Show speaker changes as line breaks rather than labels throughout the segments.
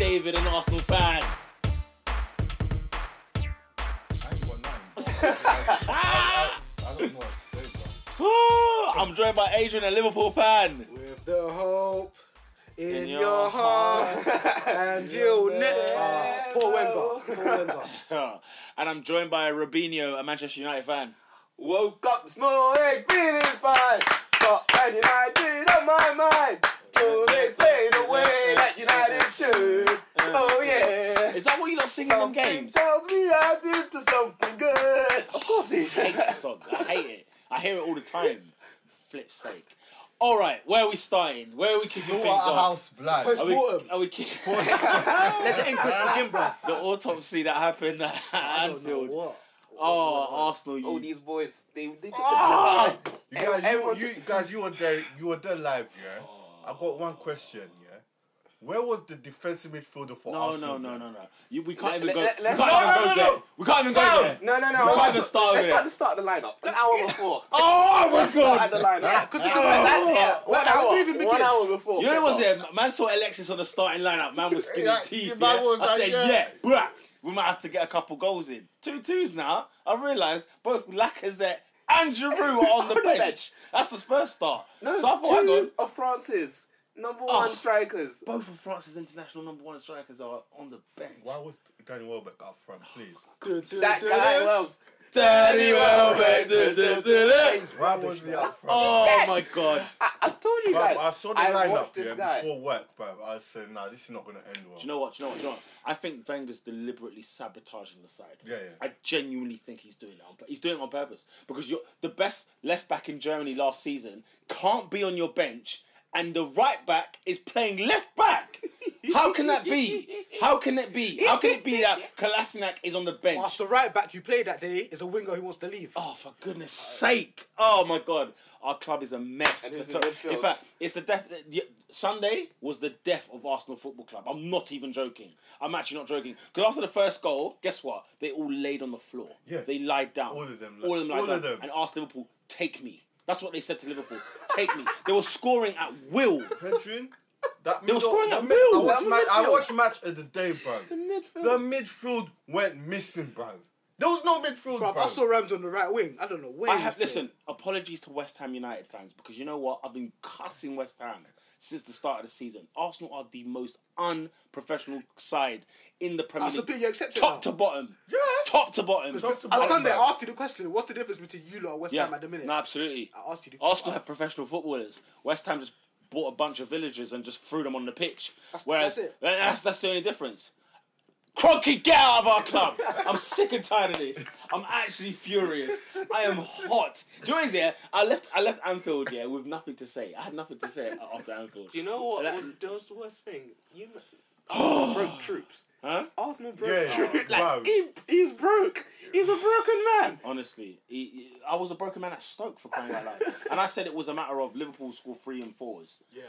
even an Arsenal fan.
I ain't got nothing. I, I, I don't know what to say, bro.
I'm joined by Adrian, a Liverpool fan.
With the hope in,
In your
your, heart, and you'll
Yeah.
never. Ah, Paul Wenger. Paul Wenger.
and I'm joined by Robinho, a Manchester United fan.
Woke up this morning feeling fine. Got Man United on my mind. Always played the way that United should. Oh yeah.
Is that what you lot sing in them
Something
games?
tells me I did to something good. Of course he
I hate that song. I hate it. I hear it all the time. Flip's sake. All right, where are we starting? Where are we kicking things off?
Slaughterhouse blood.
Post
Are we,
mortem.
are we kicking
Let's end Chris again, bro.
the autopsy that happened at
I don't know
Anfield?
what.
Oh, Arsenal! You.
All these boys, they, they took
Ah!
the time.
You guys,
Everyone-
you, you guys, you were there. You were there live, yeah. I got one question, yeah. Where was the defensive midfielder for
no, no,
Arsenal?
no,
yeah?
no, no. You, we can't even
let-
go.
let-
we
let's-
can't
No,
even
no,
go
no,
there.
no.
We can't even go there.
No, no, no.
We're
Let's-
not even starting
Let's
it.
start, start the lineup. An hour before.
Oh my
Let's start
god!
the lineup.
Yeah, 'cause it's a-
That's
Oh.
it. One
How do
hour.
we even
One
begin?
hour before.
You know what was
kickoff.
it? Man saw Alexis on the starting lineup. Man was skinny
Yeah,
teeth.
man
yeah.
was
I
like,
said,
yeah.
yeah, bruh, we might have to get a couple goals in. Two twos now. I realised both Lacazette and Giroud are on
On the
the bench.
bench.
That's the first start.
No,
so I thought, hang on,
two of France's number
Oh.
one strikers.
both of France's international number one strikers are on the bench.
Why was Danny Welbeck up front, please?
That guy loves.
Danny Welbeck. du- du- du- du.
Why was he up front?
Oh my god.
I, I told
Oh,
you
Bruv,
guys.
I saw the
I
lineup
watched this
yeah,
guy.
before work, bro. I said, nah, this is not gonna end well.
Do you know what? Do you know what? Do you know what? I think Wenger's deliberately sabotaging the side.
Yeah, yeah.
I genuinely think he's doing it. On, pur- he's doing it on purpose because you're the best left back in Germany last season can't be on your bench, and the right back is playing left back. How can that be? How can it be? How can it be that Kolasinac is on the bench?
Whilst the right back you played that day is a winger who wants to leave.
Oh, for goodness sake! Oh my God, our club is a mess.
And
It's
it's
a
in
to-
midfield.
in fact, it's the death. the- Sunday was the death of Arsenal Football Club. I'm not even joking. I'm actually not joking because after the first goal, guess what? They all laid on the floor.
Yeah.
They lied down.
All of them li-
All of them lied
all
down.
of them.
And asked Liverpool, "Take me." That's what they said to Liverpool. Take me. They were scoring at will.
Pedrin, that
They were
middle-
scoring
that
at
mid-
will.
I watched,
That
match, I
midfield.
watched match of the day, bro.
The midfield.
The midfield went missing, bro. There was no midfield, bro.
Bruv, I saw Rams on the right wing. I don't know where.
I
he was
have
playing.
listen. Apologies to West Ham United fans because you know what? I've been cussing West Ham since the start of the season. Arsenal are the most unprofessional side in the Premier
That's a
League,
bit you accept it.
top to
now.
bottom.
Yeah.
Top to bottom.
Top to
On
bottom,
Sunday,
bro.
I asked you the question what's the difference between you lot and West
yeah.
Ham at the minute?
No, absolutely.
I asked you the
Arsenal have professional footballers. West Ham just bought a bunch of villagers and just threw them on the pitch.
That's-
Whereas
that's it.
that's that's the only difference. Cronky, get out of our club. I'm sick and tired of this. I'm actually furious. I am hot. Do you know what it is, yeah? I left I left Anfield yeah with nothing to say. I had nothing to say after Anfield.
Do you know what
That-
was, that was the worst thing? You know, Arsenal broke troops.
Huh?
Arsenal broke
Yeah,
troops. Like,
wow.
he, he's broke. He's a broken man.
Honestly, he, he- I was a broken man at Stoke for crying out loud, and I said it was a matter of Liverpool score three and fours.
Yeah.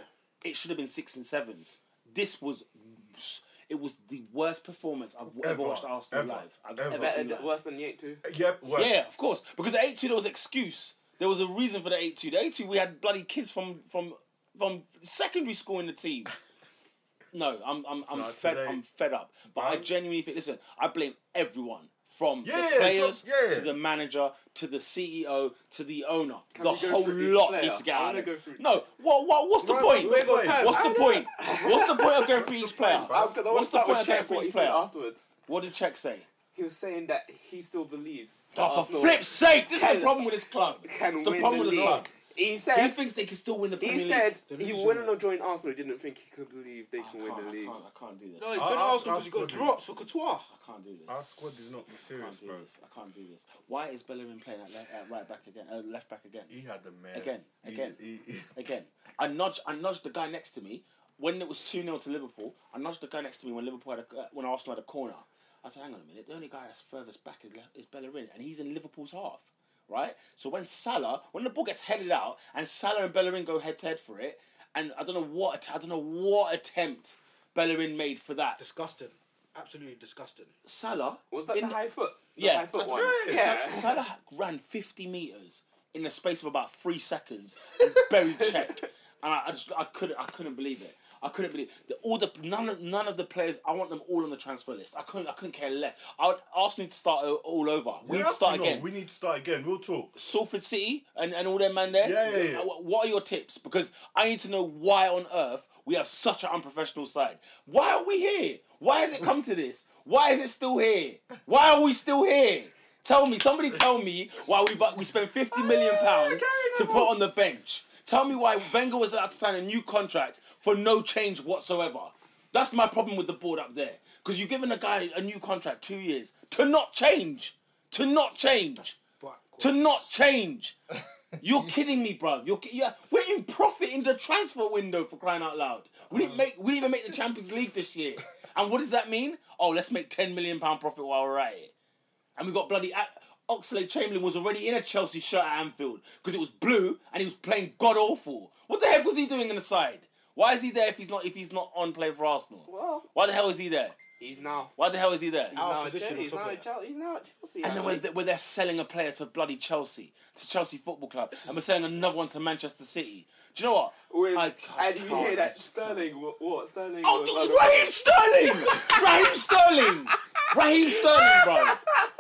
It should have been six and sevens. This was, it was the worst performance I've ever,
Ever.
watched Arsenal
Ever.
live. I've
Ever.
ever,
Better,
seen
th-
live.
worse than Yate too.
Yep, worse.
Yeah, of course. Because the eight two there was excuse. There was a reason for the eight two. The eight two we had bloody kids from from from secondary school in the team. No, I'm I'm I'm
No,
fed
today-
I'm fed up. But I
Right.
genuinely think listen, I blame everyone. From
Yeah,
the players
just- yeah.
to the manager to the CEO to the owner,
Can
the
we go
whole
through each
lot
player?
need to
I
get out
wanna
of there.
go through-
No, what what what's the
Right,
point?
we ain't got time.
What's the
I know.
point? What's the point of going through each player?
bro?
Because I want
What's
to
the
start
point
with
of going
Czech,
through
what he
each
said
player?
afterwards.
What did Czech say?
He was saying that he still believes that
Oh, for
Arsenal
flip's sake, this is the
can-
problem with this club.
can
It's the
win
problem
the
with the
league.
club.
He
He
said
thinks they can still win the Premier
He
League.
said he
Delusional.
wouldn't have joined Arsenal. Didn't think he could believe they
I
can
can't,
win the
I
league.
can't, I can't do this.
No,
I
you
I-
couldn't
I-
ask him
I
because you got
couldn't.
dropped for Couture.
can't do this.
Our
I
squad is not serious,
can't do
bro.
this. I can't do this. Why is Bellerin playing at, left, at right back again? Uh, left back again?
He had the man.
Again,
He-
again.
he- he-
Again. I nudged, I nudged the guy next to me when it was 2 0 to Liverpool. I nudged the guy next to me when Liverpool had a, uh, when Arsenal had a corner. I said, hang on a minute, the only guy that's furthest back is, left, is Bellerin, and he's in Liverpool's half. Right? So when Salah, when the ball gets headed out, and Salah and Bellerin go head to head for it, and I don't know what, att- I don't know what attempt Bellerin made for that.
Disgusting. Absolutely disgusting.
Salah
Was that
in
the high foot? The
Yeah.
high foot one.
Yeah.
Yeah.
Salah ran 50 meters in the space of about three seconds and buried check, and I, I just I couldn't I couldn't believe it. I couldn't believe the, all the none of none of the players. I want them all on the transfer list. I couldn't I couldn't care less. I would Arsenal need to start o- all over. We need to
have
start
know.
again.
We need to start again. We'll talk.
Salford City and, and all their man there.
Yeah, yeah, yeah.
Uh, What are your tips? Because I need to know why on earth we have such an unprofessional side. Why are we here? Why has it come to this? Why is it still here? Why are we still here? Tell me, somebody tell me why we bu- we spent fifty million pounds to put on the bench. Tell me why Wenger was allowed to sign a new contract for no change whatsoever. That's my problem with the board up there. Because you've given a guy a new contract, two years, to not change. To not change to not change. You're kidding me, bruv. You're, ki- yeah, we're in profit in the transfer window for crying out loud. We
Uh-huh.
didn't make, we didn't even make the Champions League this year. And what does that mean? Oh, let's make ten million pound profit while we're at it. And we got bloody Oxley Chamberlain was already in a Chelsea shirt at Anfield because it was blue and he was playing god awful. What the heck was he doing in the side? Why is he there if he's not if he's not on play for Arsenal?
Well,
Why the hell is he there?
he's now.
Why the hell is he there?
He's
Our
now, at
position
Chelsea.
on
He's
top
now
of
at Chelsea. He's now at Chelsea.
And then we're, we're there selling a player to bloody Chelsea, to Chelsea Football Club, and we're selling another one to Manchester City. Do you know what?
With,
I- I
and you
can't.
hear that Sterling? What, what Sterling?
Oh,
was
dude,
like-
Raheem Sterling! Raheem Sterling! Raheem Sterling, bro!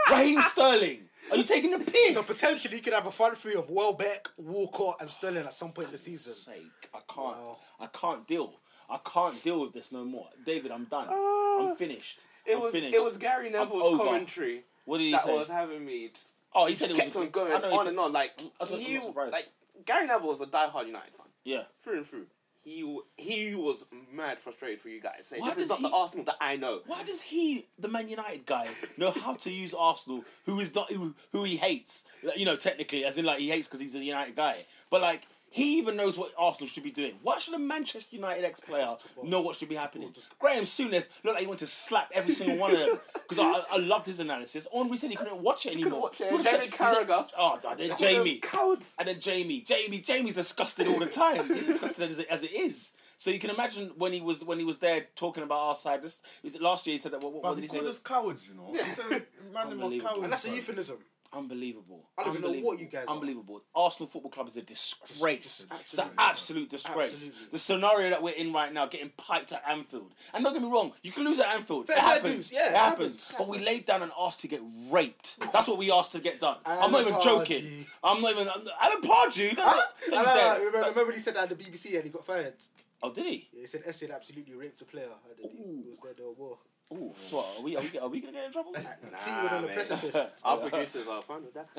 Raheem Sterling! Are you taking the piss?
So potentially you could have a front three of Welbeck, Walcott, and Sterling at some point in the season.
sake, I can't.
Wow.
I can't deal. I can't deal with this no more. David, I'm done. I'm finished.
Ah. It
I'm
was
finished.
it was Gary Neville's
over.
commentary
What did he
that
say?
was having me. Just,
oh, he
just
said it was.
kept
a-
on going
I know he
on
said-
and on. Like
I don't- I'm
he,
not surprised.
like Gary Neville was a diehard United fan
Yeah.
through and through. He w- he was mad frustrated for you guys. Saying,
Why
this is
does
not the
he-
Arsenal that I know.
Why does he, the Man United guy, know how to use Arsenal, who is not who, who he hates? Like, You know, technically, as in like he hates because he's a United guy. But like he even knows what Arsenal should be doing. Why should a Manchester United ex-player know what should be happening? Graham Souness looked like he wanted to slap every single one of them because I, I loved his analysis. Henry said he couldn't watch it anymore.
watch it.
He would've
Jamie
said- he said-
Carragher.
Oh, then Jamie.
Cowards.
And then Jamie, Jamie, Jamie's disgusted all the time. He's disgusted as it, as it is. So you can imagine when he was when he was there talking about our side. This is it last year. He said that. What, what,
Man,
what did he
he
say?
called us cowards, you know. He said, man, them are
Unbelievable.
cowards.
And that's a
man.
euphemism.
Unbelievable.
I don't even know
Unbelievable.
what you guys are.
Unbelievable. Arsenal Football Club is a disgrace.
It's-
It's
it's
an
absolutely-
absolute disgrace.
Absolutely.
The scenario that we're in right now, getting piped at Anfield. And don't get me wrong, you can lose at Anfield.
Fair-
it
fair
happens.
dues. Yeah,
it
it
happens.
happens.
But we laid down and asked to get raped. That's what we asked to get done. I'm not
Alan
even joking.
Pardew.
I'm not even. I'm, Alan Pardew. That's not-
I
that's
know,
not dead.
Ah, remember, remember when he said that at the BBC and he got fired?
Oh, did he?
Yeah, he said Essien absolutely raped a player. And then he
Ooh.
was there, there were war.
Ooh, so what, are we are we are we gonna get in trouble?
Nah,
See, we're on the
mate.
precipice.
Our producers are fine with that.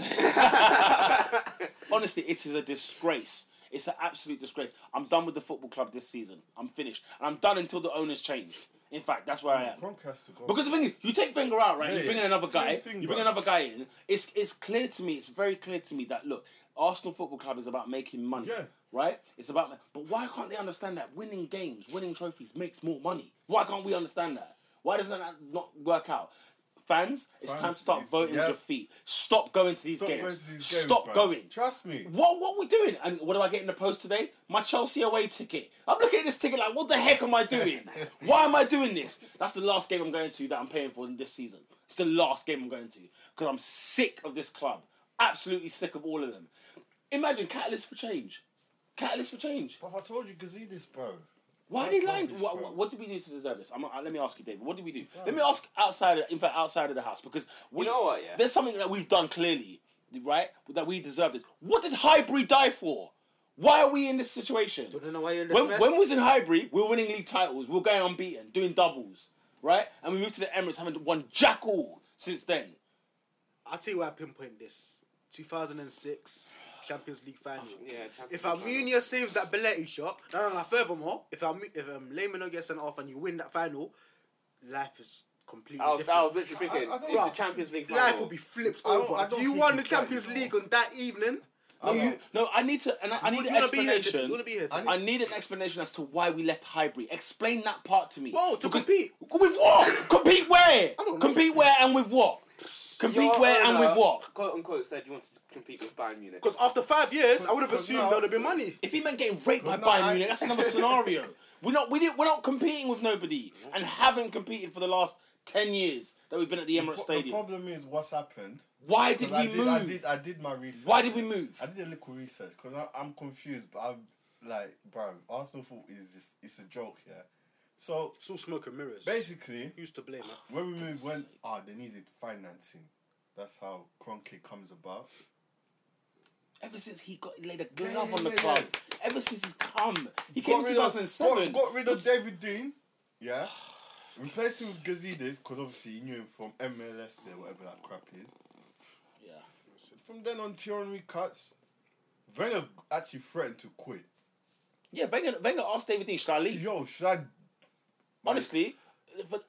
Honestly, it is a disgrace. It's an absolute disgrace. I'm done with the football club this season. I'm finished, and I'm done until the owners change. In fact, that's where I am.
Gronk has to go.
Because the thing is, you take Wenger out, right?
Yeah,
you bring in
yeah.
another
Same
guy.
thing,
you bring
bruv.
another guy in. It's it's clear to me. It's very clear to me that look, Arsenal Football Club is about making money.
Yeah.
Right. It's about. But why can't they understand that winning games, winning trophies makes more money? Why can't we understand that? Why doesn't that not work out? Fans, it's
Fans,
time to start
it's-
voting
yeah.
with your feet. Stop going to these
Stop
games.
going to these games,
Stop
man.
going.
Trust me.
What what we doing? And what do I get in the post today? My Chelsea away ticket. I'm looking at this ticket like, what the heck am I doing? Why am I doing this? That's the last game I'm going to that I'm paying for in this season. It's the last game I'm going to because I'm sick of this club. Absolutely sick of all of them. Imagine catalyst for change. Catalyst for change.
But I told you, Gazidis, bro.
Why are they lying?
Rubbish,
What,
bro.
what, what did we do to deserve this? I'm, uh, let me ask you, David. What did we do? Let me ask outside. Of, in fact, outside of the house, because we
You know what, yeah?
There's something that we've done clearly, right? That we deserved it. What did Highbury die for? Why are we in this situation?
Do you know why you're in this
When,
mess?
when we was in Highbury, we were winning league titles. We were going unbeaten, doing doubles, right? And we moved to the Emirates, haven't won jack all since then.
I'll tell you why I pinpoint this. 2006 Champions League final.
Oh, Yeah, Champions
If
League
Almunia saves that Belletti shot, no, no, no. Furthermore, if Almu- if um, Lehmann gets sent off and you win that final, life is completely
I was,
different.
I was literally thinking,
I- I don't-
it's the
Bruh,
Champions League final.
life will be flipped
I don't-
over.
I
If
don't
you
think
won the
it's that
Champions
easy,
League on that evening.
No, you, no, I need to, and I, I need an
wanna be here,
explanation.
you wanna be here, Tim.
I need an explanation as to why we left Highbury. Explain that part to me.
Whoa, to compete.
With what? compete where?
don't know.
Compete where and with what? Compete
Your
where and
owner,
with what?
Quote unquote said you wanted to compete with Bayern Munich.
Because after five years, I would have
Cause
assumed
now-
there would have been money.
If he meant getting raped by
Well, no,
Bayern
I-
Munich, that's another scenario. We're not, we didn't, we're not competing with nobody, and haven't competed for the last ten years that we've been at the Emirates
But the
Stadium.
problem is what's happened.
why
'cause
did we
I did,
move?
I did, I did my research.
why did we move?
I did a little research because I'm confused, but I've, like, bro, Arsenal football is just it's a joke, yeah. So
It's all smoke and mirrors.
basically,
Who's to blame? man?
when we moved, when ah, they needed financing. That's how Kroenke comes about.
Ever since he got laid a
Yeah,
glove
yeah,
on the
yeah,
club,
yeah.
ever since he's come, he came in
rid of-
2007.
Got, got rid of David Dean. Yeah. Replaced him with Gazidis because obviously he knew him from MLS or whatever that crap is.
yeah,
From then on, Thierry cuts. Wenger actually threatened to quit.
yeah. Wenger, Wenger asked David Dean, "Should I leave?"
Yo, should I?
Honestly, but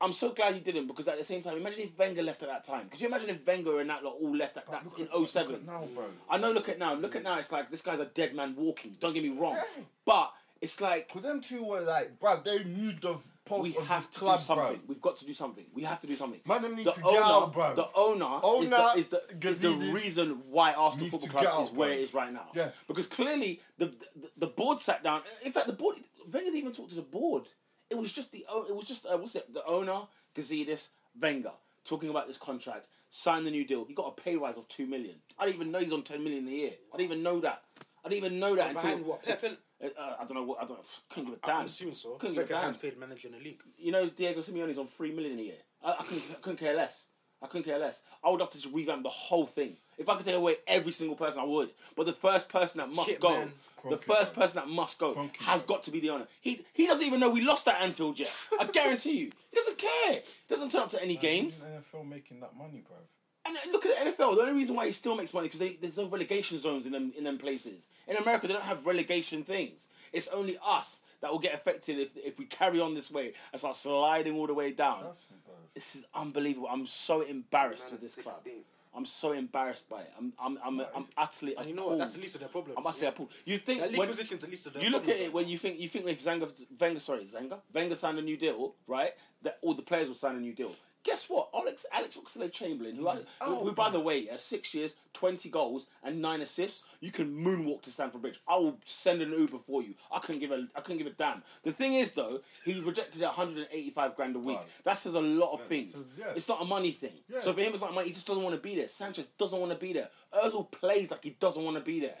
I'm so glad he didn't because at the same time, imagine if Wenger left at that time. Could you imagine if Wenger and that lot all left at that
Look
in
at- look at
07?
Now, bro.
I know. Look at now. Look at now. It's like this guy's a dead man walking. Don't get me wrong, but it's like
Because them two were like, bro, they knew the pulse
we
of
have
this
to
club,
do
bro.
something. We've got to do something. We have to do something.
Man, them need
the
to
owner,
get out, bro.
the owner,
Owner,
is the, is the, is the
Gazidis
reason why Arsenal
needs
Football
to get
Club
out,
is where
bro.
it is right now.
Yeah.
Because clearly the, the the board sat down. In fact, the board Wenger didn't even talk to the board. It was just the o- it was just uh, what's it? The owner Gazidis Wenger talking about this contract, sign the new deal. He got a pay rise of two million. I didn't even know he's on ten million a year. I didn't even know that. I didn't even know that
Behind
until
what? Pep and-
Uh, uh, I don't know. What, I don't. Couldn't give a damn.
I'm assuming so.
Couldn't give a
Second
damn
highest paid manager in the league.
you know Diego Simeone's on three million a year. I, I, couldn't, I couldn't care less. I couldn't care less. I would have to just revamp the whole thing. If I could take away every single person, I would. But the first person that must
Shit,
go,
man.
the
Cronky,
first
man.
person that must go,
Cronky,
has
man.
got to be the owner. He he doesn't even know we lost at Anfield yet. I guarantee you, he doesn't care. He doesn't turn up to any games.
Isn't NFL making that money, bro.
And then look at the NFL. The only reason why he still makes money because there's no relegation zones in them in them places. In America, they don't have relegation things. It's only us that will get affected if if we carry on this way and start sliding all the way down.
Trust me, bro.
This is unbelievable. I'm so embarrassed with this club.
16th.
I'm so embarrassed by it. I'm I'm I'm, I'm
is-
utterly appalled.
And you know what? That's the least of their problems.
I'm utterly appalled. You think
That league
when,
position's the least of their
you look at
problems,
it
right?
when you think you think if Zanga Wenger sorry Zanga Wenger signed a new deal right that all the players will sign a new deal. Guess what? Alex Alex Oxlade Chamberlain, who, has, who,
Oh.
by the way, has six years, twenty goals, and nine assists, you can moonwalk to Stamford Bridge. I will send an Uber for you. I couldn't give a I couldn't give a damn. The thing is though, he rejected at 185 grand a week.
Right.
That says a lot of things.
says, yeah.
It's not a money thing.
Yeah.
So for him, it's not money. He just doesn't want to be there. Sanchez doesn't want to be there. Özil plays like he doesn't want to be there.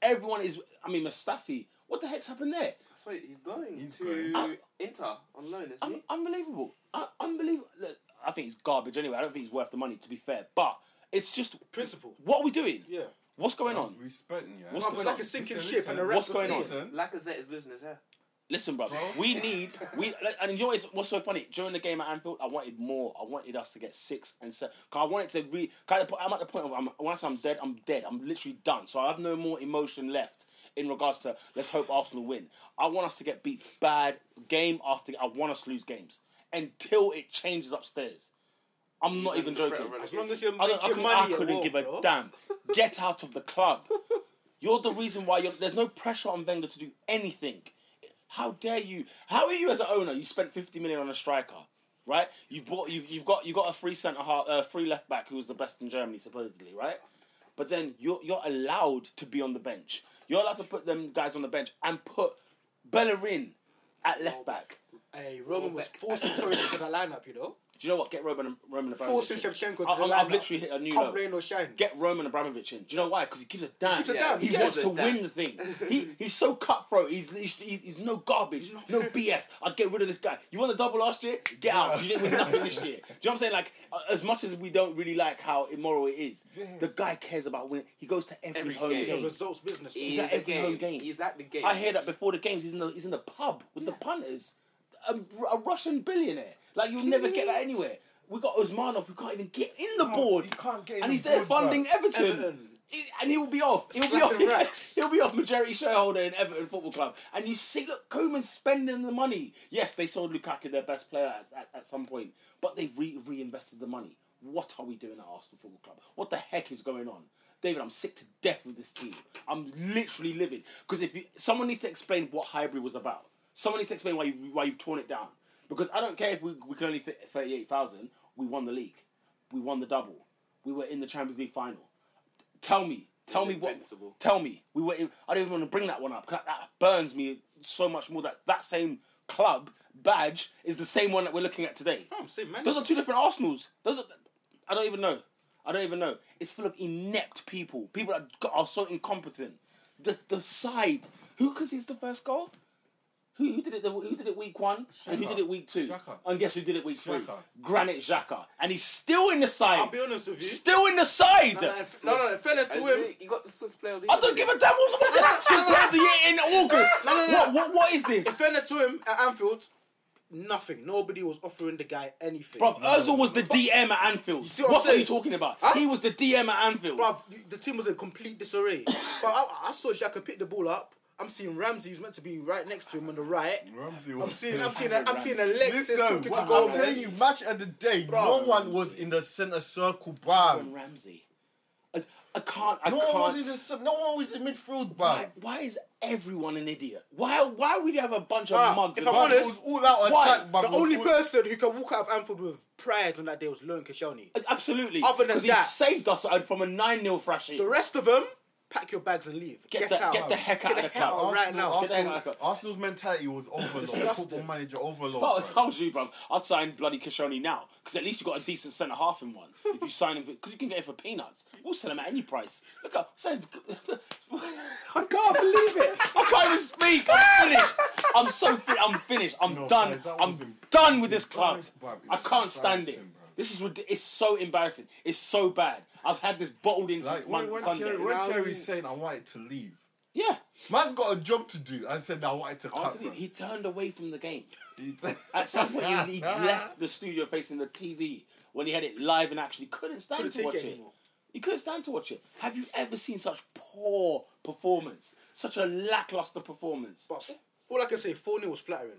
Everyone is. I mean, Mustafi. What the heck's happened there?
So he's going
He's
to
going.
Inter on loan, isn't
Un-
Hmm?
he?
unbelievable. Un- unbelievable. Look, I think he's garbage anyway. I don't think he's worth the money. To be fair, but it's just
Principle.
what are we doing?
Yeah.
What's going on?
Respect, yeah.
What's
Bruv,
going
it's like
on?
a sinking
Listen,
ship and
listen.
a
What's going on?
Listen,
Lacazette is losing his hair.
Listen, brother.
Bro.
We need we and you know what's, what's so funny? During the game at Anfield, I wanted more. I wanted us to get six and seven. Cause I wanted to re. Cause I- I'm at the point of I'm, once I'm dead, I'm dead. I'm literally done. So I have no more emotion left in regards to let's hope Arsenal win. I want us to get beat bad game after. I want us to lose games until it changes upstairs. I'm not even
Threat of
joking.
relegation.
As long as you're
I, don't, I
making
couldn't,
money,
I
at
couldn't
war,
give a
bro.
damn. Get out of the club. You're the reason why you're, there's no pressure on Wenger to do anything. How dare you? How are you as an owner? You spent 50 million on a striker, right? You've bought, you've, you've got, you got a free centre half, uh, free left back who was the best in Germany supposedly, right? But then you're you're allowed to be on the bench. You're allowed to put them guys on the bench and put Bellerin at
Oh.
left back.
Hey, Roman was forcing Torres into the lineup, you know?
Do you know what? Get Roman Roman
Forcing
Abramovich. in.
Shevchenko to
I-
the
I'm-
lineup.
I've literally hit a new low.
Come rain or shine.
get Roman Abramovich in. Do you know why? Because he gives a damn.
gives a
Yeah, damn.
He,
he gives
wants
a
to
damn.
win the thing. He he's so cutthroat. He's he's, he's, he's no garbage, no BS. I get rid of this guy. You won the double last year. Get out. You didn't win nothing this year. Do you know what I'm saying? Like uh, as much as we don't really like how immoral it is, the guy cares about winning. He goes to every,
Every
home
game.
game.
It's a results business. bro.
He's,
at
at the
every home
game.
game.
He's at the game.
I hear that before the games, he's in the he's in the pub with the punters. A, a Russian billionaire. Like you'll never get that anywhere. We got Osmanov who can't even get in the board
You can't get in
and
the
he's there
board, bro.
funding Everton.
Everton.
He- and he will be off. He'll be
Slapping
off.
racks.
He'll be off majority shareholder in Everton Football Club. And you see, look, Coleman's spending the money. Yes, they sold Lukaku, their best player, at, at, at some point, but they've re- reinvested the money. What are we doing at Arsenal Football Club? What the heck is going on? David, I'm sick to death with this team. I'm literally livid because if you, someone needs to explain what Highbury was about, someone needs to explain why you why you've torn it down. Because I don't care if we, we can only fit thirty eight thousand. We won the league. We won the double. We were in the Champions League final. Tell me, tell me what.
Invincible.
Tell me, we were. In, I don't even want to bring that one up. 'cause That, that burns me so much more. That that same club badge is the same one that we're looking at today.
Fam, same man.
Those are two different Arsenals. Those are, I don't even know. I don't even know. It's full of inept people. People that g- are so incompetent. The the side, Who concedes the first goal? Who, who did it? The, who did it week one? And who
Xhaka.
did it week two?
Xhaka.
And guess who did it week three?
Xhaka.
Granite Xhaka, and he's still in the side.
I'll be honest with you.
Still in the side.
that's-
No, no, no, fairness to
That's
him.
really- You got the Swiss player of the
I
year,
don't
didn't
give a damn. What's, what's that? She's playing the year in August.
No, no, no,
What,
no.
what, what is
In
this?
fairness to him, at Anfield, nothing. Nobody was offering the guy anything.
Bruv, Ozil was the DM at Anfield.
see what I'm
what are
saying?
you talking about?
Huh?
He was the DM at Anfield.
Bruv, you- the team was in complete disarray. but I, I saw Xhaka pick the ball up. I'm seeing Ramsey, who's meant to be right next to him on the right.
Ramsey
I'm
was-
seeing, I'm seeing, a, I'm seeing a Alexis
Listen,
took it to
what-
goal.
I'm telling you, match of the day,
Bro.
no one was in the centre circle,
Aaron
bruv.
Ramsey. I, I can't. I
No
can't.
one was in the cen- no one was in midfield,
why,
bruv.
why is everyone an idiot? Why? Why would you have a bunch of
Bruh,
mugs?
if
and
I'm
Bruv,
mugs?
it was
honest,
all out
why?
attack, bruv.
The
It was
only
all-
person who can walk out of Anfield with pride on that day was Loren Koscielny.
Absolutely.
Other than
because he
that-
saved us uh, from a nine 0 thrashing.
The rest of them, pack your bags and leave.
Get
Get,
the-
out.
get the heck out of the club.
out right now.
Get the heck out
Arsenal,
of the club.
Arsenal's mentality was overload.
Disgusting.
Football manager overload.
If I was, if I
bruv.
was you, bruv, I'd sign bloody Kashoni now because at least you got a decent centre half in one. If you sign him, because you can get him for peanuts. We'll sell him at any price. Look up, sell I can't believe it. I can't even speak. I'm finished. I'm so fin- I'm finished. I'm
No,
done.
guys, that was
I'm
em-
done with this club.
embarrassing, bruv. It
I
was
can't stand it.
embarrassing, bruv.
This is rid- it's so embarrassing. It's so bad. I've had this bottled in
Like,
since
when,
Monday.
when,
Sunday.
Terry, when
Now we-
Terry's saying I wanted to leave,
yeah,
man's got a job to do. I said I wanted to cut.
After he he turned away from the game.
bruv.
At some point, he, he left the studio facing the TV when he had it live and actually couldn't stand
Couldn't
to
take
watch
it
it.
anymore.
He couldn't stand to watch it. Have you ever seen such poor performance? Such a lackluster performance.
But all I can say, 4 0 was flattering.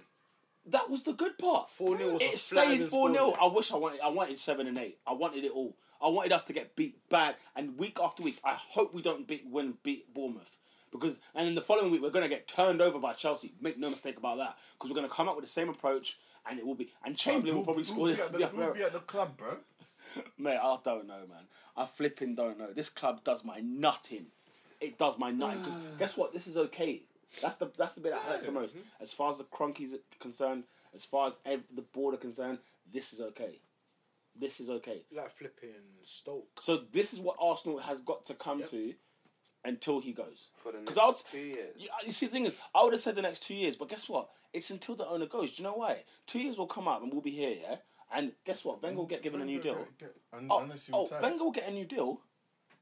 That was the good part.
4-0 was a
It stayed
flattering
four 0
score.
I wish I wanted. I wanted seven and eight. I wanted it all. I wanted us to get beat bad and week after week. I hope we don't beat win beat Bournemouth because and then the following week we're going to get turned over by Chelsea. Make no mistake about that because we're going to come up with the same approach and it will be and Chamberlain will probably score.
We'll be
the
at the,
other
we'll
way
be at the club, bro.
Mate, I don't know, man. I flipping don't know. This club does my nutting. It does my nutting. Because guess what? This is okay. That's the that's the bit that hurts the most. As far as the cronkies are concerned, as far as ev- the board are concerned, this is okay. This is okay.
Like flipping Stoke.
So this is what Arsenal has got to come
Yep.
to until he goes.
For the
'Cause
next
I was-
two years.
You, you see, the thing is, I would have said the next two years, but guess what? It's until the owner goes. Do you know why? Two years will come up and we'll be here, yeah. And guess what? Wenger will get given a new deal.
And,
Oh,
unless you
oh
retire.
Wenger will get a new deal.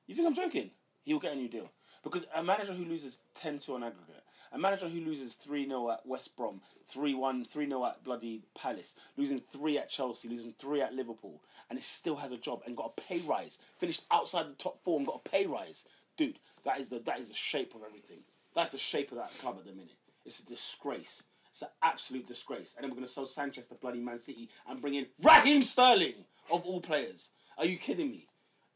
You think I'm joking? He will get a new deal. Because a manager who loses 10 2 on aggregate, a manager who loses 3 0 at West Brom, 3 1, 3 0 at bloody Palace, losing 3 at Chelsea, losing 3 at Liverpool, and it still has a job and got a pay rise, finished outside the top four and got a pay rise. Dude, that is the, that is the shape of everything. That's the shape of that club at the minute. It's a disgrace. It's an absolute disgrace. And then we're going to sell Sanchez to bloody Man City and bring in Raheem Sterling, of all players. Are you kidding me?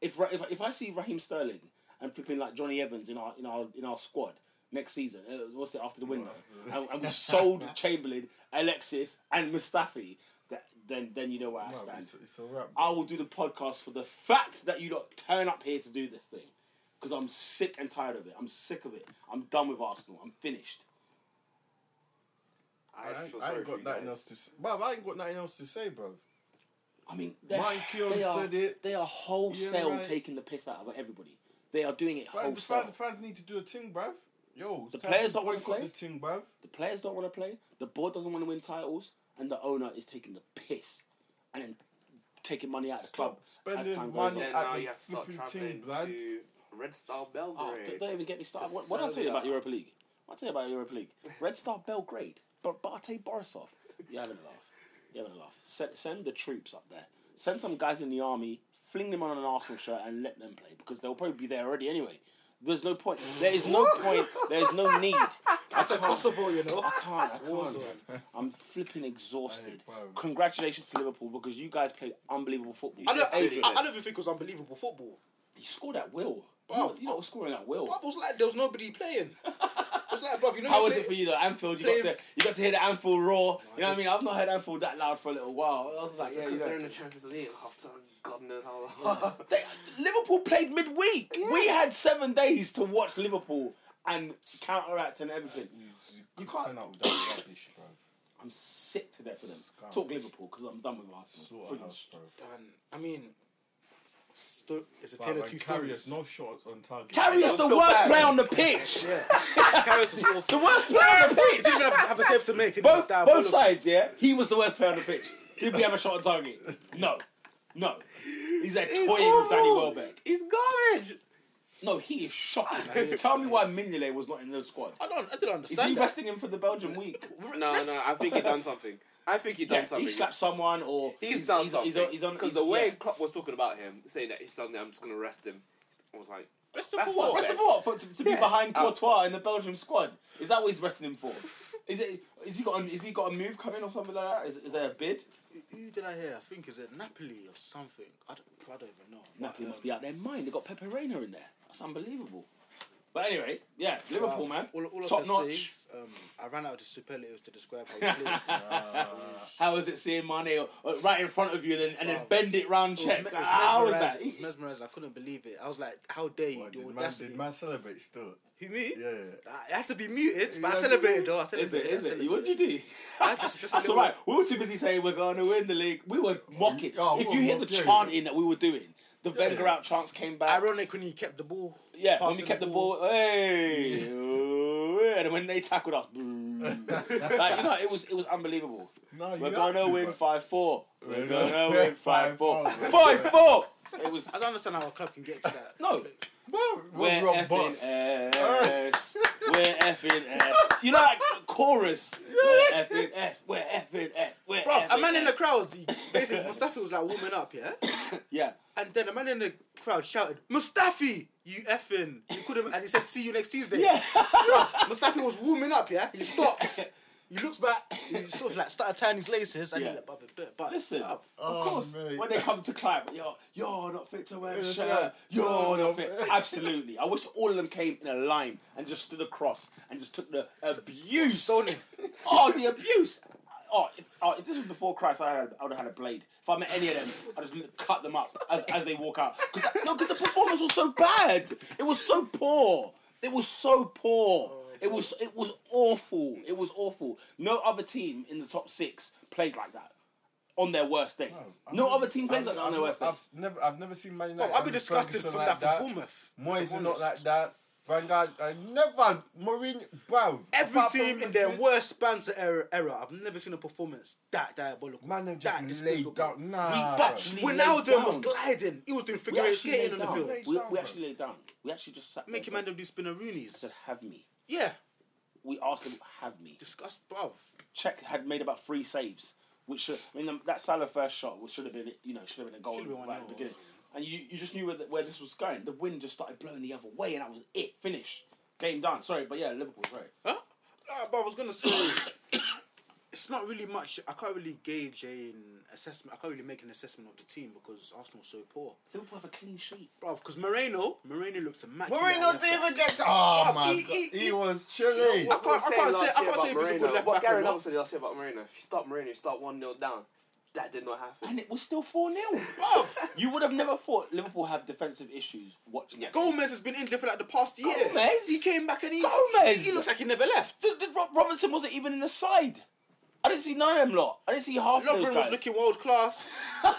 If, Ra- if, if I see Raheem Sterling and flipping like Johnny Evans in our, in our, in our squad next season, uh, what's it, after the window, and, and we sold Chamberlain, Alexis, and Mustafi, that, then, then you know where I
No,
stand.
it's, it's a wrap.
I will do the podcast for the fact that you don't turn up here to do this thing. Because I'm sick and tired of it. I'm sick of it. I'm done with Arsenal. I'm finished.
I,
I, ain't-
feel
I
sorry
ain't
for you
got nothing
guys.
else to say. Bruv, I ain't got nothing else to say, bro.
I mean, they,
Martin Keown
they are,
said it.
They are wholesale
Yeah, right.
taking the piss out of everybody. They are doing it
Fans, the
wholesale.
fans, the fans need to do a thing, bruv. Yo, it's
The
time
players
to
don't wanna
boycott
play?
The thing, bruv.
The players don't want to play. The board doesn't want to win titles, and the owner is taking the piss, and then taking money out of the club.
Stop spending
as time goes
money.
on. Ah,
Then
At
now
the
you have to start
flipping
traveling
team, lad.
to Red Star
Oh,
Belgrade.
don't, don't even get me started. What,
Just
what did I tell you about
Serbia.
Europa League? What did I tell you about Europa League? Red Star Belgrade, but Barte Borisov. You're having a laugh. You're having a laugh. Send, send the troops up there. Send some guys in the army, fling them on an Arsenal shirt, and let them play because they'll probably be there already anyway. There's no point. There is no point. There is no need. I
That's impossible, you know.
I can't. I can't.
Warzone.
man. I'm flipping exhausted.
Hey, bro.
Congratulations to Liverpool because you guys played unbelievable football.
I don't, I,
Adrian,
I, I don't even think it was unbelievable football.
you scored at will. You
Bruv,
know, you know what's scoring at will.
Bruv, it was like there was nobody playing. It was like, bruv, you know
How
you
was
play-
it for you though? Anfield, you got to
Dave-
you got to hear the Anfield roar. You know what I mean? I've not heard Anfield that loud for a little while. I was like, yeah, you
Because they're in
know.
the Champions League after God knows how long.
They- Liverpool played midweek. We had seven days to watch Liverpool and counteract and everything.
You, you,
can't-
can't turn out with that rubbish, bro.
I'm sick to death for them.
Scum.
Talk Liverpool because I'm done with Arsenal.
Slaughterhouse,
Friggin'
bro.
Done. I mean, Sto- it's a
But
tale of
when
two
Karius,
stories.
no shots on target.
Carrier's
I'm
the
still
worst
bad.
player on the pitch.
Yeah, Karius was awful.
The worst player on the
He
pitch.
didn't have, have a save to make. he
Both
was diabolical.
both sides, yeah. He was the worst player on the pitch. Did we have a shot on target? No, no. He's there toying with Danny
awful.
Welbeck.
He's garbage.
No, he is shocking. man. Tell me why Mignolet was not in the squad.
I don't. I didn't
Is he
understand. that.
resting him for the Belgium week?
No, no, I think he done something. I think he done
Yeah,
something.
he slapped someone or
He's, done
he's,
something.
He's on. He's on.
Because
he's-
the way
yeah.
Klopp was talking about him, saying that he's suddenly, I'm just going to arrest him. I was like,
Rest him for
That's
what?
so
Rest
bad.
him for what? For, to to be
Yeah.
behind
Um,
Courtois in the Belgium squad? Is that what he's resting him for? Is it? Is he got? A, is he got a move coming or something like that? Is, is there a bid?
Who did I hear? I think is it Napoli or something. I don't, I don't even know.
Napoli
But,
must
um,
be out their mind. They got Pepe Reina in there. That's unbelievable. But anyway, yeah, Liverpool
Well,
man,
All, all
top
I can
notch.
say is, um, I ran out of superlatives to describe how he played.
How is it seeing Mane or, or right in front of you and then, and then
Wow.
bend it round
It was
check?
me- it was
How is
mesmerising,
that?
It was mesmerized. I couldn't believe it. I was like, "How dare you?
What,
the
did, man,
audacity!"
did man celebrate still?
Who me?
Yeah.
I I had to be muted, but I
Yeah,
celebrated though. I
Is it?
celebrated.
Is
I
it? What'd
celebrated.
you do?
I had just- just a
That's all
little-
right. We were too busy saying we're going to win the league. We were mocking.
Oh,
if
we
you
were
hear the
mocking, yeah.
chanting that we were doing, the Wenger out chants came back.
Ironic when he kept the ball.
yeah, when we
passing
kept the ball, hey, oh, and when they tackled us, boo. like, you know, it was it was unbelievable.
No, you
We're
have
gonna
to,
win
but-
five four. We're
We're
gonna
gonna
win
win
five four.
5-4.
Five four. It was
I don't understand how a club can get to that.
no.
Bro,
We're
we're wrong,
effing
but
S. We're effing S. You know, like chorus. We're effing S. We're effing S. We're
Bro, a
effing
man in the
S.
crowd, he- basically, Mustafi was like warming up, yeah?
yeah.
And then a man in the crowd shouted, Mustafi, you effing. You could have, and he said, see you next Tuesday.
Yeah.
Mustafi was warming up, yeah? He stopped. He looks back, he sort of like started tying his laces, and
Yeah.
he like, but, but, but
Listen,
bruv,
of
Oh,
course,
mate.
when they come to climb, you're, you're not fit to wear a
Yeah,
shirt.
yeah.
You're not
Oh, no.
fit. Absolutely. I wish all of them came in a line and just stood across and just took the abuse.
stoning.
Oh, the abuse. Oh if, oh, if this was before Christ, I, had, I would have had a blade. If I met any of them, I'd just cut them up as, as they walk out. Cause that- no, because the performance was so bad. It was so poor. It was so poor. It was it was awful. It was awful. No other team in the top six plays like that on their worst day.
I
No,
mean,
other team plays
I've-
like that on
I've
their
not-
worst day.
I've never, I've never seen Man United.
Bro, I'd be
under
disgusted
Ferguson
from
like
that for Bournemouth.
Moyes is
From
not
Bournemouth.
like that. Van Gaal, I never. Mourinho, bro.
Every
apart from
team in
Madrid,
their worst banter era, era, I've never seen a performance that diabolical.
Man, them
that
just
despicable.
laid down. Nah.
We
bro.
actually-
Wijnaldum was
down.
gliding. He was doing
We
figure eight
actually
skating
laid
on the
down.
field.
Laid
We,
down,
we
bro.
actually laid down. We actually just sat. there
Making
and
man do spinneroonies.
said, "Have me."
Yeah,
We asked them, "Have me."
disgust, bruv.
Czech had made about three saves, which should, I mean the- that Salah first shot which should have been you know should have been a goal
Should've been
right at
1-0,
the beginning, and you, you just knew where, the, where this was going. The wind just started blowing the other way, and that was it. Finish, game done. Sorry, but yeah, Liverpool. Sorry.
Huh? Nah, but I was gonna say it's not really much. I can't really gauge an assessment. I can't really make an assessment of the team because Arsenal's so poor,
Liverpool have a clean sheet.
bruv. Because Moreno, Moreno looks immaculate.
Mourinho
at left
didn't
back.
even get. Oh, my
he-
God.
he-
He was chilling.
I can't- I can't say- I can't say if he's a good left
What
back or
Gary
not.
Neville said last year about Moreno, if you start Moreno, you start 1 0 down. That did not happen.
And it was still 4 0. you would have never thought Liverpool have defensive issues watching that.
Gomez has been injured for like the past year.
Gomez?
He came back and he
Gomez?
He, he looks like he never left.
Th- th- Rob Robinson wasn't even in the side. I didn't see none of them lot. I didn't see half of
Lovren
those guys.
was looking world class.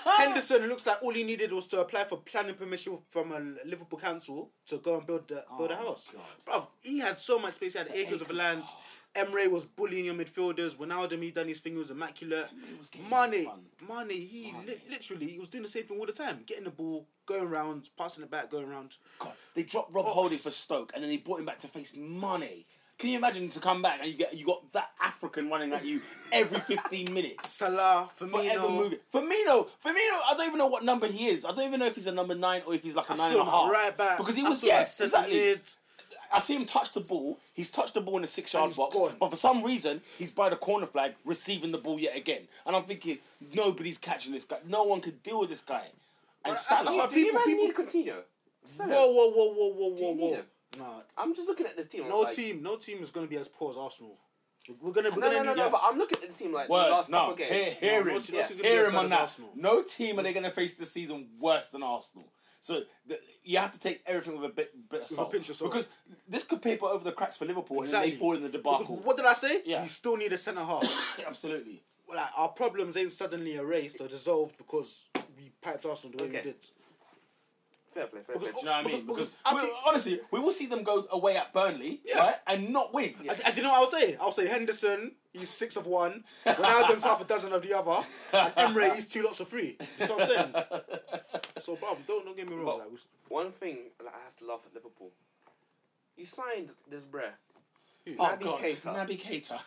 Henderson looks like all he needed was to apply for planning permission from a Liverpool council to go and build
Oh
the, build a house. Bruv, he had so much space. He had acres, of land. Emre was bullying your midfielders. Wijnaldum, he done his thing. He was immaculate.
was getting
Mane,
fun.
Mane, he Li- literally he was doing the same thing all the time, getting the ball, going round, passing it back, going round.
God, they dropped Rob
Ox.
Holding for Stoke, and then they brought him back to face money. Can you imagine to come back and you get you got that African running at you every fifteen minutes?
Salah,
Forever
Firmino,
moving. Firmino, Firmino. I don't even know what number he is. I don't even know if he's a number nine or if he's like a
I
nine
saw
and a half.
him right back
because he
I
was
saw him
yes,
centre
exactly.
mid.
I see him touch the ball. He's touched the ball in the six
And
yard
he's
box,
gone.
but for some reason he's by the corner flag receiving the ball yet again. And I'm thinking nobody's catching this guy. No one could deal with this guy. And
that's- that's
Salah-
what
Do you
people-
man
people-
need Coutinho? Sell him.
Whoa, whoa, whoa, whoa, whoa,
Do you
whoa,
need
whoa.
him?
Nah,
I'm just looking at this team. I'm
No
like,
team, no team is going to be as poor as Arsenal. We're gonna, we're
No,
gonna
no, no,
need,
no, but I'm looking at this team like the
Words,
last
no.
couple games.
Hear, hear
No,
him.
not-
not to
be
Hear
as
him
bad
on
as
that.
Arsenal.
No team are they going to face this season worse than Arsenal. So th- you have to take everything with a bit, bit of salt.
pinch of salt.
Because this could paper over the cracks for Liverpool and
Exactly.
then they fall in the
Because
debacle.
what did I say?
Yeah.
We still need a centre half.
Absolutely.
like our problems ain't suddenly erased or dissolved because we piped Arsenal the way
Okay.
we did.
Fair play, fair
Do
play.
you know what I mean?
because-
Because,
because-
we- honestly, we will see them go away at Burnley, right, and not win.
Yeah.
I, I, do you know what I'll say? I'll say Henderson, he's six of one. Ronaldo's half a dozen of the other. And Emre, he's two lots of three. You see what I'm saying? So, bro, don't, don't get me wrong.
But-
like, we-
One thing like, I have to laugh at Liverpool. You signed this bruh.
Oh
Naby
God,
Keita.
Naby Keita.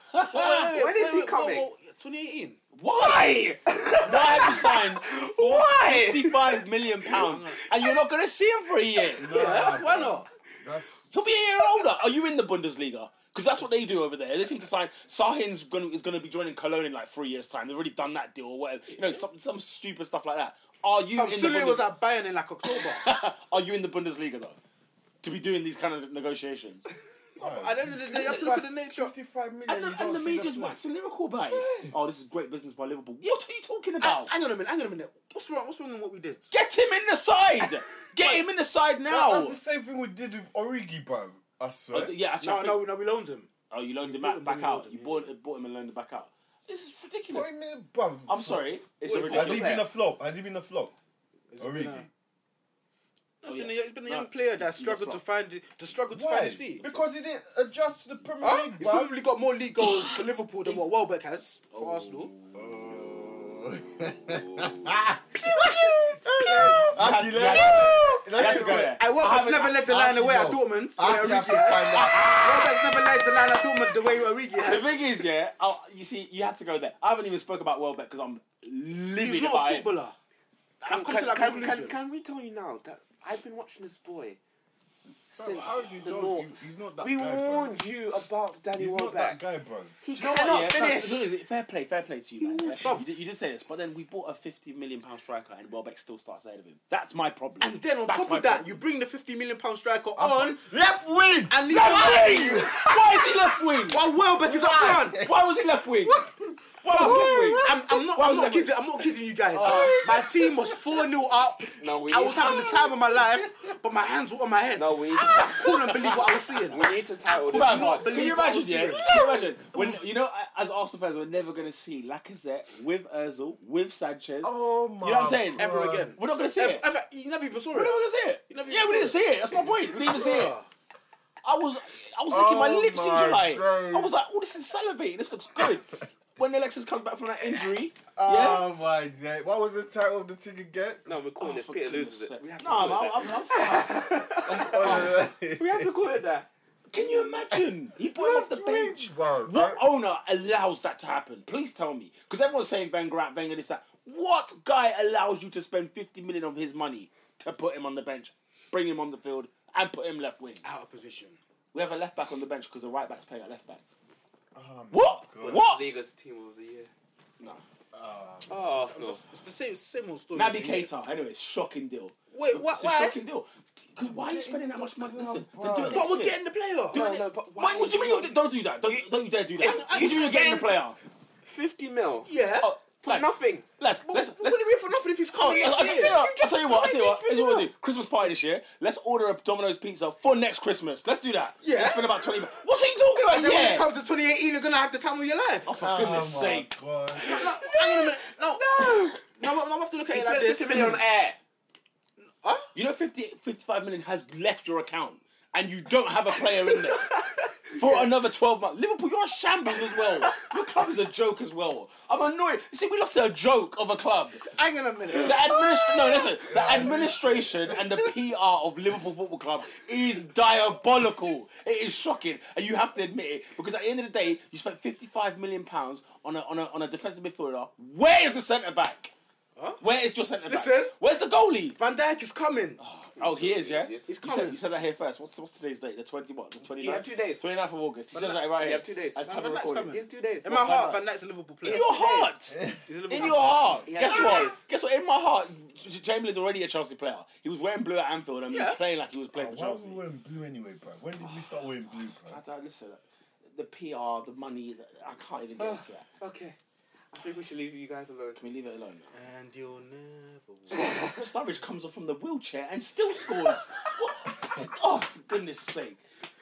wait, when is he coming?
2018.
Why? Why have you signed? Why? Fifty-five million pounds, and you're not going to see him for a year.
Yeah, why not?
That's
He'll be a year older. Are you in the Bundesliga? Because that's what they do over there. They seem to sign. Sahin's gonna, is going to be joining Cologne in like three years' time. They've already done that deal or whatever. You know, some some stupid stuff like that. Are you?
Fam,
in the
Sule
Bundes-
was at Bayern in like October.
Are you in the Bundesliga though? To be doing these kind of negotiations.
I don't know. You have to look at the nature.
fifty-five million.
And the,
you don't
and the
see them
media's
play.
waxing lyrical about it. Oh, this is great business by Liverpool. What are you talking about?
Hang on a minute. Hang on a minute. What's wrong? What's wrong with what we did?
Get him in the side. Get him in the side now.
That's the same thing we did with Origi, bro. I swear.
Oh, yeah, actually, I
No,
think-
no, no. We loaned him.
Oh, you loaned him
bought
back,
him,
back
then you
out.
loaned
You
him,
bought, bought him and loaned him back out. This is ridiculous.
What do you mean, bro?
I'm sorry. It's a
Wait,
Has
ridiculous.
he been a flop? Has he been a flop?
It's been
Origi.
a-
Oh,
It's been a,
yeah.
it's been a young
No.
player that
He's- he's
struggled
a
to
flop.
find it- to struggle to
Why?
find his feet.
Because he didn't adjust to the Premier
Huh?
League,
He's
bro.
probably got more league goals for Liverpool than what Welbeck has for Arsenal.
Actually,
You
let's-
You had to go there.
I Welbeck's
haven't-
never led the line
actually,
away at
no.
Dortmund. the way
Actually, I
Origi
have to
has.
find out.
Welbeck's never led the line at Dortmund the way Origi
The
has.
thing is, yeah, i you see, you had to go there. I haven't even spoke about Welbeck because I'm livid
He's
about
not a
him.
footballer. I've come
can,
to
can,
that
can,
conclusion.
can we tell you now that I've been watching this boy since
I already
the
told you,
noughts.
he's not that
we
guy, bro.
warned you about Danny
He's not
Welbeck.
that guy, bro.
He
You know what,
cannot
Oh, yeah, fair-
finish.
the thing is, fair play, fair play to you, man.
Yeah.
You did, you did say this, but then we bought a fifty million pound striker, and Welbeck still starts ahead of him. That's my problem.
And then on
That's
top
my
of that,
problem.
you bring the 50 million pound striker on
Left wing!
and leave
Why
him
is he- Why is he left wing?
while Welbeck is up front.
Why was he left wing? Why was he left wing?
I'm, I'm not,
Why
I'm
was
not
that-
kidding. I'm not kidding you guys. my team was 4 0 up.
No, we
I
need-
was having the time of my life, but my hands were on my head.
No, we need,
I couldn't believe what I was seeing.
we need to title this.
Bruv,
not
can
Ah! believe
you
what I
imagine?
was
Yeah,
seeing.
can you imagine? When, you know, as Arsenal fans, we're never going to see Lacazette with Özil with Sanchez.
Oh my
You know what I'm saying?
Ever
God.
again.
We're not going to see
Ever-
it.
ever- you never even saw
We're
it.
never going to see it.
You never
Yeah,
even
we didn't
saw
see it. That's my point. We didn't even see it.
Bruh.
I was, I was licking my
Oh
lips in
my
July.
days.
I was like, oh, this is salivating. This looks good. when Alexis comes back from that injury, yeah.
Oh my day. What was the title of the thing again?
No, we're calling this.
Oh, for
Peter
goodness
loses it.
sake.
We have to
No,
call
I'm,
it that.
I'm, I'm, fine.
Oh,
We have to call it that.
Can you imagine? He put him off the bench.
bro.
What owner allows that to happen? Please tell me. Because everyone's saying Van Grant, Wenger, this, that. What guy allows you to spend 50 million of his money to put him on the bench, bring him on the field, and put him left wing?
Out of position.
We have a left back on the bench because the right back's playing at left back.
Um,
What?
God.
What?
Liga's team of the year.
No.
Oh, Arsenal.
It's the same, same old story.
Naby Keita. Anyway, shocking deal.
Wait, what?
It's a
Why?
shocking deal. 'Cause Why are you spending that much money? Listen,
bro.
then do it
But
next
we're
year.
getting the player.
No, no, but why
Wait, what do you mean? You, don't do that. Don't you, don't you dare do that. What do you mean you're getting the player?
50 mil.
Yeah.
Oh,
For
lads,
nothing.
Let's
But
let's
what
let's
do you mean for nothing if he's
Oh,
coming?
I- I-
next
I
year?
tell you what, I tell you what, I tell you what, here's what we'll do. Christmas party this year, let's order a Domino's pizza for next Christmas. Let's do that.
Yeah.
Let's spend about 20 bu- What are you talking
And then
about?
when it
Yeah.
comes to 2018, you're gonna have the time of your life.
Oh, for goodness
my
sake.
God.
No, no, hang on a minute. No, no, no. I'm gonna have to look at
He
it like
spent
this.
50 million on air.
Huh?
You know 50, 55 million has left your account and you don't have a player in there. For another 12 months. Liverpool, you're a shambles as well. Your club is a joke as well. I'm annoyed. You see, we lost to a joke of a club.
Hang on a minute.
The administ- no, listen. The administration and the PR of Liverpool Football Club is diabolical. It is shocking, and you have to admit it because at the end of the day, you spent fifty-five million pounds on a on a on a defensive midfielder. Where is the centre back? Where is your centre back?
Listen.
Where's the goalie?
Van Dijk is coming.
Oh, he is, yeah.
Yes.
He's You
coming.
said, you said that here first. What's, what's today's date? The twenty what? The 29th?
You have two days.
29th of August. He says that right
You
here.
have two days.
That's
No,
time of
but that's
recording.
coming.
It's two days.
In my
Van
heart,
Dijk.
Van Dijk's a Liverpool
In
player.
your heart.
He's a
In
Liverpool
your heart.
Yeah.
Guess
Yeah.
what? Guess what? In my heart, J- Chamberlain's already a Chelsea player. He was wearing blue at Anfield and
Yeah.
playing like he was playing for
Oh, Why were
Chelsea.
we wearing blue anyway, bro? When did we start wearing blue,
I
bro?
don't, listen, the PR, the money, the, I can't even get into that.
Okay. I think we should leave you guys alone.
Can we leave it alone?
And you'll never walk.
Sturridge comes off from the wheelchair and still scores. what? Oh, for goodness sake.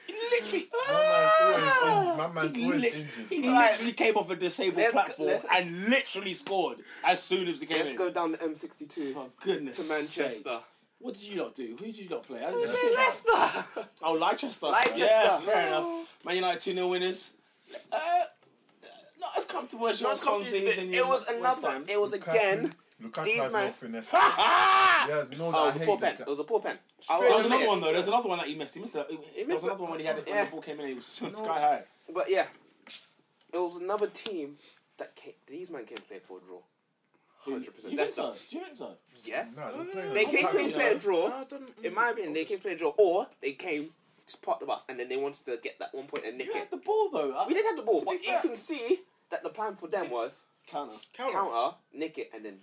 He literally.
My
He,
man's always, in- my man's
li-
always injured.
he
Right.
literally came off a disabled
Let's go-
platform
let's-
and literally scored as soon as he came
Let's
in.
go down the M62
For goodness
to
sake.
Manchester.
What did you lot do? Who did you lot play? I
Who's
didn't
in
know.
Leicester?
Oh, Leicester.
Leicester.
Yeah, fair enough. Man United 2 0 winners. Uh, not as comfortable as your
Not confused,
Swansea's
but
and
It
your
was
West
another.
Ham's.
It was
Lukaku-
again.
Lukaku
These
has no
man-
finesse. he
Ah!
has no.
Oh, it was
I
a
hate
poor pen.
Lukaku.
It was a poor pen. I
There was
was
another
another
one though. There's another one that he missed. He missed it. There was
missed
another
it.
one when he had it when
Yeah.
the ball came in. He was sky
No.
high.
But yeah, it was another team that came, these men came to play for a draw.
You
100%.
think so? Do you think so?
Yes.
Nah, don't play
Mm. They
Lukaku.
came to
Yeah.
play a draw.
I don't-
In my opinion, they came to play a draw, or they came just parked the bus and then they wanted to get that one point and nick
You
it.
had the ball though. Uh,
We did have the ball,
To be
but you
fair-
can see that the plan for them was
counter.
Counter.
counter, nick it, and then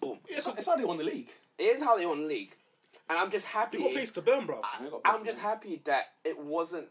boom.
It's, how- it's how they won the league.
Here's how they won the league, and I'm just happy.
You got face to burn, bro.
They got
I'm
better.
just happy that it wasn't.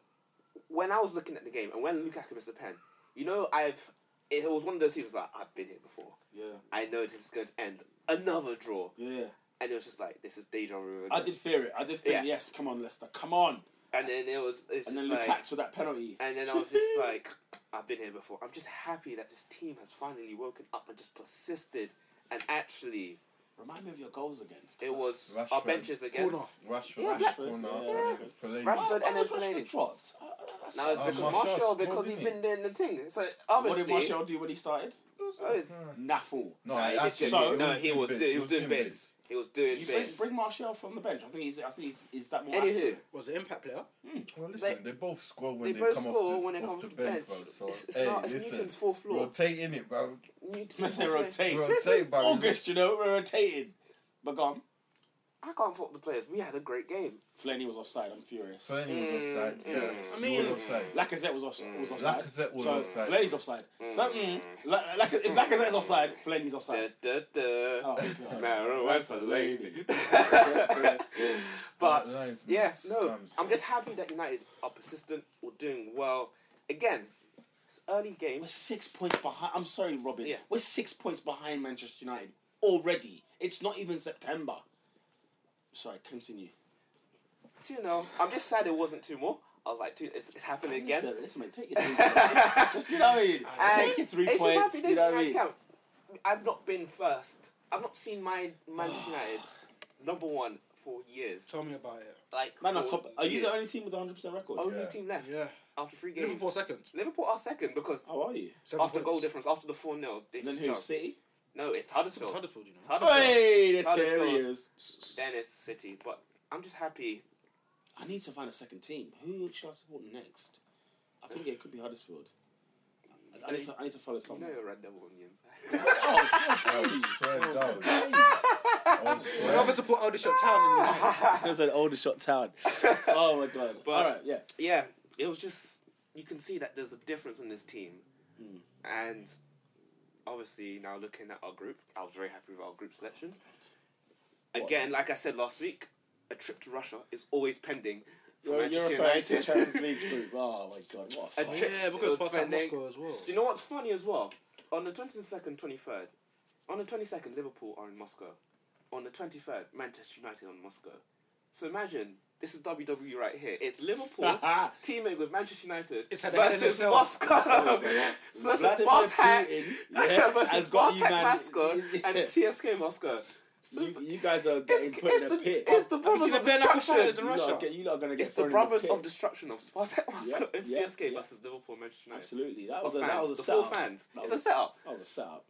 When I was looking at the game and when Lukaku missed the pen, you know, I've it was one of those seasons that I've been here before.
Yeah.
I know this is going to end another draw,
Yeah.
and it was just like this is deja vu.
I did fear it. I did think,
Yeah.
yes, come on, Leicester, come on.
and then it was it's
And
just
then
like,
Lukaku with that penalty.
and then I was just like, I've been here before. I'm just happy that this team has finally woken up and just persisted, and actually
Remind me of your goals again.
it was our
Rashford.
benches again.
Corner.
Rashford,
Yeah.
Rashford, no,
Yeah.
Rashford, Fellaini.
Why-
Rashford
why
and
was
then Fellaini.
Rashford dropped. Uh, that's-
Now it's
Oh,
because
Martial
Martial,
scored,
because he's
didn't
been
he?
doing the thing. So
what
obviously,
did Martial do when he started?
Oh,
Nah, fool.
No,
No, he
I
did
actually,
good.
So-
no, he was doing, he was doing bits. He was doing
You bring,
bits.
bring Martial from the bench. I think he's. I think he's, he's that more.
Anywho,
accurate.
Was an impact player.
Well, listen, they, both score when
they
they,
both
come
score
off, this,
when they
off
come
the
off the bench.
bench, bro. So,
It's- it's
hey,
not- it's
listen,
Newton's fourth floor.
Rotate in it, bro.
Let's say
Newton-
rotate.
Rotate, bro.
August, you know, we're rotating. But gone.
I can't fault the players. We had a great game.
Flaney was offside. I'm furious.
Fellaini was
Mm,
offside. Felix,
I
you
mean-
were offside.
Lacazette was, off,
Mm.
was offside.
Lacazette was
so
offside.
Fellaini's offside. That, mm, La, Laca- if
Mm.
Lacazette's offside, Fellaini's
Da,
offside.
da,
Oh,
da.
God.
Marouane Fellaini.
That
but
line's
yeah,
been
no,
scammed,
I'm
bro.
just happy that United are persistent or doing well. Again, it's early
We're
games.
six points behind. I'm sorry, Robin.
Yeah.
We're six points behind Manchester United already. It's not even September. Sorry, continue.
You know, I'm just sad it wasn't two more. I was like, two, it's, it's happening again.
Listen, mate, take your three points. Just, you know what I mean?
And
Take your three
it's
points.
Just happy
you
days
know what I
United
mean?
count. I've not been first. I've not seen my Manchester United number one for years.
Tell me about it.
Like
Man, on
for
top. Are you the
years.
only team with a 100% record?
only
Yeah.
team left
Yeah.
after three games?
Liverpool second.
Liverpool are second because
How are you?
Seven
after goal
points.
difference, after the four 0 they
And Oh, then
just
who?
jumped.
City?
No, it's
It's
Huddersfield.
Huddersfield, you know.
It's Huddersfield.
Hey, the
Huddersfield.
Terriers.
Then it's City, but I'm just happy.
I need to find a second team. Who should I support next? I think it could be Huddersfield. I, I, need, to, I need to follow
You know
someone.
you're a red devil on the inside.
Oh, how
I
dare
was
you.
swear down. I was
I rather
swear.
support Aldershot Town. than United.
There's an older shot town. Oh my god.
But-
All right, yeah.
yeah, it was just you can see that there's a difference in this team,
Hmm.
and obviously now looking at our group, I was very happy with our group selection. Again, like I said last week, a trip to Russia is always pending. for
You're, you're
Manchester
referring to
United.
Champions League group. Oh my god, what a
A
fuck.
tri-
yeah, because
It was
Spartak
Fellaini.
Moscow as well.
Do you know what's funny as well? On the twenty second, twenty third, on the twenty second, Liverpool are in Moscow. On the twenty third, Manchester United on Moscow. So imagine this is WWE right here. It's Liverpool teaming with Manchester United
It's at the head of
versus
itself.
Moscow versus
Vladimir
Spartak
Putin, yeah,
versus
has got you,
Spartak
man.
Moscow and CSK Moscow. So
You, you guys are getting
it's,
put
it's
in the pit.
it's the
seen
brothers
the
of
bare knuckle
destruction.
fighters in
you lot,
Russia.
are get, you lot are gonna get
It's the
thrown in
brothers
pit.
of destruction of Spartak Moscow and
yeah,
CSK
yeah.
versus Liverpool and Manchester United.
Absolutely, that
Of
was a that
fans,
was a
the full
setup.
fans.
That
It's
was-
a setup.
That was a setup.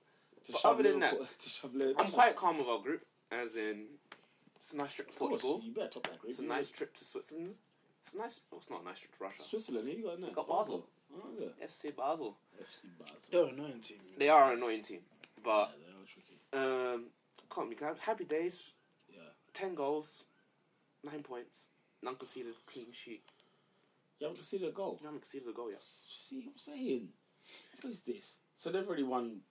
To
But
shove
other than
Liverpool- to shove Liverpool-
I'm quite calm with our group, as in it's a nice trip to
Of course,
Portugal.
You better top that group.
It's a nice trip to Switzerland. It's a nice. Well, it's not a nice trip to Russia.
Switzerland. Who you got in there?
Got Basel.
Oh, yeah.
FC Basel.
FC Basel.
They're an annoying team. you know.
They are an annoying team,
Yeah,
but
they are tricky.
um, can't be glad. Happy days.
Yeah.
Ten goals, nine points, none conceded, clean sheet.
You haven't conceded a goal.
You haven't conceded a goal yet.
See what I'm saying? What is this? So they've already won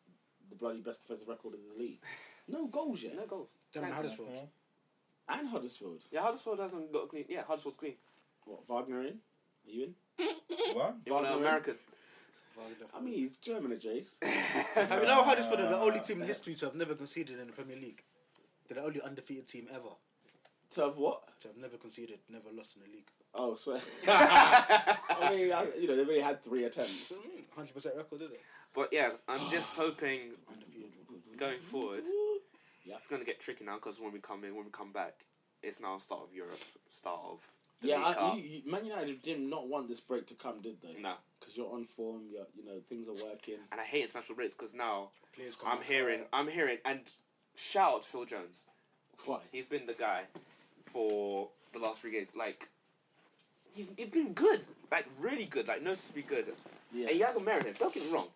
the bloody best defensive record in the league. No goals yet.
No goals.
They're in
Ten-
Huddersfield.
And Huddersfield.
Yeah, Huddersfield hasn't got a clean. Yeah, Huddersfield's clean.
What, Wagner in? Are you in?
What?
You want an
Wagner in?
American?
I mean, he's German, eh, Jace.
Have you know Huddersfield are the only team in history to have never conceded in the Premier League? They're the only undefeated team ever
to have what?
to have never conceded, never lost in the league.
Oh, swear. I mean, I, you know, they've only had three attempts.
Hundred percent record, is it?
But yeah, I'm just hoping
Undefeated.
going forward,
Yeah.
it's going to get tricky now because when we come in, when we come back, it's now start of Europe, start of the
Yeah,
League
I,
Cup.
you, you, Man United did not want this break to come, did they?
no,
Because you're on form, you're, you know, things are working.
and I hate international breaks because now
Please come
I'm
back.
hearing, I'm hearing, and shout out to Phil Jones.
Why?
He's been the guy for the last three games. Like, he's he's been good, like really good, like noticeably good.
Yeah.
And he hasn't married him. Don't get me wrong,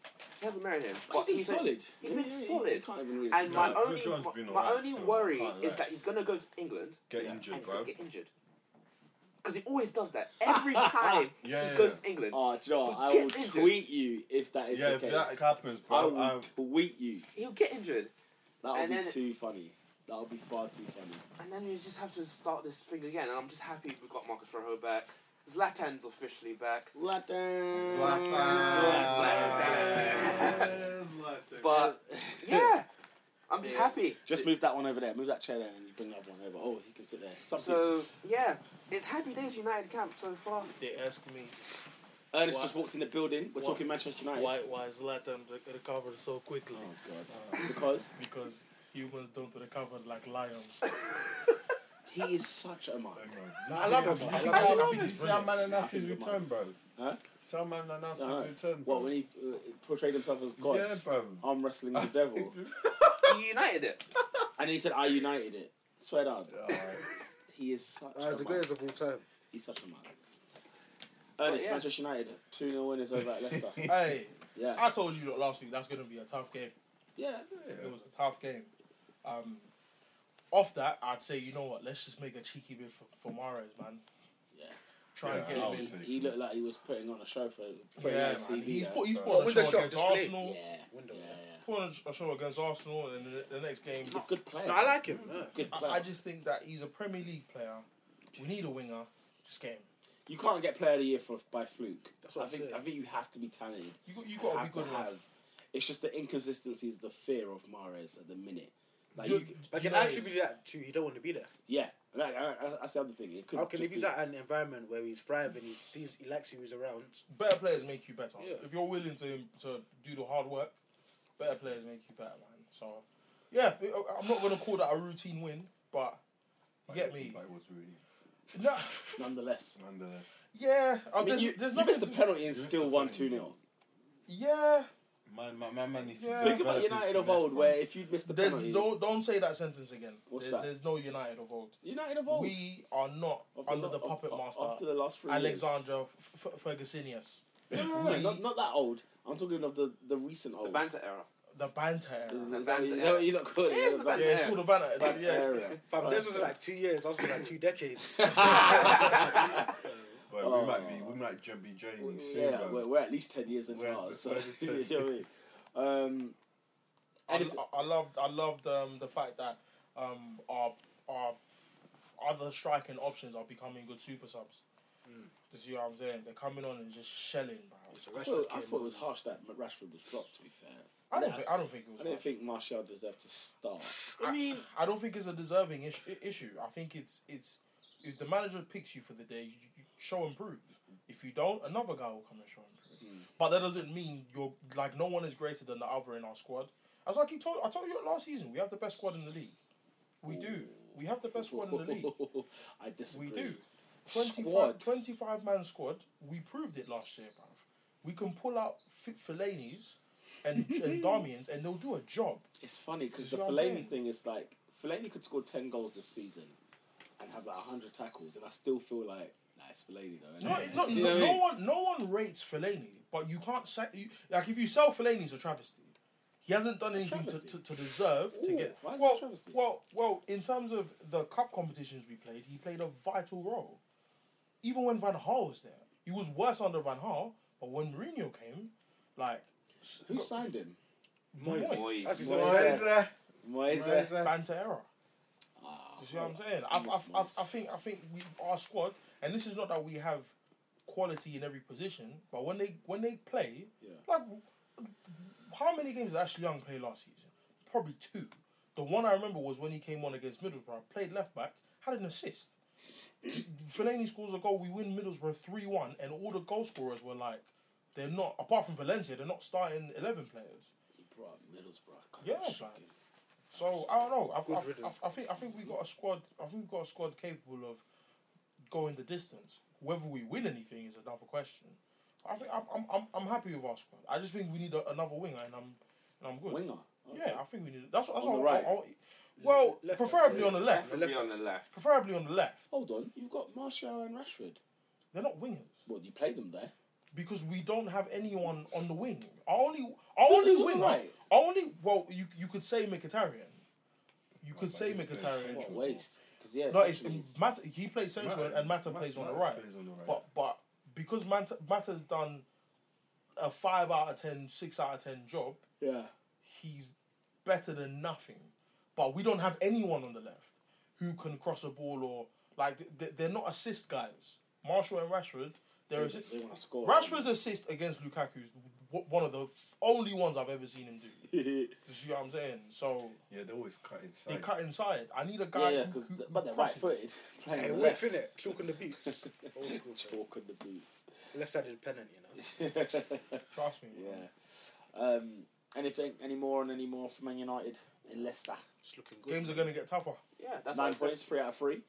he hasn't married him.
But he's been
a-
solid.
he's been
Yeah, yeah,
solid.
You can't even really.
And
No,
my
Phil
only
Jones been
my,
alright
only
still,
worry
can't
is
lie.
that he's gonna go to England
Get
Yeah.
and
injured,
he's gonna
bro.
get injured. Because he always does that. Every time
Yeah,
he
yeah,
goes
yeah.
to England,
oh, do you know what?
He
I will
gets injured.
tweet you if that is
Yeah,
the
if
case.
that um, happens,
I
bro,
will
I'm,
tweet you.
he'll get injured,
That
And
would be
then-
too funny. That would be far too funny.
and then you just have to start this thing again. And I'm just happy we got Marcus Rojo back. Zlatan's officially back.
Zlatan.
Zlatan.
Zlatan.
But yeah, I'm just
Yeah.
happy.
Just move that one over there. Move that chair there, and you bring that one over. Oh, he can sit there. It's up to
So
you.
yeah, it's happy days United camp so far.
They asked me
Ernest
Why-
just walked in the building. We're
why-
talking Manchester United.
why why Zlatan re- recovered so quickly.
Oh God! because
Because humans don't recover like lions.
he is such a man.
I love him, bro. I love him.
Did you see how Man Nassi's
He's a man.
return, bro?
Huh?
See how Man Nassi's
I know.
return, bro?
What when he uh, portrayed himself as God,
Yeah, bro.
arm wrestling the devil,
He united it.
and he said, "I united it." Swear down.
Alright.
He is such
Uh,
a
the
man.
greatest of all time.
He's such a man. Ernest,
yeah.
Manchester United, two 0 winners over at Leicester.
hey,
yeah,
I told you last week that's going to be a tough game.
yeah.
It was a tough game. Um, off that, I'd say you know what? Let's just make a cheeky bid for, for Mares, man.
Yeah.
Yeah,
Try
I'll
and get
Oh, He,
him
take
he
it.
looked like he was putting on a show for.
in.
putting
Yeah,
on a
man.
CV,
He's
yeah.
put he's
But-
put on a
Window
show
shop
against
display.
Yeah,
Arsenal.
yeah,
Window,
yeah.
Put on a show against Arsenal, and the, the next game.
He's a good player.
No, I like him. yeah.
Good
I,
player.
I just think that he's a Premier League player. We need a winger. Just get him.
you can't get player of the year for, by fluke.
That's what
I
I'm
think.
saying.
I think you have to be talented.
You got you got to be
have
good
to
enough.
have. It's just the inconsistencies, the fear of Mares at the minute. Like,
Do-
you,
do you
But it can
know
actually
it's-
be that too. He don't want to be there.
yeah, like, I, I, that's the other thing. It could
How can
just
if he's
be-
at an environment where he's thriving, he sees he likes who he's around.
better players make you better.
Yeah.
If you're willing to to do the hard work, better players make you better, man. So, yeah, I- I'm not gonna call that a routine win, but you get me.
But it was really.
No,
nonetheless.
Nonetheless.
yeah, I
I mean,
Oh, there's,
you,
there's
you
nothing.
missed a
to-
penalty and
you missed
still
the
won two
penalty.
0
yeah,
Man, man, man, man needs
Yeah.
to
Think
develop
about
his
United of
finesse,
old,
man.
where if you'd missed the
there's
penalty,
don't don't say that sentence again.
What's
there's
that?
there's no United of old.
United of old
We are not
Of
under
lo-
the
of-
puppet
of-
master
after the last three years.
Alexandra F- F- Fergusonius,
No, no, no,
We-
not, not that old. I'm talking of the, the recent
The
old.
banter era.
the banter. Era.
Is,
The
is that, is
banter
that what
era.
you look calling
It is
it?
the
Yeah, it's called the banter. era,
banter
yeah.
era.
Fam, this was like two years. I was like two decades.
But
Oh.
we might be, we might ju- be joining soon,
Yeah,
bro.
we're, we're at least 10 years into
We're at
ours.
least
So,
10.
you know what I mean? Um,
I,
And if-
I- I loved I loved um, the fact that um, our our other striking options are becoming good super subs.
Hmm.
Do you see what I'm saying? They're coming on and just shelling, bro.
I thought, I thought it was harsh that Rashford was dropped, to be fair.
I don't think I don't think it was.
I don't
harsh.
think Martial deserved to start.
I mean, I don't think it's a deserving ish- i- issue. I think it's it's if the manager picks you for the day, you, you show and prove. If you don't, another guy will come and show and prove. But that doesn't mean you're like no one is greater than the other in our squad. As I keep told, I told you last season, we have the best squad in the league. We do. We have the best squad in the league.
I disagree.
We do. 25,
Squad.
25 man squad. We proved it last year, bruv. We can pull out F- Fellaini's and, and Damian's and they'll do a job.
It's funny because
That's
the
what I'm
Fellaini
saying.
thing is like Fellaini could score ten goals this season and have like hundred tackles, and I still feel like nah, it's Fellaini though.
No,
innit?
no,
You know
no,
what I
no
mean?
one, no one rates Fellaini, but you can't say you, like if you sell Fellaini, it's a travesty. He hasn't done anything to, to,
travesty?
to deserve to
Ooh,
get.
why is it a
well,
travesty?
well, well. In terms of the cup competitions we played, he played a vital role. Even when Van Gaal was there, he was worse under Van Gaal. But when Mourinho came, like s-
Who
got-
signed him?
Moyes.
Moyes.
That's his
Moyes.
own
Moyes.
set.
Is there?
Moise.
Moise.
banter error.
Ah,
You see what I'm saying? I, I, I, I think I think we our squad, and this is not that we have quality in every position, but when they when they play,
Yeah.
like how many games did Ashley Young play last season? Probably two. The one I remember was when he came on against Middlesbrough, played left back, had an assist. Fellaini scores a goal. We win Middlesbrough three one, and all the goal scorers were like, they're not apart from Valencia, they're not starting eleven players.
He brought Middlesbrough. God,
Yeah,
that's
man.
shocking.
So I don't know. I've,
Good
I've,
riddance.
I've, I think I think we got a squad. I think we've got a squad capable of going the distance. Whether we win anything is another question. I think I'm I'm, I'm, I'm happy with our squad. I just think we need a, another winger, and I'm and I'm good.
Winger. Okay.
Yeah, I think we need. That's that's
On
what
the
I-
right.
I- I- well,
left
preferably
back,
on the left.
Definitely on the left.
Preferably on the left.
Hold on, you've got Martial and Rashford.
They're not wingers.
Well, you play them there.
because we don't have anyone on the wing. Our only, our only
who's on the
winger,
right?
our only. Well, you you could say Mkhitaryan. You could say
but he plays
Mkhitaryan.
What a
Central.
waste? Because yeah,
No, it's
Central is-
Mata, He plays central and Mata plays on the right. But but because Mata, Mata's done a five out of ten, six out of ten job,
yeah.
he's better than nothing. But we don't have anyone on the left who can cross a ball or like th- th- they're not assist guys. Marshall and Rashford, they're
They,
assist.
want to score.
Rashford's assist against Lukaku is w- one of the f- only ones I've ever seen him do. Do
yeah,
you see what I'm saying? So
Yeah, they always cut
they
inside.
cut inside. I need a guy.
yeah,
who,
'cause
who,
th-
who
but they're right
crosses.
footed. Playing
Hey,
on the left.
whip in it. Chalk on the beats. Old school chalk.
Chalk on the beats.
Left-sided pennant, you know.
Trust me.
yeah. Um, anything? Any more and any more for Man United in Leicester?
It's looking good.
Games are gonna get tougher.
Yeah, that's
Nine
what I said.
points, three out of three.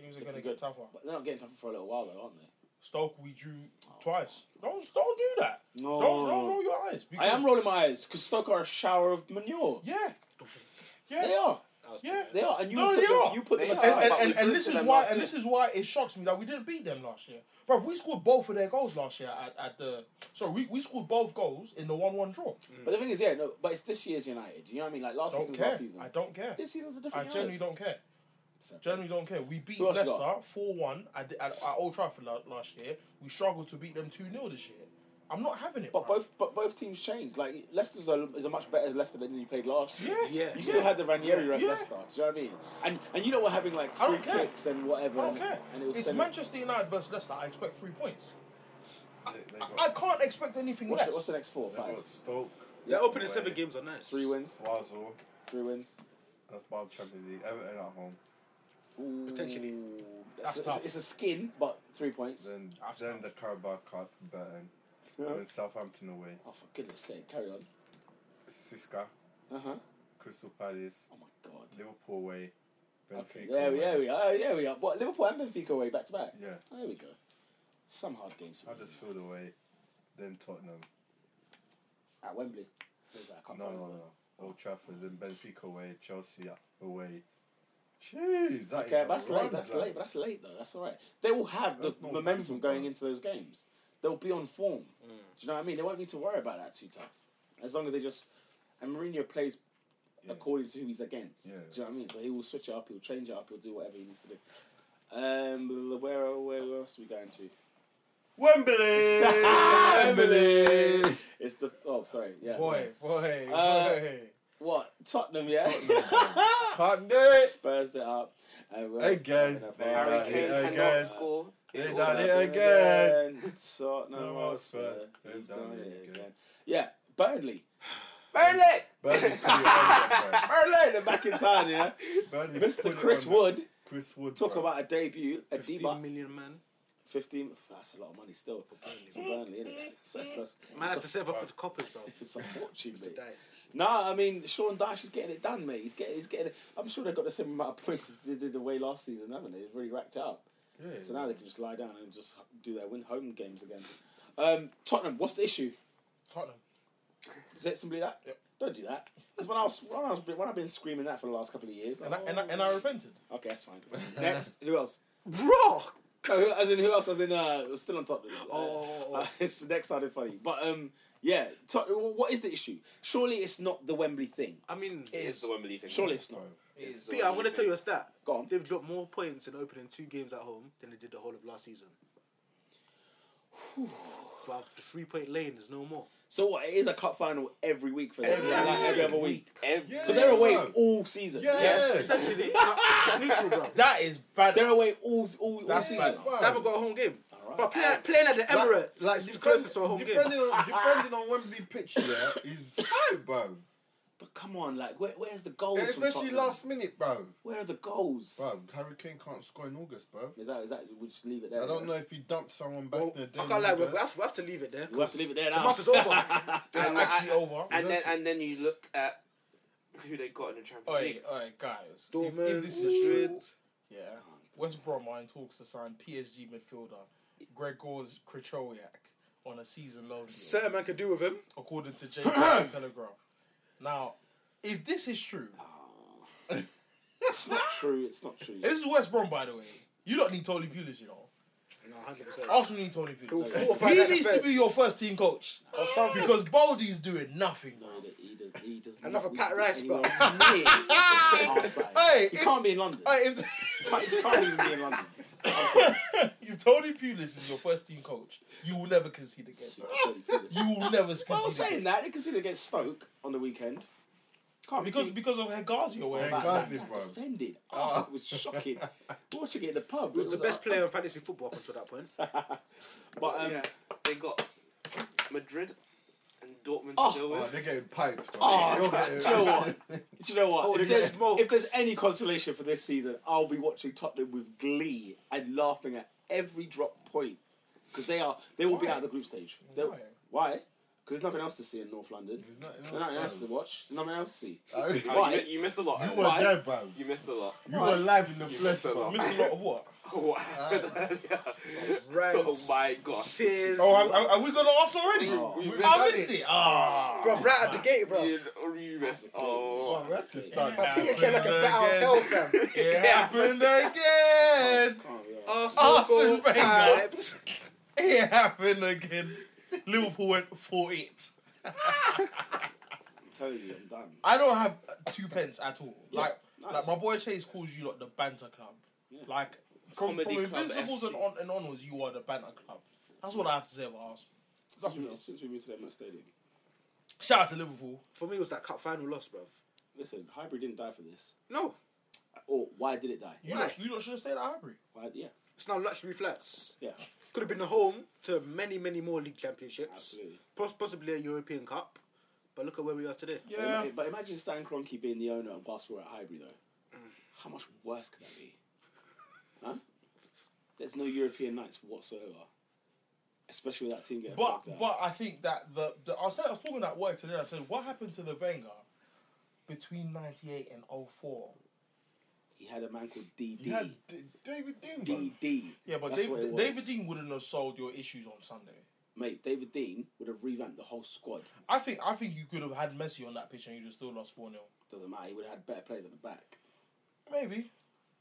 Games are
Looking
gonna
good.
get tougher.
But they're not getting tougher for a little while though, aren't they?
Stoke, we drew twice. Don't don't do that.
No.
Don't, don't roll your eyes.
I am rolling my eyes because Stoke are a shower of manure.
Yeah.
They
Yeah.
are.
Yeah.
They are. And you
No,
put
they
them,
are.
You put
They
them
are.
aside.
But
And, and,
we
and, and
proved
this
to
is
them
why
last
and
year.
this is why it shocks me that we didn't beat them last year. Bro, we scored both of their goals last year at, at the sorry, we, we scored both goals in the one one draw.
But the thing is, yeah, no. But it's this year's United. You know what I mean? Like last
Don't
season's
care.
last season.
I don't care.
This season's a
I
different.
generally
United.
don't care.
Fair
Generally don't care. We beat
Who else you
Leicester 4 1 at, the- at, at Old Trafford la- last year. We struggled to beat them 2 0 this year. I'm not having it.
But
bro.
both but both teams changed. Like Leicester's a, is a much better Leicester than you played last year.
Yeah.
You still had the Ranieri at
Yeah.
Leicester. Do you know what I mean? And and you know we're having like
I
free
don't care.
kicks and whatever.
I don't
and,
care.
And it was
it's
semi-
Manchester United versus Leicester. I expect three points.
They- they
I,
got-
I can't expect anything
What's the,
less.
what's the next four?
they
Five.
got Stoke,
Their opening
Boy.
seven games are nice.
Three wins.
Basel.
Three wins.
That's Basel Champions League. Everton at home.
Ooh,
Potentially.
That's
That's
a,
tough.
It's a skin, but three points.
Then
That's
then
tough.
the Carabao Cup. Burton. Then Southampton away.
Oh, for goodness sake, carry on.
Siska.
Uh
Uh-huh.
huh.
Crystal Palace.
Oh my god.
Liverpool away.
Okay.
Benfica
Yeah,
away.
we, yeah, we are. Oh, yeah, we are. What Liverpool and Benfica away back to back.
Yeah.
Oh, there we go. Some hard games for them.
Huddersfield away. Then Tottenham.
at Wembley. I can't
No,
find
no,
it.
no. Old Trafford, then Benfica away, Chelsea away. Jeez, that is
Okay,
a
that's
run,
late. That's
like.
late. But that's late though. That's all right. They will have the
That's not
momentum
Liverpool,
going
man.
into those games. They'll be on form.
Mm.
Do you know what I mean? They won't need to worry about that too tough. As long as they just and Mourinho plays
Yeah.
according to who he's against.
Yeah.
Do you know what I mean? So he will switch it up. He'll change it up. He'll do whatever he needs to do. Um, where are- where else are we going to?
Wembley. Wembley.
It's the oh sorry yeah
Boy, boy,
Uh,
boy.
what Tottenham yeah
Can't do it.
Spurs it up and we're
Again.
having a
They
Harry
party.
Yeah,
Kane
yeah,
cannot
again.
score.
They
It
done
was-
it again.
Tottenham
No,
Hotspur.
Hotspur.
They've done it again. Yeah, Burnley.
Burnley!
Burnley put it on there,
Burnley, they're back in town, yeah.
fam. Burnley put
Mr.
it
Chris
on there.
Wood,
Chris Wood.
talk
bro.
about a debut, a
15
debut.
million man.
15, that's a lot of money still for Burnley, for Burnley isn't it? It's, it's, it's,
Man had to save up with coppers, bro.
it's a fortune,
It's a
mate.
diet.
Nah, I mean, Sean Dyche is getting it done, mate. He's getting, he's getting it. I'm sure they got the same amount of points as they did the way last season, haven't they? They've really racked it up.
Yeah.
So now they can just lie down and just do their win home games again. Um, Tottenham, what's the issue?
Tottenham.
Is it simply that? Don't do that. Because when I was when I was when I've been screaming that for the last couple of years,
And I,
oh.
and, I, and I repented.
okay, that's fine. Next, who else?
Bro!
No, who- as in who else? As in uh, we're still on top.
Oh.
uh, it's the next sounded funny, but um, yeah. Tot- what is the issue? Surely it's not the Wembley thing.
I mean,
It is the Wembley thing.
Surely it's not.
It's the
Peter, I'm
Wembley
going to
thing.
tell you a stat.
Go on.
They've dropped more points in opening two games at home than they did the whole of last season. Bruv, the three point lane is no more.
So what? It is a cup final every week for them.
Every
Yeah, like every other week.
Every-
So they're away
Yeah.
all season.
Yeah.
It's actually it's not- it's neutral, bro.
That is bad.
They're away all all, all
That's
season.
bad.
They haven't got a home game.
right.
But play, playing at the Emirates
Like
is the
defend-
closest to a home game.
defending on defending on Wembley pitch. Yeah, is high, bro.
But come on, like where, where's the goals?
And
from
especially
Tottenham?
last minute, bro.
Where are the goals?
Bro, Harry Kane can't score in August, bro.
Is that is that? We just leave it there.
I don't
yeah?
know if he dumped someone back
Well,
in the
I
day.
can't lie, we we have, we have to leave it there.
We'll have to leave it there
The
now.
month is over.
It's
And-
actually over.
And then, and then you look at who they got in the Champions
Oi,
League.
oi, guys. If,
Dortmund,
if this is true,
Madrid.
yeah. West Brom are in talks to sign PSG midfielder Gregor Krychowiak on a season loan, deal,
Certain man could do with him.
according to James Telegraph. Now, if this is true,
It's not true. It's not true.
this is West Brom, by the way. You don't need Tony Pulis, you know.
No, hundred percent.
Arsenal need Tony
He'll
Pulis.
fortify
Oh, He
that
needs to
defense.
be your first team coach
Or something.
because Baldy's doing nothing.
No, that he does. He does
Another
not need
Pat
to be
Rice,
anywhere near our side.
Hey,
He
if-
can't be in London.
Hey, if-
He can't, he can't even be in London.
if Tony Pulis is your first team coach, you will never concede again. You will never concede.
Well, saying
again.
that, they consider against Stoke on the weekend. Can't
because
be
because of Hegazi or
that,
whatever.
that,
Gazi,
that
bro.
defended. Oh, it was shocking. We Watching it in the pub.
was
it
the best player in fantasy football up until that point.
But um,
yeah, they got Madrid and Dortmund
Oh.
to deal
Oh,
with.
they're getting piped, bro.
Oh, do
They're getting-
you know what? Do you know what?
Oh,
if,
they
there's,
smokes.
if there's any consolation for this season, I'll be watching Tottenham with glee and laughing at every drop point because they are they will be
Why?
out of the group stage. They'll-
Why?
Why? Because there's nothing else to see in North London.
It's not- it's
There's nothing else to
not-
watch. Nothing else to see.
Like,
Oh, you,
Why?
mi- you missed a lot.
You
Aaron.
were
Why?
there, bro.
You missed a lot.
You were live in the
You
flesh,
missed a
bro.
lot.
Missed a lot of what?
What happened earlier?
Right.
Oh my god.
Tears.
Oh, are, are- are we going to Arsenal already?
Oh.
We've been
I
done
missed it. Ah.
bro, right at the gate, bro.
You, you missed.
Bro,
Oh.
we had to start.
Yeah.
that.
Peter came like a bat out of hell, fam.
It happened again.
Oh, yeah.
Arsene
Arsenal
Wenger.
piped.
It happened again. Liverpool went for it.
I'm telling you, I'm done.
I don't have uh, two pence at all. Like,
nice.
like my boy Chase calls you like the banter club.
Yeah.
Like from, from
Comedy club
Invincibles and,
FC.
on, and onwards, you are the banter club. That's what I have to say about Arsenal.
Since we, since we moved to that stadium,
Shout out to Liverpool.
For me, it was that cup final loss, bro.
listen, Highbury didn't die for this.
No,
Or why did it die?
You
Why?
lot, you lot should have stayed at Highbury.
Why, yeah,
it's now luxury flats.
yeah,
Could have been the home to many, many more league championships.
absolutely.
Poss- Possibly a European Cup. But look at where we are today.
But, ima- but imagine Stan Kroenke being the owner of whilst we're at Highbury, though. How much worse could that be? Huh? There's no European nights whatsoever, especially with that team getting
But
fucked out.
but I think that the, the I said I was talking at work today. I said what happened to the Wenger between ninety eight and 04?
he had a man called DD.
You had D- David Dean, bro.
DD.
Yeah, but
That's what it
David,
was.
David Dean wouldn't have solved your issues on Sunday.
Mate, David Dean would have revamped the whole squad.
I think I think you could have had Messi on that pitch and you'd have still lost four 0
Doesn't matter. He would have had better players at the back.
Maybe.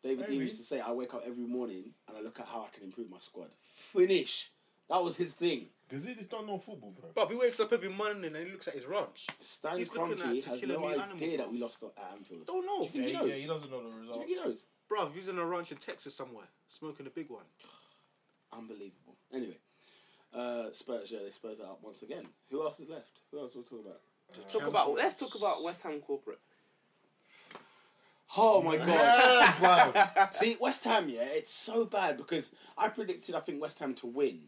David Dean
Maybe.
used to say, "I wake up every morning and I look at how I can improve my squad." Finish. That was his thing.
Gazidis don't know football, bro.
But he wakes up every morning and he looks at his ranch.
Stan
He's looking at
Kroenke
To
has
Kill a
no
New
idea
Animal,
that
bruv.
we lost at Anfield.
Don't know.
Do you think he
Yeah,
knows?
yeah, he doesn't know the
Do you
result.
think he knows?
Bro, he's in a ranch in Texas somewhere, smoking a big one.
Unbelievable. Anyway, uh, Spurs, yeah, they Spurs that up once again. Who else is left? Who else we'll talk about?
Talk about, let's talk about West Ham Corporate.
Oh my god!
Yeah, bro.
See, West Ham, yeah, it's so bad because I predicted I think West Ham to win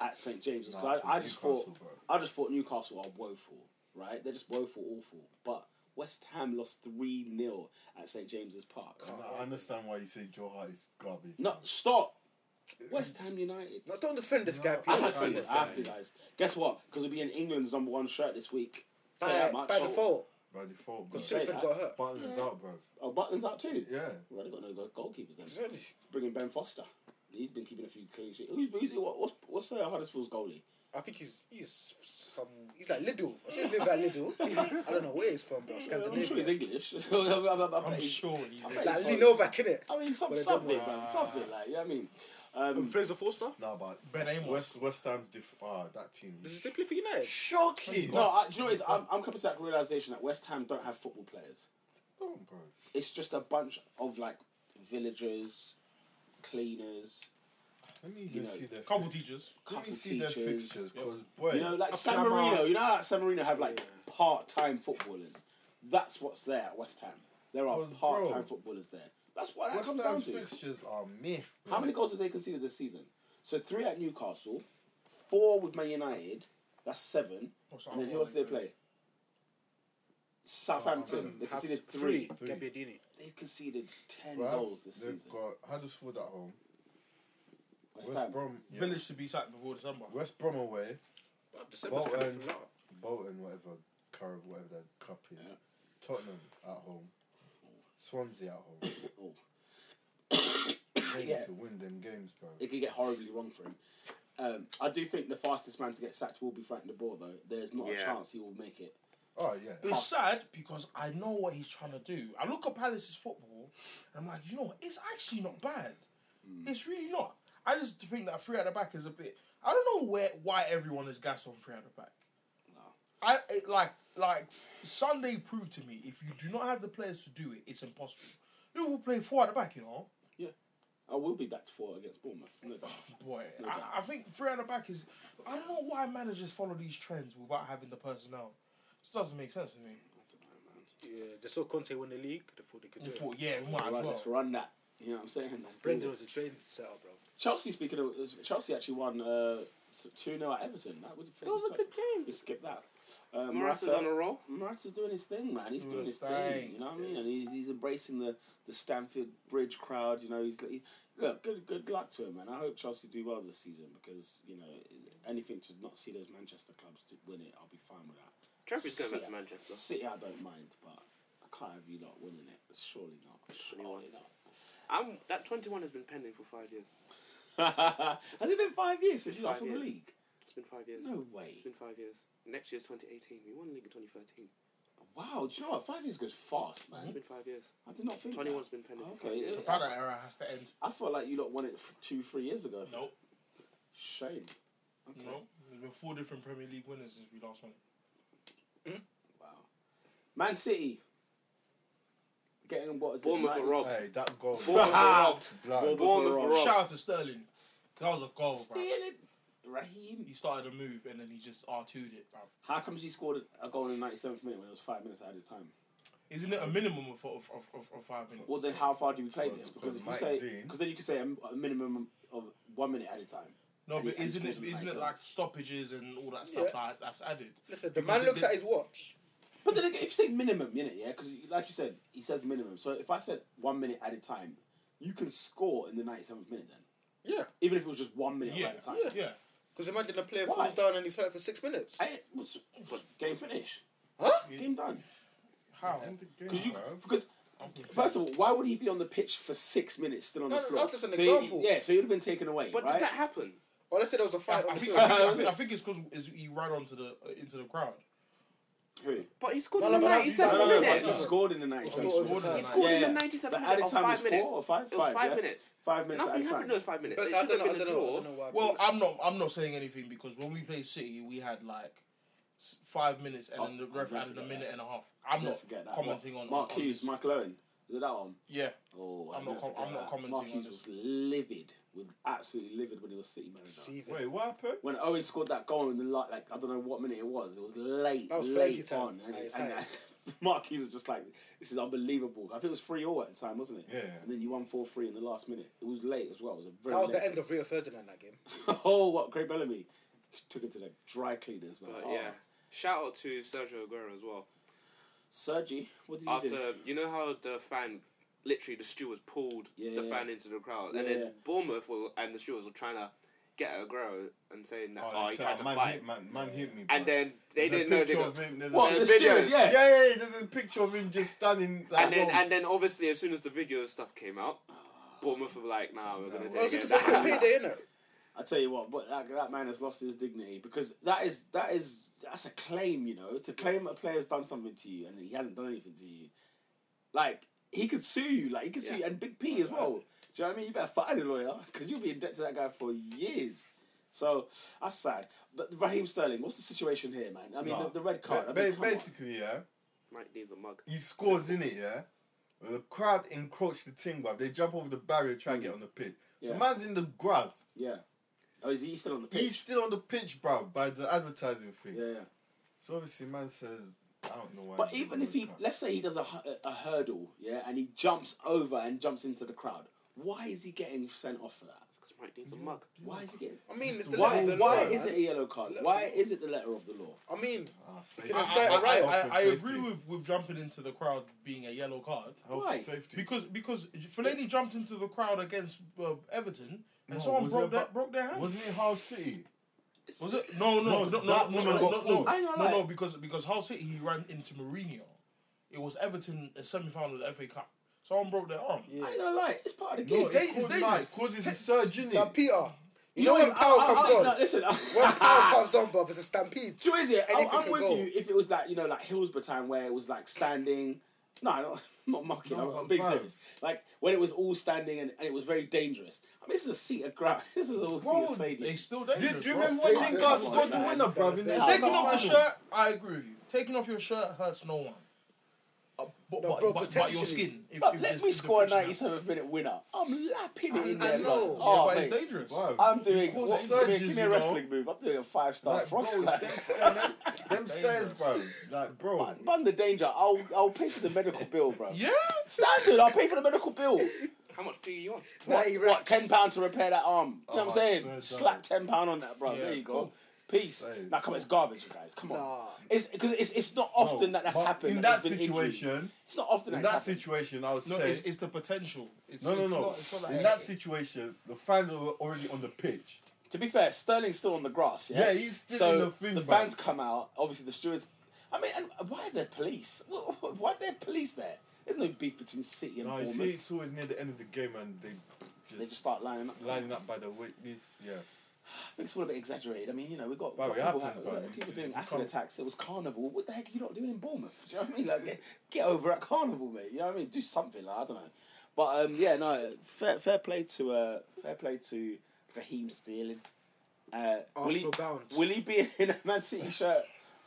at St James's
Nah, I
because
think
I, I just
Newcastle,
thought
bro.
I just thought Newcastle are woeful, right? They're just woeful, awful. But West Ham lost three 0 at St James's Park.
I understand why you say Joe Hart is garbage.
No, stop. West Ham United.
No, don't defend this guy,
I
Peter.
have to. I have to, guys. Guess what? Because we'll be in England's number one shirt this week. Say
By,
that much. Oh.
by default,
By default, bro.
because
Say
Sheffield
that.
got hurt.
Butler's out, bro.
Oh, Button's out too.
Yeah.
Well, they got no go- goalkeepers then.
Really?
Bring in Ben Foster. He's been keeping a few clean sheets. Who's, who's what, what's what's uh, Huddersfield's goalie?
I think he's he's some he's like Lidl. I think his name's like Lidl. I don't know where he's from, bro.
I'm sure he's
Scandinavia.
English. I, I, I,
I'm
bet he's-
sure he's
bet
Like
he's
Lee
from-
Novak, innit?
I mean, some,
Well, it
something,
doesn't
man, something like yeah. I mean,
Um,
um,
Fraser Forster.
Nah, but
Ben Amos.
West West Ham's diff. Ah, that team.
Does he play for United?
Shocking.
no, I, do you know what it is? I'm, I'm coming to that realization that West Ham don't have football players.
No, bro.
It's just a bunch of like villagers, cleaners,
Let me
You
even
know,
see their.
couple teachers.
Let
couple
me see their
teachers.
fixtures, because boy,
You know, like
A
San
plumber.
Marino. You know how San Marino have like
Yeah.
part-time footballers. That's what's there at West Ham. There are
Oh, bro.
part-time footballers there. That's what that
West
comes down
Ham's
to.
fixtures are myth. Bro.
How many goals have they conceded this season? So three at Newcastle, four with Man United. That's seven.
Oh,
What's
And then
that
who else did they
one?
play? Southampton.
Southampton.
They
Have
conceded
to-
three.
Three.
Gabbiadini.
They've conceded ten
Bro,
goals this
They've
season.
got Huddersfield at home.
West,
West
Ham.
Brom. yeah.
Village to be sacked before December.
West Brom away.
Bruv, December's
Well,
kind
um,
of flat.
Bolton, whatever, Curry, whatever that cup is.
Yeah.
Tottenham at home, Swansea at home.
Oh.
They need
Yeah.
to win them games, bro.
It could get horribly wrong for him. Um, I do think the fastest man to get sacked will be Frank de Boer, though. There's not a
Yeah.
chance he will make it.
Oh yeah.
It's sad because I know what he's trying to do. I look at Palace's football, and I'm like, you know, what? it's actually not bad. It's really not. I just think that three at the back is a bit. I don't know where why everyone is gassed on three at the back.
No.
I it, like like Sunday proved to me if you do not have the players to do it, it's impossible. You will play four at the back, you know.
I will be back to four against Bournemouth. No doubt.
Boy,
No doubt.
I, I think three at the back is. I don't know why managers follow these trends without having the personnel. This doesn't make sense to me.
Oh.
Yeah, they saw Conte win the league. They thought they could do
You
it.
thought, yeah, we might
Right,
as well.
let's run that. You know what I'm saying? Let's do
Brendan
this.
was a train setup, bro.
Chelsea, speaking of, Chelsea actually won uh, 2 0 at Everton. That was,
It was a good game.
We skip that. Uh,
Morata's
Morata-
on a roll.
Morata's doing his thing, man. He's
Doing
doing his
his
thing.
thing.
You know what I mean? And he's he's embracing the, the Stamford Bridge crowd. You know, he's he, look good. Good luck to him, man. I hope Chelsea do well this season because you know anything to not see those Manchester clubs to win it, I'll be fine with that.
Trevor's going
See
back to
ya.
Manchester.
City, I don't mind, but I can't have you not winning it. Surely not. Surely
I'm, that 21 has been pending for five years.
not. Has it been five years since you last
Five
won the
years.
league?
It's been five years.
No
It's
way.
been five years. Next year's 2018. We won the league in 2013.
Wow. Do you know what? Five years goes fast,
It's
man.
been five years.
I did not think.
21's
That.
been pending for five
Okay.
years.
The Prada era has to end.
I felt like you lot won it f- two, three years ago.
Nope.
Shame. Okay.
No, there's been four different Premier League winners since we last won it.
Wow. Man City. Getting what is
Bournemouth
it?
are
90
robbed.
Hey, that goal.
Bournemouth were robbed.
Blood.
Bournemouth were robbed.
Shout out to Sterling. That was a
Oh,
goal,
Steal
bruv.
it. Raheem.
He started a move and then he just R2'd it, bruv.
How comes he scored a goal in the 97th minute when it was five minutes out of time?
Isn't it a minimum of, of, of, of, of five minutes?
Well, then how far do we play
Well,
this?
because
Because if you say,
Mike Dean-
because then you could say a, m- a minimum of one minute at a time.
no,
and he- and
but
he
isn't it
scores in
isn't it
97.
like stoppages and all that stuff
Yeah.
that's, that's added?
Listen, the
Because
man
they-
looks
they-
at his watch.
But then again, if you say minimum, you know, yeah, because like you said, he says minimum. So if I said one minute at a time, you can score in the 97th minute then,
Yeah,
even if it was just one minute
Yeah,
at a time.
yeah.
because imagine a player
Why?
falls down and he's hurt for six minutes.
I, what's- but game finish.
Huh?
Game done.
How?
End the game,
Because you,
bro.
because first of all, why would he be on the pitch for six minutes still on
No,
the
no,
floor?
that's just an
So he-
example.
yeah, so he'd have been taken away,
But
right?
did that happen?
Or let's say there was a
I,
fight on
I
the
think,
field.
I, think, I, think, I think it's because he ran onto the uh, into the crowd.
Who?
But he scored
No,
in
no,
the
but that's-
No,
97
no, no, but
minutes.
he scored in the
He
night.
scored
scored in
He
the
scored in
Yeah,
the
yeah.
97
But at
minute
a
of
time, it was
five minutes.
four or five?
It was
Five,
five
yeah.
minutes.
Five minutes
Nothing
at a
happened in
time.
those five minutes.
But
It
I
should
don't
have
know. I
been a
don't know. I
draw.
don't know why.
Well, I'm not I'm not saying anything because when we played City, we had like s- five minutes and then the
Oh,
ref
I'll
added a
forget
minute
that.
and a half. I'm
Don't
not
forget that.
commenting
What?
on
Mark
on, on
Hughes,
this.
Michael Owen. Is it that one?
Yeah.
Oh,
I'm
I'll
not
never
com- I'm
forget
not
that.
commenting
Mark
on
Hughes
this.
was livid, was absolutely livid when he was City manager.
Seething.
Wait, what happened?
when Owen scored that goal in the like, like I don't know what minute it was. It was late,
That was flaky
late
time
on, and,
at his
and
highest.
Mark Hughes was just like, "This is unbelievable." I think it was three all at the time, wasn't it?
Yeah.
And then you won four three in the last minute. It was late as well. It was a very
That was
late
the end of Rio Ferdinand that game.
oh, what Craig Bellamy took him to the dry cleaners, man.
But
oh.
yeah. Shout out to Sergio Aguero as well.
Sergi, what did you
After,
do?
you know how the fan, literally the stewards pulled
Yeah,
the
yeah.
fan into the crowd?
Yeah,
and then
yeah.
Bournemouth were, and the stewards were trying to get Aguero and saying that,
Oh,
oh,
they
he
said,
tried to
man
fight.
hit man, man hit me.
And
bro.
then they
There's a
didn't know they
picture
got.
of him, there's a-
What
the
the steward?
videos.
Yeah.
Yeah, yeah, yeah, there's a picture of him just standing. Like,
And then,
oh,
and then obviously, as soon as the video stuff came out, Bournemouth were like, nah, we're going
No.
to
Well,
take
it's
it
because it's a
down.
payday, innit?
I tell you what, but that, that man has lost his dignity because that is that is that's a claim, you know, to claim a player's done something to you and he hasn't done anything to you. Like he could sue you, like he could sue you, and Big P as
Uh-huh.
well. Do you know what I mean? You better find a lawyer because you'll be in debt to that guy for years. So that's sad. But Raheem Sterling, what's the situation here, man? I mean,
Nah.
the, the red card. I
ba-
mean, come on.
basically, yeah,
Mike needs a mug.
he scores in it, yeah. Well, the crowd encroach the thing, bruv. They jump over the barrier, try and get on the pitch.
Mm. Yeah.
So man's in the grass.
yeah. Oh, is he still on the pitch?
He's still on the pitch, bruv, by the advertising thing.
yeah, yeah.
So obviously, man says, I don't know why.
But
he's
even
in
if
the
he,
car.
let's say he does a, hu- a hurdle, yeah, and he jumps over and jumps into the crowd, why is he getting sent off for that?
Because Mike needs a mug.
Why is he getting?
I mean, it's the
Why?
letter of the
why
law,
is
man.
it a yellow card?
Letter of
Why
the law.
is it the letter of the law?
I mean,
Ah, safety.
Can
I,
I say-
I-
right,
I-
Health and
I
safety.
agree with, with jumping into the crowd being a yellow card
Health and
Why?
safety.
because because Fellaini jumped into the crowd against uh, Everton
No,
and someone
was
broke
it
their,
about-
broke their hand.
Wasn't it Hull City?
Was it? No,
No,
no, no, no,
that
no, no,
woman
no,
got
no,
pulled.
I ain't
no,
gonna
no,
lie.
because because Hull City he ran into Mourinho. It was Everton a semi final of the FA Cup. Someone broke their arm.
I ain't gonna lie, it's part of the game.
No, it's, da- it's dangerous.
It causes a surge,
Now,
innit?
Peter, you know when power
I- I-
comes
I- no,
on?
listen, I-
When power comes on, bruv, it's a stampede.
True is it? I,
Anything
I'm
can
with
go.
you if it was like you know like Hillsborough time where it was like standing. No, I don't- I'm not mocking. I'm, I'm being
man.
serious. Like when it was all standing and, and it was very dangerous. I mean, this is a seat of ground. This is all seat
Bro,
of stadium.
It's still dangerous.
Did you
bro.
remember when
Stay-
Lingard
stay-
scored the
stay-
winner,
stay-
bruv?
stay-
in the
stay-
top
Taking off the
final?
shirt, I agree with you. Taking off your shirt hurts no one. Uh, but,
No,
but,
bro,
but, but your
potentially.
skin. If,
But let
if there's-
me
if the
score a
friction
97th minute winner. I'm lapping it in
I
there. blood.
know. Yeah,
Oh,
happens. Yeah, but
mate.
it's dangerous.
Bruv.
I'm doing.
Of course,
What,
it's
give, me,
dangerous,
give me a
you know.
wrestling move. I'm doing a five star
Like,
frog
bro,
slam.
them stairs, them- them stairs, bro. Like, bro.
Bun the danger. I'll I'll pay for the medical bill, bro.
Yeah.
Standard. I'll pay for the medical bill.
How much do you want?
What,
90
what
reps.
ten pound to repair that arm? You know what I'm
Oh,
saying?
I swear to
Slap ten pound on that, bro.
Yeah,
there you go.
cool.
Peace.
Same.
Now come on, it's garbage, you guys. Come on.
Nah.
It's because it's, it's not often
No,
that that's
but
happened.
in
there's
that
been injuries.
situation-
it's not often
In
that
that
that's happened.
situation, I would
No,
say.
it's, it's the potential. It's,
no, no,
it's
no.
Not, it's not like
in that situation, the fans were already on the pitch.
To be fair, Sterling's still on the grass. Yeah,
Yeah, he's still
so
in the thing, bro.
fans come out. Obviously, the stewards. I mean, and why are there police? Wh- wh- Why are there police there? There's no beef between City and
No, you
Bournemouth.
see, it's always near the end of the game, and they just,
They just start lining up.
lining up by the witness. Yeah.
I think it's all a bit exaggerated. I mean, you know, we got,
Bro,
got
it
people,
happens,
ha-
bro.
like,
You
people
see,
doing
you
acid
can't-
attacks. It was carnival. What the heck are you not doing in Bournemouth? Do you know what I mean? Like, get, get over at carnival, mate. You know what I mean? Do something. Like, I don't know. But um, yeah, no. Fair, fair play to uh, fair play to Raheem Sterling. Uh, will, he,
Arsenal bound.
will he be in a Man City shirt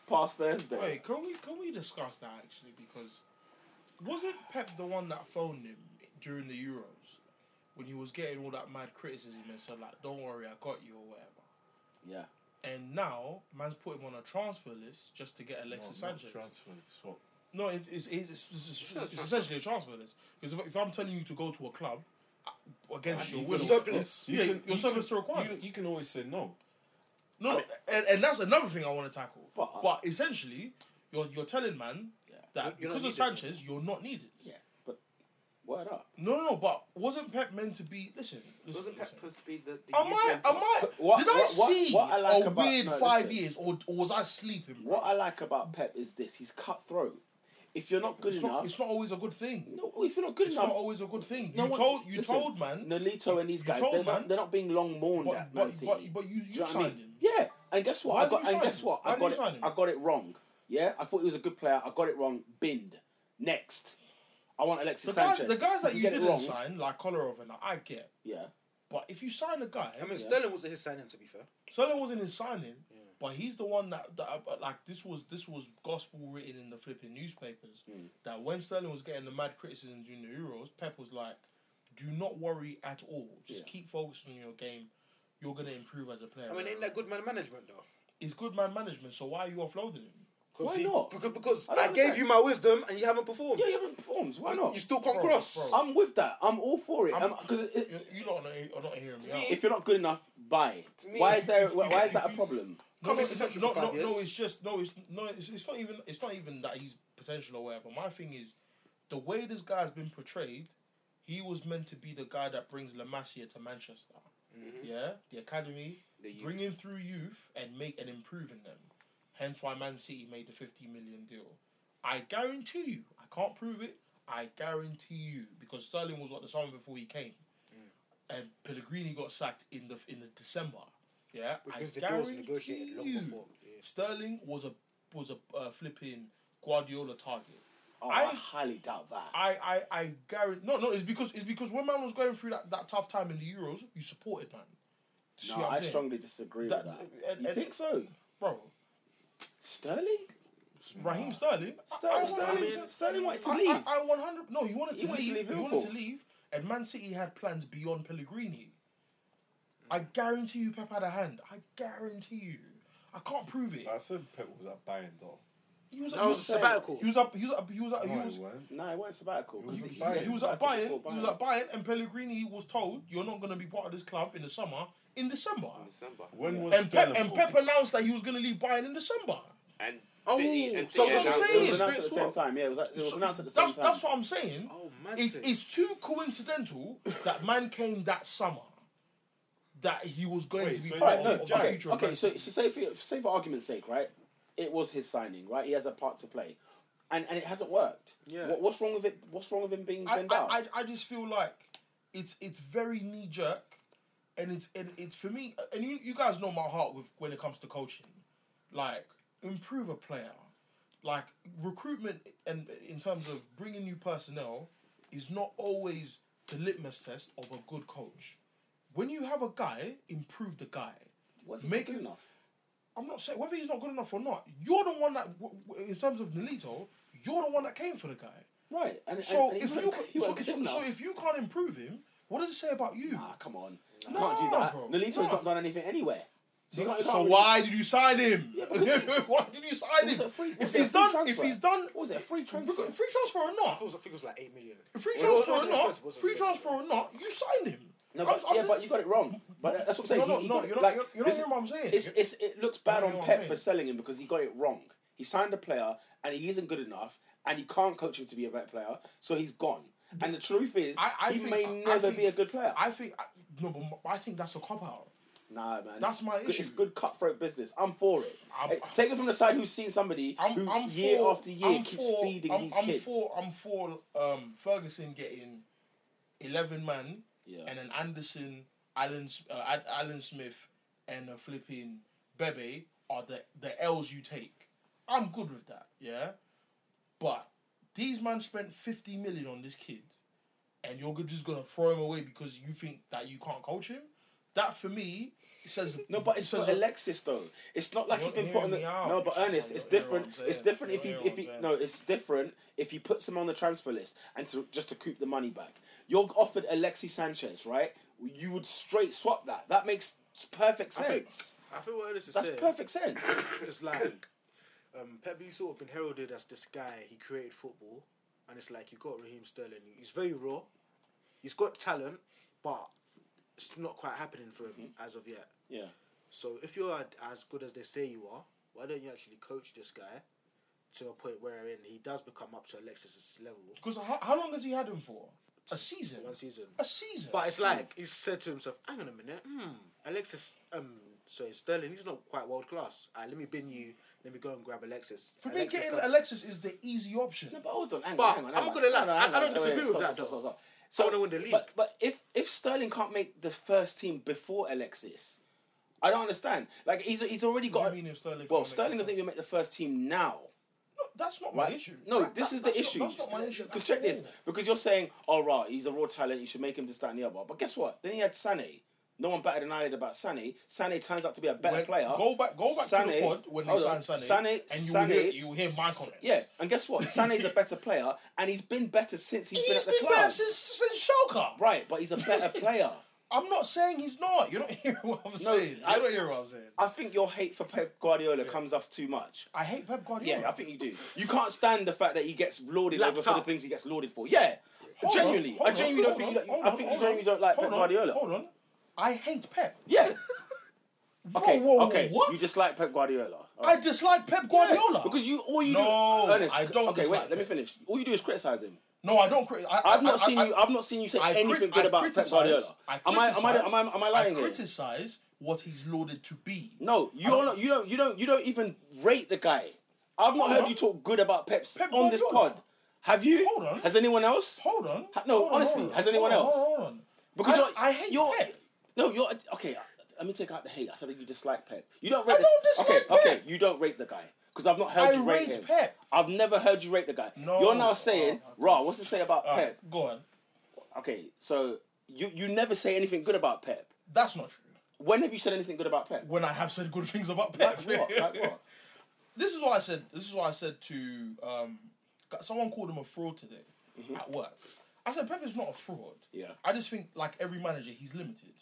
past Thursday?
Wait, can we can we discuss that actually? Because wasn't Pep the one that phoned him during the Euros when he was getting all that mad criticism and said like, "Don't worry, I got you" or whatever.
Yeah.
And now man's put him on a transfer list just to get
No,
Alexis
not
Sanchez.
transfer swap.
no, it's it's it's, it's, it's, it's, it's essentially a transfer list because if, if I'm telling you to go to a club uh, against your
You're
will,
surplus.
yeah,
can-
you're surplus to
You,
requirements.
you can always say no.
No, no, and, and that's another thing I want to tackle.
But-
But, essentially, you're you're telling man
Yeah.
that
You're not
because of
needed.
Sanchez, you're not needed.
Yeah. But word up.
No, no, no. But wasn't Pep meant to be? Listen, listen.
Wasn't Pep
listen.
supposed to be the? the
Am I?
UK
Am I?
What-
did I
what- what-
see
what I like
a
about-
weird
no,
five
listen.
years, or, or was I sleeping? bro?
What I like about Pep is this: he's cutthroat. If you're not good
It's
enough,
not, it's not always a good thing.
no, if you're not good
It's
enough,
not always a good thing.
No
you
one-
told, you
listen,
told man,
Nolito and these
You
guys,
told
they're,
man.
not, they're not being long mourned
but
at Man
but,
City.
but but you
Do
you
know what I
signed
mean?
him.
Yeah, and guess what?
Why
I
did
got
you
and
sign
guess
him?
what?
Why
I
did
got
you
it.
sign him?
I got it wrong. Yeah, I thought he was a good player. I got it wrong. Binned. Next, I want Alexis
The guys,
Sanchez.
the guys that
If
you
get it
didn't
wrong,
sign, like Kolarov and that, I get.
Yeah,
But if you sign a guy,
I mean, Sterling was his signing, to be fair.
Sterling wasn't his signing, but he's the one that, that uh, like this was this was gospel written in the flipping newspapers
Hmm.
that when Sterling was getting the mad criticism during the Euros, Pep was like, "Do not worry at all. Just
Yeah.
keep focusing on your game. You're gonna improve as a player."
I mean, ain't that good man management, though?
it's good man management. So why are you offloading him?
Why
he-
not?
Because, because
I don't
I, gave
understand.
you my wisdom and you haven't performed.
yeah, he haven't performed. Why not?
You still can't
Bro,
cross.
bro.
I'm with that. I'm all for Um, it.
I'm-
Because
You, you lot are not, are not hearing me. out.
if you're not good enough, buy.
me,
Why
if-
is there?
if-
Why,
if-
why is
if
that a
you-
problem?
No,
Come
no,
in potential
no,
for
no,
five
no,
years.
it's just no, it's no, it's, it's not even it's not even that he's potential or whatever. My thing is, the way this guy's been portrayed, he was meant to be the guy that brings La Masia to Manchester.
Mm-hmm.
Yeah, the academy,
The youth.
bring in through youth and make and improve in them. Hence why Man City made the fifty million deal. I guarantee you, I can't prove it. I guarantee you because Sterling was what the summer before he came, and Pellegrini got sacked in the in the December. Yeah,
Which
I
means the deal was
guarantee
negotiated long
you,
before,
Sterling was a was a uh, flipping Guardiola target.
Oh, I,
I-
highly doubt that.
I I I guarantee. No, no, it's because it's because when man was going through that, that tough time in the Euros, you supported man. See
no,
what I'm
I
saying?
strongly disagree
That-
with that.
and-
you
and-
think so,
bro.
Sterling?
Raheem Sterling.
Sterling,
Sterling.
Sterling, Sterling wanted to
I,
leave.
I, I 100. No, he wanted to
He wanted to
leave.
leave
he wanted to
Liverpool.
leave, and Man City had plans beyond Pellegrini. I guarantee you, Pep had a hand. I guarantee you. I can't prove it.
I said Pep was at Bayern though.
He was,
That
he
was
was-
saying-
sabbatical.
He was up. He was up. He was up. He
No,
was.
he weren't.
No, it wasn't sabbatical.
was
He-
at Bayern.
He was at
sabbatical
Bayern.
before
He was
Bayern.
at Bayern, and Pellegrini was told, "You're not going to be part of this club in the summer in December."
in December.
When was
And Pep,
Sterling
and
bought?
Pep announced that he was going to leave Bayern in December.
And
Oh,
City and
so
City
that's what I'm
announced-
It
saying.
was announced at the
It's
same
what?
time. Yeah, it was, it was
So
announced at the same
that's,
time.
that's what I'm saying.
Oh, man.
It's,
sick.
it's too coincidental that man came that summer that he was going
Wait,
to be
so you-
part of,
no,
Oh,
of the
okay,
future. of
okay.
Man
So,
City.
so say for say for argument's sake, right? It was his signing, right? He has a part to play. and, and it hasn't worked.
Yeah.
What, what's wrong with it? What's wrong with him being
I,
bent out?
I, I, I just feel like it's it's very knee jerk, and it's and it's for me. And you, you guys know my heart with when it comes to coaching, like improve a player, like recruitment and in terms of bringing new personnel, is not always the litmus test of a good coach. When you have a guy, improve the guy.
What if he's
make
not good
him-
enough?
I'm not saying whether he's not good enough or not. You're the one that, w- w- in terms of Nolito, you're the one that came for the guy.
Right. And,
So
and, and
if
he
you
wasn't- he
so,
wasn't good
so, so
enough.
if you can't improve him, what does it say about you?
ah, come on, you
Nah,
can't do that.
bro.
Nolito's
Nah.
not done anything anywhere. So, you can't, you
So
can't really-
why did you sign him?
because
why did you sign
was
him?
a free- was it
if
a
he's
free
done,
transfer?
if he's done,
What was it a free
free
transfer?
transfer or
I think it
not,
was, I think it was like 8 million.
free
Well, it
transfer or
wasn't
not,
expensive, it wasn't
free
expensive.
transfer or not, you signed him.
No, but,
I'm- I'm
yeah,
just-
but you got it wrong. But that's what I'm saying.
no,
He-
no,
he got it-
no, you're not,
like,
you're, you're not
this-
hearing what I'm saying.
it's, it's, it looks bad
No,
on
no,
Pep
hey.
for selling him because he got it wrong. He signed a player and he isn't good enough, and he can't coach him to be a better player, so he's gone. And the truth is,
I, I
he
think,
may
I- I
never
think-
be a good player.
I think I, no, but m- I think that's a cop out.
nah, man,
That's my
it's good,
issue.
It's good cutthroat business. I'm for it.
I'm-
Hey, take it from the side who's seen somebody
I'm,
who
I'm
year
for,
after year
I'm
keeps
for,
feeding
I'm,
these
I'm
kids.
For, I'm for um, Ferguson getting eleven man
yeah.
and an Anderson, Alan, S- uh, Ad- Alan Smith, and a flipping Bebe are the, the L's you take. I'm good with that, yeah? But these man spent 50 million on this kid, and you're go- just going to throw him away because you think that you can't coach him? That for me says.
No, but it's
says
for Alexis though. It's not like
You're
he's been put on the.
hearing me out.
No, but
You're
Ernest,
hearing
it's
what
different.
I'm saying.
It's different if he
You're
if
hearing
he
what I'm
no, it's different if he puts him on the transfer list and to just to coop the money back. You're offered Alexis Sanchez, right? You would straight swap that. That makes perfect
I think-
sense.
I feel what this is
That's
saying
perfect sense.
is like um, Pep Beat's sort of been heralded as this guy, he created football, and it's like you got Raheem Sterling. He's very raw, he's got talent, but it's not quite happening for him as of yet.
yeah.
So if you're ad- as good as they say you are, why don't you actually coach this guy to a point wherein he does become up to Alexis's level?
Because how, how long has he had him for? A season.
One season.
A season.
But it's like he said to himself, "Hang on a minute, hmm, Alexis, um, sorry, Sterling, he's not quite world class. Alright, let me bin you. Let me go and grab Alexis."
for me,
Alexis
getting
comes-
Alexis is the easy option.
No, but hold on, hang on,
But
hang on.
I'm
hang on.
gonna lie,
No, no,
I-
hang
I
on.
don't disagree
Wait,
with
stop,
that,
stop,
though.
stop, stop. So
wanna win the league.
But, but if if Sterling can't make the first team before Alexis, I don't understand. Like he's he's already
What
got.
do you mean if Sterling
well,
can't make
Sterling
the
doesn't even make the first team now.
No, that's not my issue.
No,
That-
this
that-
is the
that's
issue.
Not, that's not my issue.
Because
at
check this,
all.
because you're saying, "All right, he's a raw talent. You should make him this, that, and the other." But guess what? Then he had Sané. No one batted an eyelid about Sané. Sané turns out to be a better
When-
player.
Go back, go back to the
Sané-
pod when they
hold on.
signed Sané, and you will
Sané-
hear, you will hear my comments.
Yeah, and guess what? Sané's a better player, and he's been better since he's been
he's
at the
been
club.
bad since since Schalke.
Right, but he's a better player.
I'm not saying he's not. You don't hear what I'm saying.
I-
I don't hear what I'm saying.
I think your hate for Pep Guardiola comes off too much.
I hate Pep Guardiola.
Yeah, I think you do. You can't stand the fact that he gets lauded
Lapped
over for the
up.
things he gets lauded for. Yeah,
Hold on,
genuinely,
hold
I
on,
genuinely don't
hold
think
on,
you. Don't,
hold
I
on,
think you
hold
genuinely don't like Pep
on, hold on,
Guardiola.
Hold on, I hate Pep.
Yeah. Okay.
whoa, whoa,
okay.
what?
You dislike Pep Guardiola.
I dislike Pep Guardiola
because you all you
No,
do. Ernest,
I don't
Okay, wait.
dislike
Let me
Pep.
finish. All you do is criticize him.
No, I don't. Crit- I,
I've not
I-
seen
I-
you. I've not seen you say
I
anything
crit-
good
I
about Pep
criticise-
Guardiola.
I
am, I, am I am I am I lying
I
here?
criticize what he's lauded to be.
No, you
I
don't,
don't-
You don't. You don't. You don't even rate the guy. I've not
Hold
heard
on.
you talk good about Pep,
Pep
on this
Guardiola.
pod. Have you?
Hold on.
Has anyone else?
Hold on.
Ha- no,
hold on,
honestly,
hold on,
has anyone
hold on,
else?
Hold on, hold on.
Because
I,
you're,
I hate
you're,
Pep.
No, you're okay. uh, Let me take out the hate. I said that you dislike Pep. You don't. Rate
I
the,
don't dislike
okay,
Pep.
Okay, you don't rate the guy because I've not heard
I
you rate,
rate
him.
Pep.
I've never heard you rate the guy.
No.
You're now saying,
Oh, okay.
"Raw, what's it say about
All
Pep?"
right, go on.
Okay, so you you never say anything good about Pep.
That's not true.
When have you said anything good about Pep?
When I have said good things about Pep,
Like what? Like what?
this is what I said. This is what I said to um, got- someone called him a fraud today at work. I said Pep is not a fraud.
Mm-hmm. Yeah.
I just think like every manager, he's limited.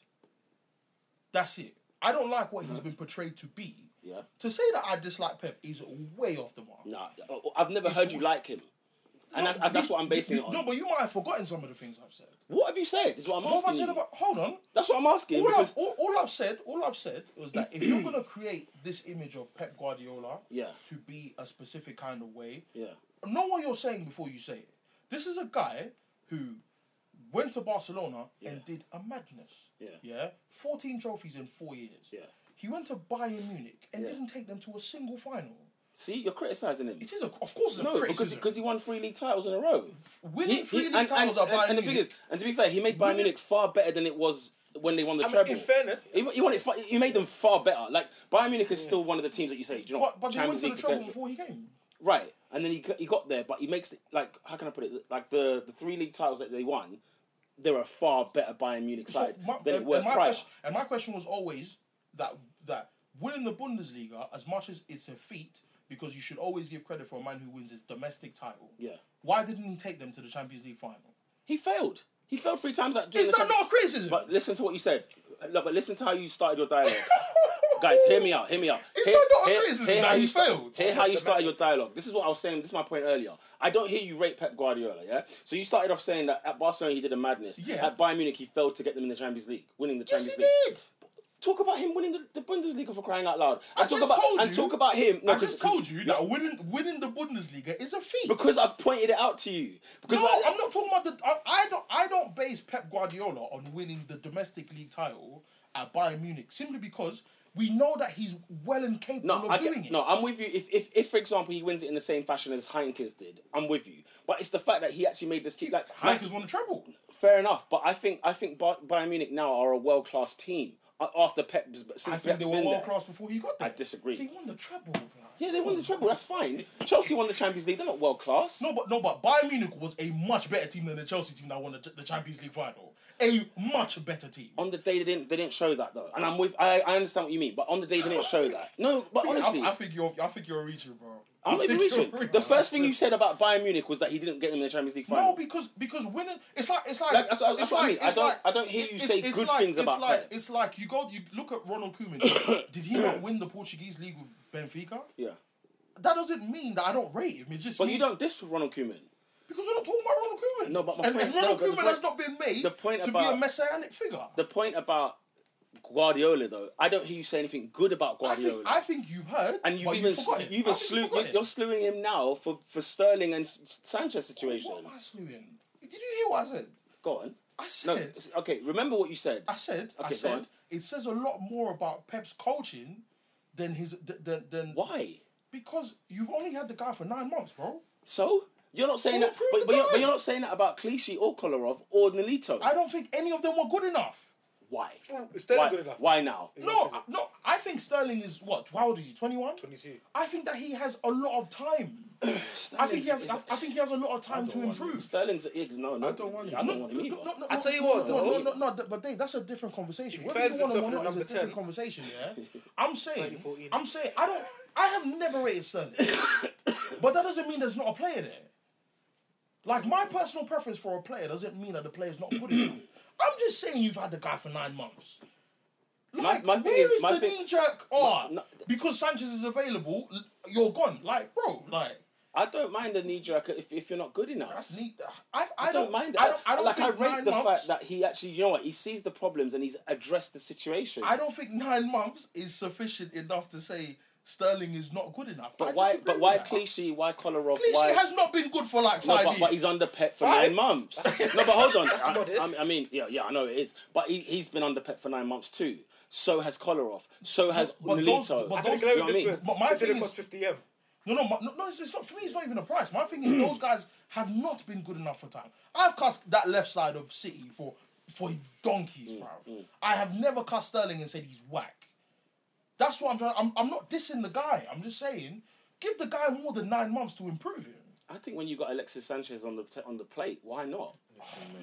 That's it. I don't like what he's been portrayed to be.
Yeah.
To say that I dislike Pep is way off the mark.
Nah, uh, oh, I've never
It's
heard you
all-
like him, and
No,
that's, that's
you-
what I'm basing
you-
it on.
No, but you might have forgotten some of the things I've said.
what have you said? Is what I'm
What have I
asking.
said
you.
about? Hold on.
That's what I'm asking.
all,
because,
I've, all, all I've said, all I've said was that if you're gonna create this image of Pep Guardiola
Yeah.
to be a specific kind of way,
yeah,
know what you're saying before you say it. This is a guy who went to Barcelona and did a madness.
Yeah.
Yeah. Fourteen trophies in four years.
Yeah.
He went to Bayern Munich and
Yeah.
didn't take them to a single final.
See, you're criticising him.
It is, a, of course, it's
No,
a
because
criticism.
because he won three league titles in a row.
winning three league titles
and,
are Bayern
and the
Munich.
thing is, and to be fair, he made Bayern Munich far better than it was when they won the
I mean,
treble.
in fairness,
He, he, wanted, far- he made them far better. Like Bayern Munich is still one of the teams that you say, do you know,
but, but they
Champions
went to the
League
trouble
potential.
before he came.
right? And then he got- he got there, but he makes it like how can I put it? Like the the three league titles that they won, they're a far better Bayern Munich
So
side
my,
than
and,
it were
and my
prior.
question, and my question was always that that winning the Bundesliga, as much as it's a feat, because you should always give credit for a man who wins his domestic title.
Yeah.
Why didn't he take them to the Champions League final?
He failed. He failed three times. That during
Is
the
that
Champions-
not a criticism?
But listen to what you said. No, but listen to how you started your dialogue. Guys, hear me out. Hear me out.
Is
Hear-
that not a
hear-
criticism
hear
that
how
he
you sta-
failed?
Hear
That's
how
not
you started your
semantics.
dialogue. This is what I was saying. This is my point earlier. I don't hear you rate Pep Guardiola. Yeah. So you started off saying that at Barcelona he did a madness.
Yeah.
At Bayern Munich he failed to get them in the Champions League, winning the
yes,
Champions
he
League.
did.
Talk about him winning the, the Bundesliga for crying out loud. And
I
talk
just
about
told
and
you-
talk about him. No,
I
'cause-
just told you that winning winning the Bundesliga is a feat.
because I've pointed it out to you. Because
no,
like-
I'm not talking about the. I, I don't. I don't base Pep Guardiola on winning the domestic league title at Bayern Munich simply because we know that he's well and capable
No,
of
I
doing
get,
it.
no, I'm with you. If, if, if, for example, he wins it in the same fashion as Heinkes did, I'm with you. But it's the fact that he actually made this team. Like,
Hank has won the treble.
fair enough. But I think I think Ba- Bayern Munich now are a world class team uh, after Pep. Since
I
Pep's
think they were
been there.
world class before he got there.
I disagree.
They won the treble. bruv.
Yeah, they won the treble. That's fine. Chelsea won the Champions League. They're not world class.
No, but no, but Bayern Munich was a much better team than the Chelsea team that won the, the Champions League final. A much better team.
On the day they didn't they didn't show that though, and I'm with I, I understand what you mean, but on the day they didn't show that. No, but
I-
honestly,
I, think you're. I think you're reaching, bro.
I'm
I
not even
think you're
reaching. The first thing you said about Bayern Munich was that he didn't get them in the Champions League final.
No, because because winning, it's like it's like,
Like, that's what-
it's
that's what I mean. I
it's
don't- I don't hear you say good things
it's
about
like,
Pep.
It's like you go, you look at Ronald Koeman. Did he not win the Portuguese league with Benfica?
yeah,
That doesn't mean that I don't rate him. It just
but
means
you don't diss Ronald Koeman.
because we're not talking about Ronald Koeman.
No, but my
and,
point-
and
no,
Ronald
but the
Koeman
point-
has not been made
the point
to be
about-
a messianic figure.
The point about Guardiola, though, I don't hear you say anything good about
I think
Guardiola.
I think you've heard,
and you've
but
even
you've forgotten.
you even
I think
slew,
you've forgotten.
you, are slewing him now for, for Sterling and S- Sanchez situation.
What am I slewing? Did you hear what I said?
Go on.
I
No,
said.
okay. Remember what you said.
I said, I
Okay, go
said,
on.
it says a lot more about Pep's coaching than his th- than than
Why?
because you've only had the guy for nine months, bro.
So you're not saying
So
that,
improve
but,
the
but, you're,
guy.
but you're not saying that about Clichy or Kolarov or Nolito.
I don't think any of them were good enough.
Why?
Sterling
Why?
good enough?
Why now?
No, I- no, I think Sterling is what? How old is he? Twenty one.
22.
I think that he has a lot of time. I think he has. I, I think he has a lot of time to improve.
Sterling's no, no.
I don't want
I
him.
don't want him either.
I tell you what,
no, no,
though.
no, no, no, but Dave, that's a different conversation.
He
Whether you
finds
want him
himself
or
in
not
the
is
number
a different
10.
conversation. Yeah, I'm saying,
14.
I'm saying, I don't, I have never rated Sterling, but that doesn't mean there's not a player there. Like my personal preference for a player doesn't mean that the player's not good enough. I'm just saying you've had the guy for nine months. Like,
my
where
thing
is
is- my
the
thing-
knee jerk? Oh,
no-
because Sanchez is available, l- you're gone. Like, bro, like
I don't mind the knee jerk if, if you're not good enough.
that's neat. I, I,
I don't, mind.
I don't. I don't
like. I
think
rate
nine
the fact
months,
that he actually, you know what, he sees the problems and he's addressed the situation.
I don't think nine months is sufficient enough to say Sterling is not good enough. I
But why?
disagree
But
with
why
that.
Clichy? Why Kolarov?
Clichy
why?
has not been good for like
no,
five
but,
years.
but he's under Pep for
Five?
nine months. no, but hold on. I,
modest.
I, I mean, yeah, yeah, I know it is. But he, he's been under Pep for nine months too. So has Kolarov. So has
But
Nolito.
those- but
Do
those-
you know what I mean?
But my
If it
thing
cost
is,
50 m.
no, no, my- no, no. It's, it's not for me. It's not even a price. My thing is, those guys have not been good enough for time. I've cussed that left side of City for for donkeys,
Mm,
bro. I have never cussed Sterling and said he's whack. That's what I'm trying. I'm, I'm not dissing the guy. I'm just saying, give the guy more than nine months to improve him.
I think when you got Alexis Sanchez on the t- on the plate, why not?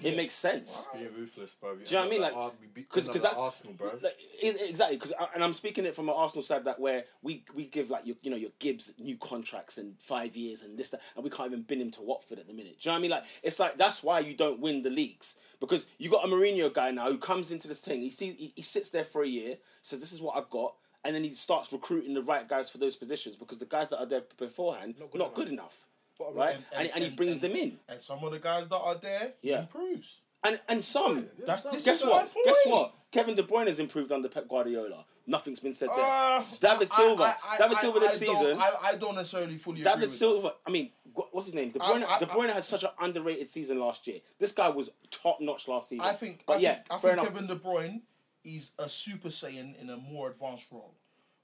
It makes sense.
Be ruthless, bro.
Do you know what I mean? Like,
because
because that's
Arsenal, bro.
Like, e- exactly, because and I'm speaking it from an Arsenal side that where we we give like your you know your Gibbs new contracts and five years and this that and we can't even bin him to Watford at the minute. Do you know what I mean? Like it's like that's why you don't win the leagues because you got a Mourinho guy now who comes into this thing. He sees he, he sits there for a year, says this is what I've got, and then he starts recruiting the right guys for those positions because the guys that are there beforehand not good enough. Right, and, and, he brings them in,
And some of the guys that are there, he
Yeah.
improves.
and and some
That's this
Guess
is
what?
my point.
Guess what? Kevin De Bruyne has improved under Pep Guardiola. Nothing's been said there.
Uh,
David
I-
Silva.
I- I-
David
I-
Silva
I
this
don't-
season.
I, I don't necessarily fully agree
David
with
Silva. I mean, gu- what's his name? De Bruyne.
I- I-
De Bruyne had such an underrated season last year. This guy was top notch last season.
that. I think,
But
I
yeah,
think, I
fair
think
enough.
Kevin De Bruyne is a super saiyan in a more advanced role.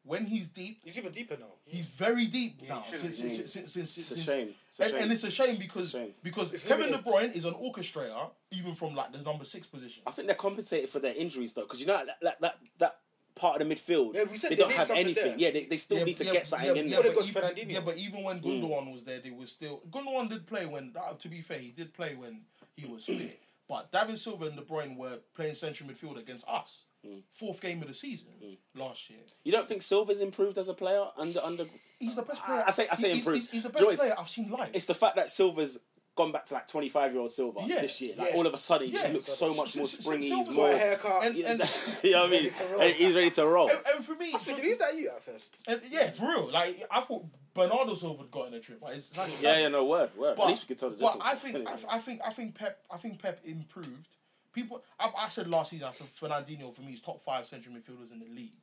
when he's deep,
He's even deeper now.
he's very deep now.
should
Since,
be.
since, since, since,
It's a
since-
shame. It's a
and,
shame.
and it's a shame because
Shame.
because
It's
Kevin De
limited.
Bruyne is an orchestrator, even from like the number six position.
I think they're compensated for their injuries though, because you know that that, that that part of the midfield,
Yeah, we said
they,
they
don't
need
have
something
anything.
there.
Yeah, they, they still need to get something in there.
Would've
but
got
even,
Fernandinho.
yeah, but even when
Hmm.
Gundogan was there, they were still Gundogan did play when. uh, To be fair, he did play when he was fit. But David Silva and De Bruyne were playing central midfield against us.
Hmm.
Fourth game of the season last year.
You don't think Silva's improved as a player under under?
He's the best player.
I say- I say
he's, he's-
improved.
He's, the best
Joyce-
player I've seen live.
It's the fact that Silva's gone back to like twenty five year old Silva
Yeah,
this year. Like
yeah.
all of a sudden, he just
Yeah.
looks so much more
S- s- s-
springy. He's
Silva's
more.
Got a
you
haircut.
And-
know
and-
what I mean?
Ready to roll.
And He's ready to roll.
and, and for me,
I was thinking, is that you at first?
and, yeah, for real. Like I thought Bernardo Silva got in a trip. Like, it's, it's like,
Yeah, yeah, no word, word.
But,
At least we could tell the
but
difference.
I think I, I think I think Pep I think Pep improved. People, I've, I said last season, I think Fernandinho for me is top five central midfielders in the league.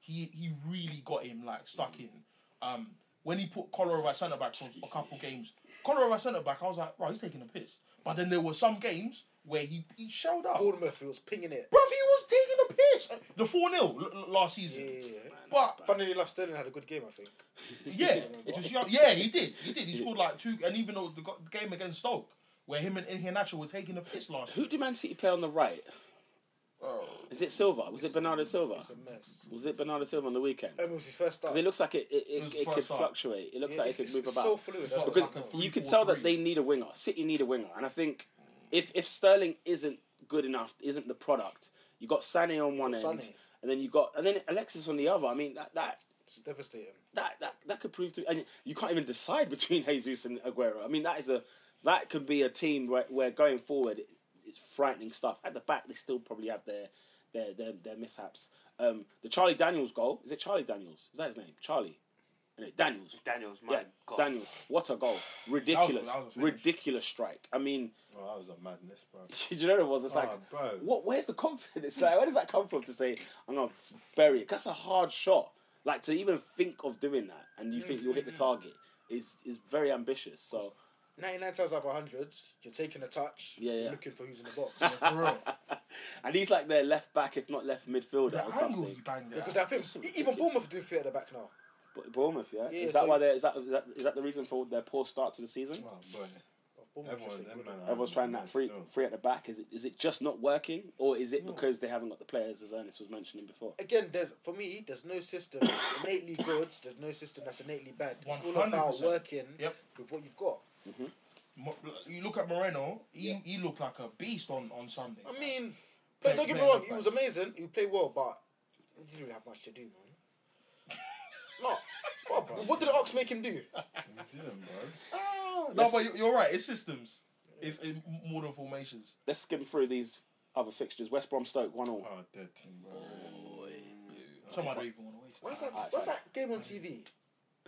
He he really got him like stuck in. Um, when he put Cholera at centre back for a couple games, Cholera at centre back, I was like, right, he's taking a piss. But then there were some games where he he showed up.
Bournemouth, he was pinging it.
Bruv, he was taking a piss. The 4 0 l- l- last season. But,
Funnily enough, Sterling had a good game, I think.
yeah, it was, young- yeah, he did. He did. He scored like two, and even though the go- game against Stoke, where him and Iheanacho were taking a piss last
Who
year.
did Man City play on the right?
Oh.
Is it Silva? Was it Bernardo Silva?
It's a mess.
Was it Bernardo Silva on the weekend?
Um, it was his first start.
Because it looks like it it,
was
it, it
first
could
start.
fluctuate. It looks
Yeah,
like
it's-
it could
it's-
move
it's
about.
so fluid.
It's not
Because
because
like a three,
you can
four,
tell that
three.
they need a winger. City need a winger, and I think if if Sterling isn't good enough, isn't the product. You got Sané on one end,
Sané.
and then you got and then Alexis on the other. I mean that that
It's devastating.
that that, that could prove to and you can't even decide between Jesus and Aguero. I mean that is a that could be a team where, where going forward it- it's frightening stuff. At the back they still probably have their their their, their mishaps. Um, the Charlie Daniels goal is it Charlie Daniels? Is that his name? Charlie. Anyway, Daniels.
Daniels, my
Yeah,
God.
Daniels. What a goal! Ridiculous,
that was a finish.
ridiculous strike. I mean,
Oh, that was a madness, bro.
do you know what it was? It's like,
Oh, bro.
what? Where's the confidence? Like, where does that come from to say I'm gonna bury it? That's a hard shot. Like to even think of doing that, and you think you'll hit the target is is very ambitious. So
99 times out of 100, you're taking a touch,
Yeah, yeah.
you're looking for who's in the box.
For real.
and he's like their left back, if not left midfielder or
The angle
something.
he banged
Because
it.
I think even Bournemouth do fit at the back now.
But Bournemouth, yeah.
Yeah,
is that
so-
why they? Is that, is that is that the reason for their poor start to the season?
Oh, boy.
Bournemouth
Everyone,
just ain't
them
good
man
enough.
are
Everyone's trying that
messed
free
up.
free at the back. Is it is it just not working, or is it because they haven't got the players as Ernest was mentioning before?
Again, there's for me, there's no system innately good. There's no system that's innately bad. It's all about
100%.
working
Yep.
with what you've got.
Mo- You look at Moreno, he, he looked like a beast on, on Sunday.
I mean, but don't get me
play
wrong,
left
he was amazing. He played well, but he didn't really have much to do, man. no, what, what did the Ox make him do?
You didn't, bro.
Ah, no, but you- you're right, it's systems. It's in more than formations.
Let's skim through these other fixtures. West Brom Stoke one all.
Oh, dead team, bro.
Some I don't even want to waste.
What's that? What's that game on TV?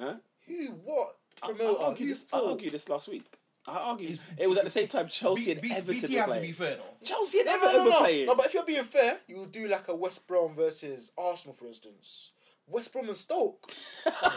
Huh?
Who? What?
I,
Promoter?
argued
Who's
this, I
for?
argued this last week. I argued
It's-
it was at the same time Chelsea
B-
and
B-
Everton
BT
were
have to
playing.
be fair though.
Chelsea and
No,
Everton
no, no,
were
no.
playing.
no. But if you're being fair, you would do like a West Brom versus Arsenal, for instance. West Brom and Stoke.
Ah!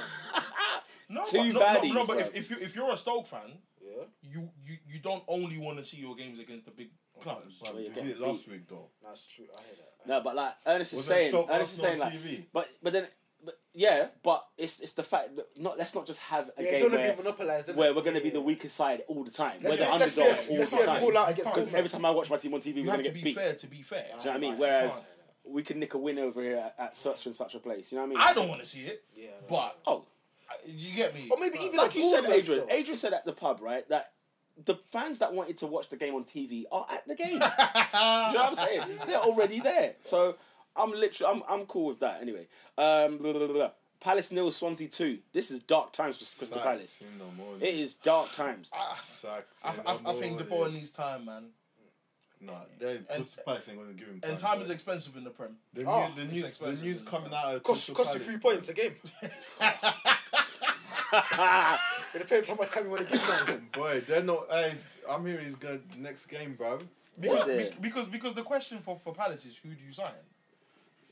No,
Two
but, no,
baddies,
no, no,
bro.
but if, if, you, if you're a Stoke fan,
Yeah.
you, you, you don't only want to see your games against the big clubs.
Bro,
Well,
you
you're
did it
getting
last week, though.
That's true. I hear that.
No, but like Ernest is
Was it
saying,
Stoke
Ernest is saying like,
Arsenal on TV?
but but then, but yeah, but it's it's the fact that not let's not just have a
Yeah,
game
don't
where,
be monopolised. innit?
where we're going to be
Yeah.
the weakest side all the time.
Let's
we're
see-
the
let's see
underdog
us-
all
let's
the
see us
time.
pull out against
Because
Bournemouth.
every time I watch my team on TV,
You
we're going
have to
get
be
beat.
fair to be fair.
Do you know what I mean?
Like,
Whereas
come on.
we can nick a win over here at, at such and such a place. You know what I mean?
I don't want to see it,
Yeah. I know.
but
Oh,
uh, you get me.
Or maybe even
like you said,
Bournemouth,
Adrian.
though.
Adrian said at the pub, right, that the fans that wanted to watch the game on TV are at the game. Do you know what I'm saying? They're already there. So I'm literally, I'm, I'm cool with that. Anyway, um, blah, blah, blah, blah. Palace nil, Swansea two. This is dark times for Crystal Palace.
Sacked in the morning.
It is dark times.
Ah.
Sacked
I,
in
I, I think De Boer
morning.
needs time, man.
Nah, they Crystal Palace ain't gonna give him time.
And time
bro.
is expensive in the Prem.
The,
Oh,
new, the
it's
news, the
expensive,
news
isn't it?
coming out of
Cost,
Crystal
cost you
Palace.
three points a game. it depends how much time you want to give man.
Boy, they're not. Uh, I'm hearing he's going to next game, bro.
Because,
Is it?
be- because because the question for, for Palace is who do you sign?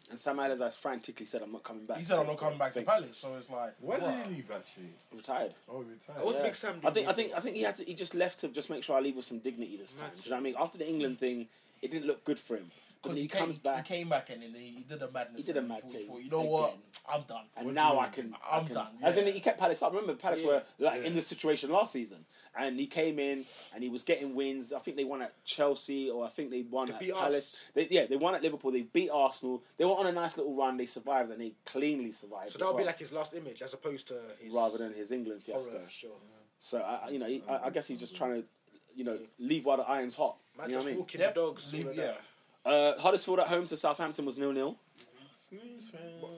And Sam Allardyce frantically said, "I'm not coming back."
He said I'm
So-
not coming back to
so-
Palace, so it's like
Why
bruh.
did he leave actually?
Retired.
Oh, he retired.
What's
Yeah.
Big Sam doing
I think I
these
think I
days?
think he had to. He just left to just make sure I leave with some dignity this time. Do you know what I mean? After the England thing, It didn't look good for him. But then
Because he,
he
came,
comes back,
he came back and then he did a madness.
He did a
and
mad
thought-
thing
thought, You know what?
again.
I'm done.
and now I
do
can.
you mean? I'm
I can,
done,
As in,
yeah.
he kept Palace up. Remember, Palace were like in
yeah.
this situation last season, and he came in and he was getting wins. I think they won at Chelsea, or I think they won at
beat
Palace.
us.
They, yeah, they won at Liverpool. They beat Arsenal. They were on a nice little run. They survived, and they cleanly survived.
So
as
that would be
well,
like his last image, as opposed to his
rather than his England
horror.
fiasco.
Sure.
So I, I- you know, he, I, I guess he's just trying to, you know, leave while the iron's hot.
Man,
You know
just
what I mean?
walking
Yep.
the dogs. all
Leave-
of
yeah.
that.
Uh, Huddersfield at home to Southampton was nil nil.
Snooze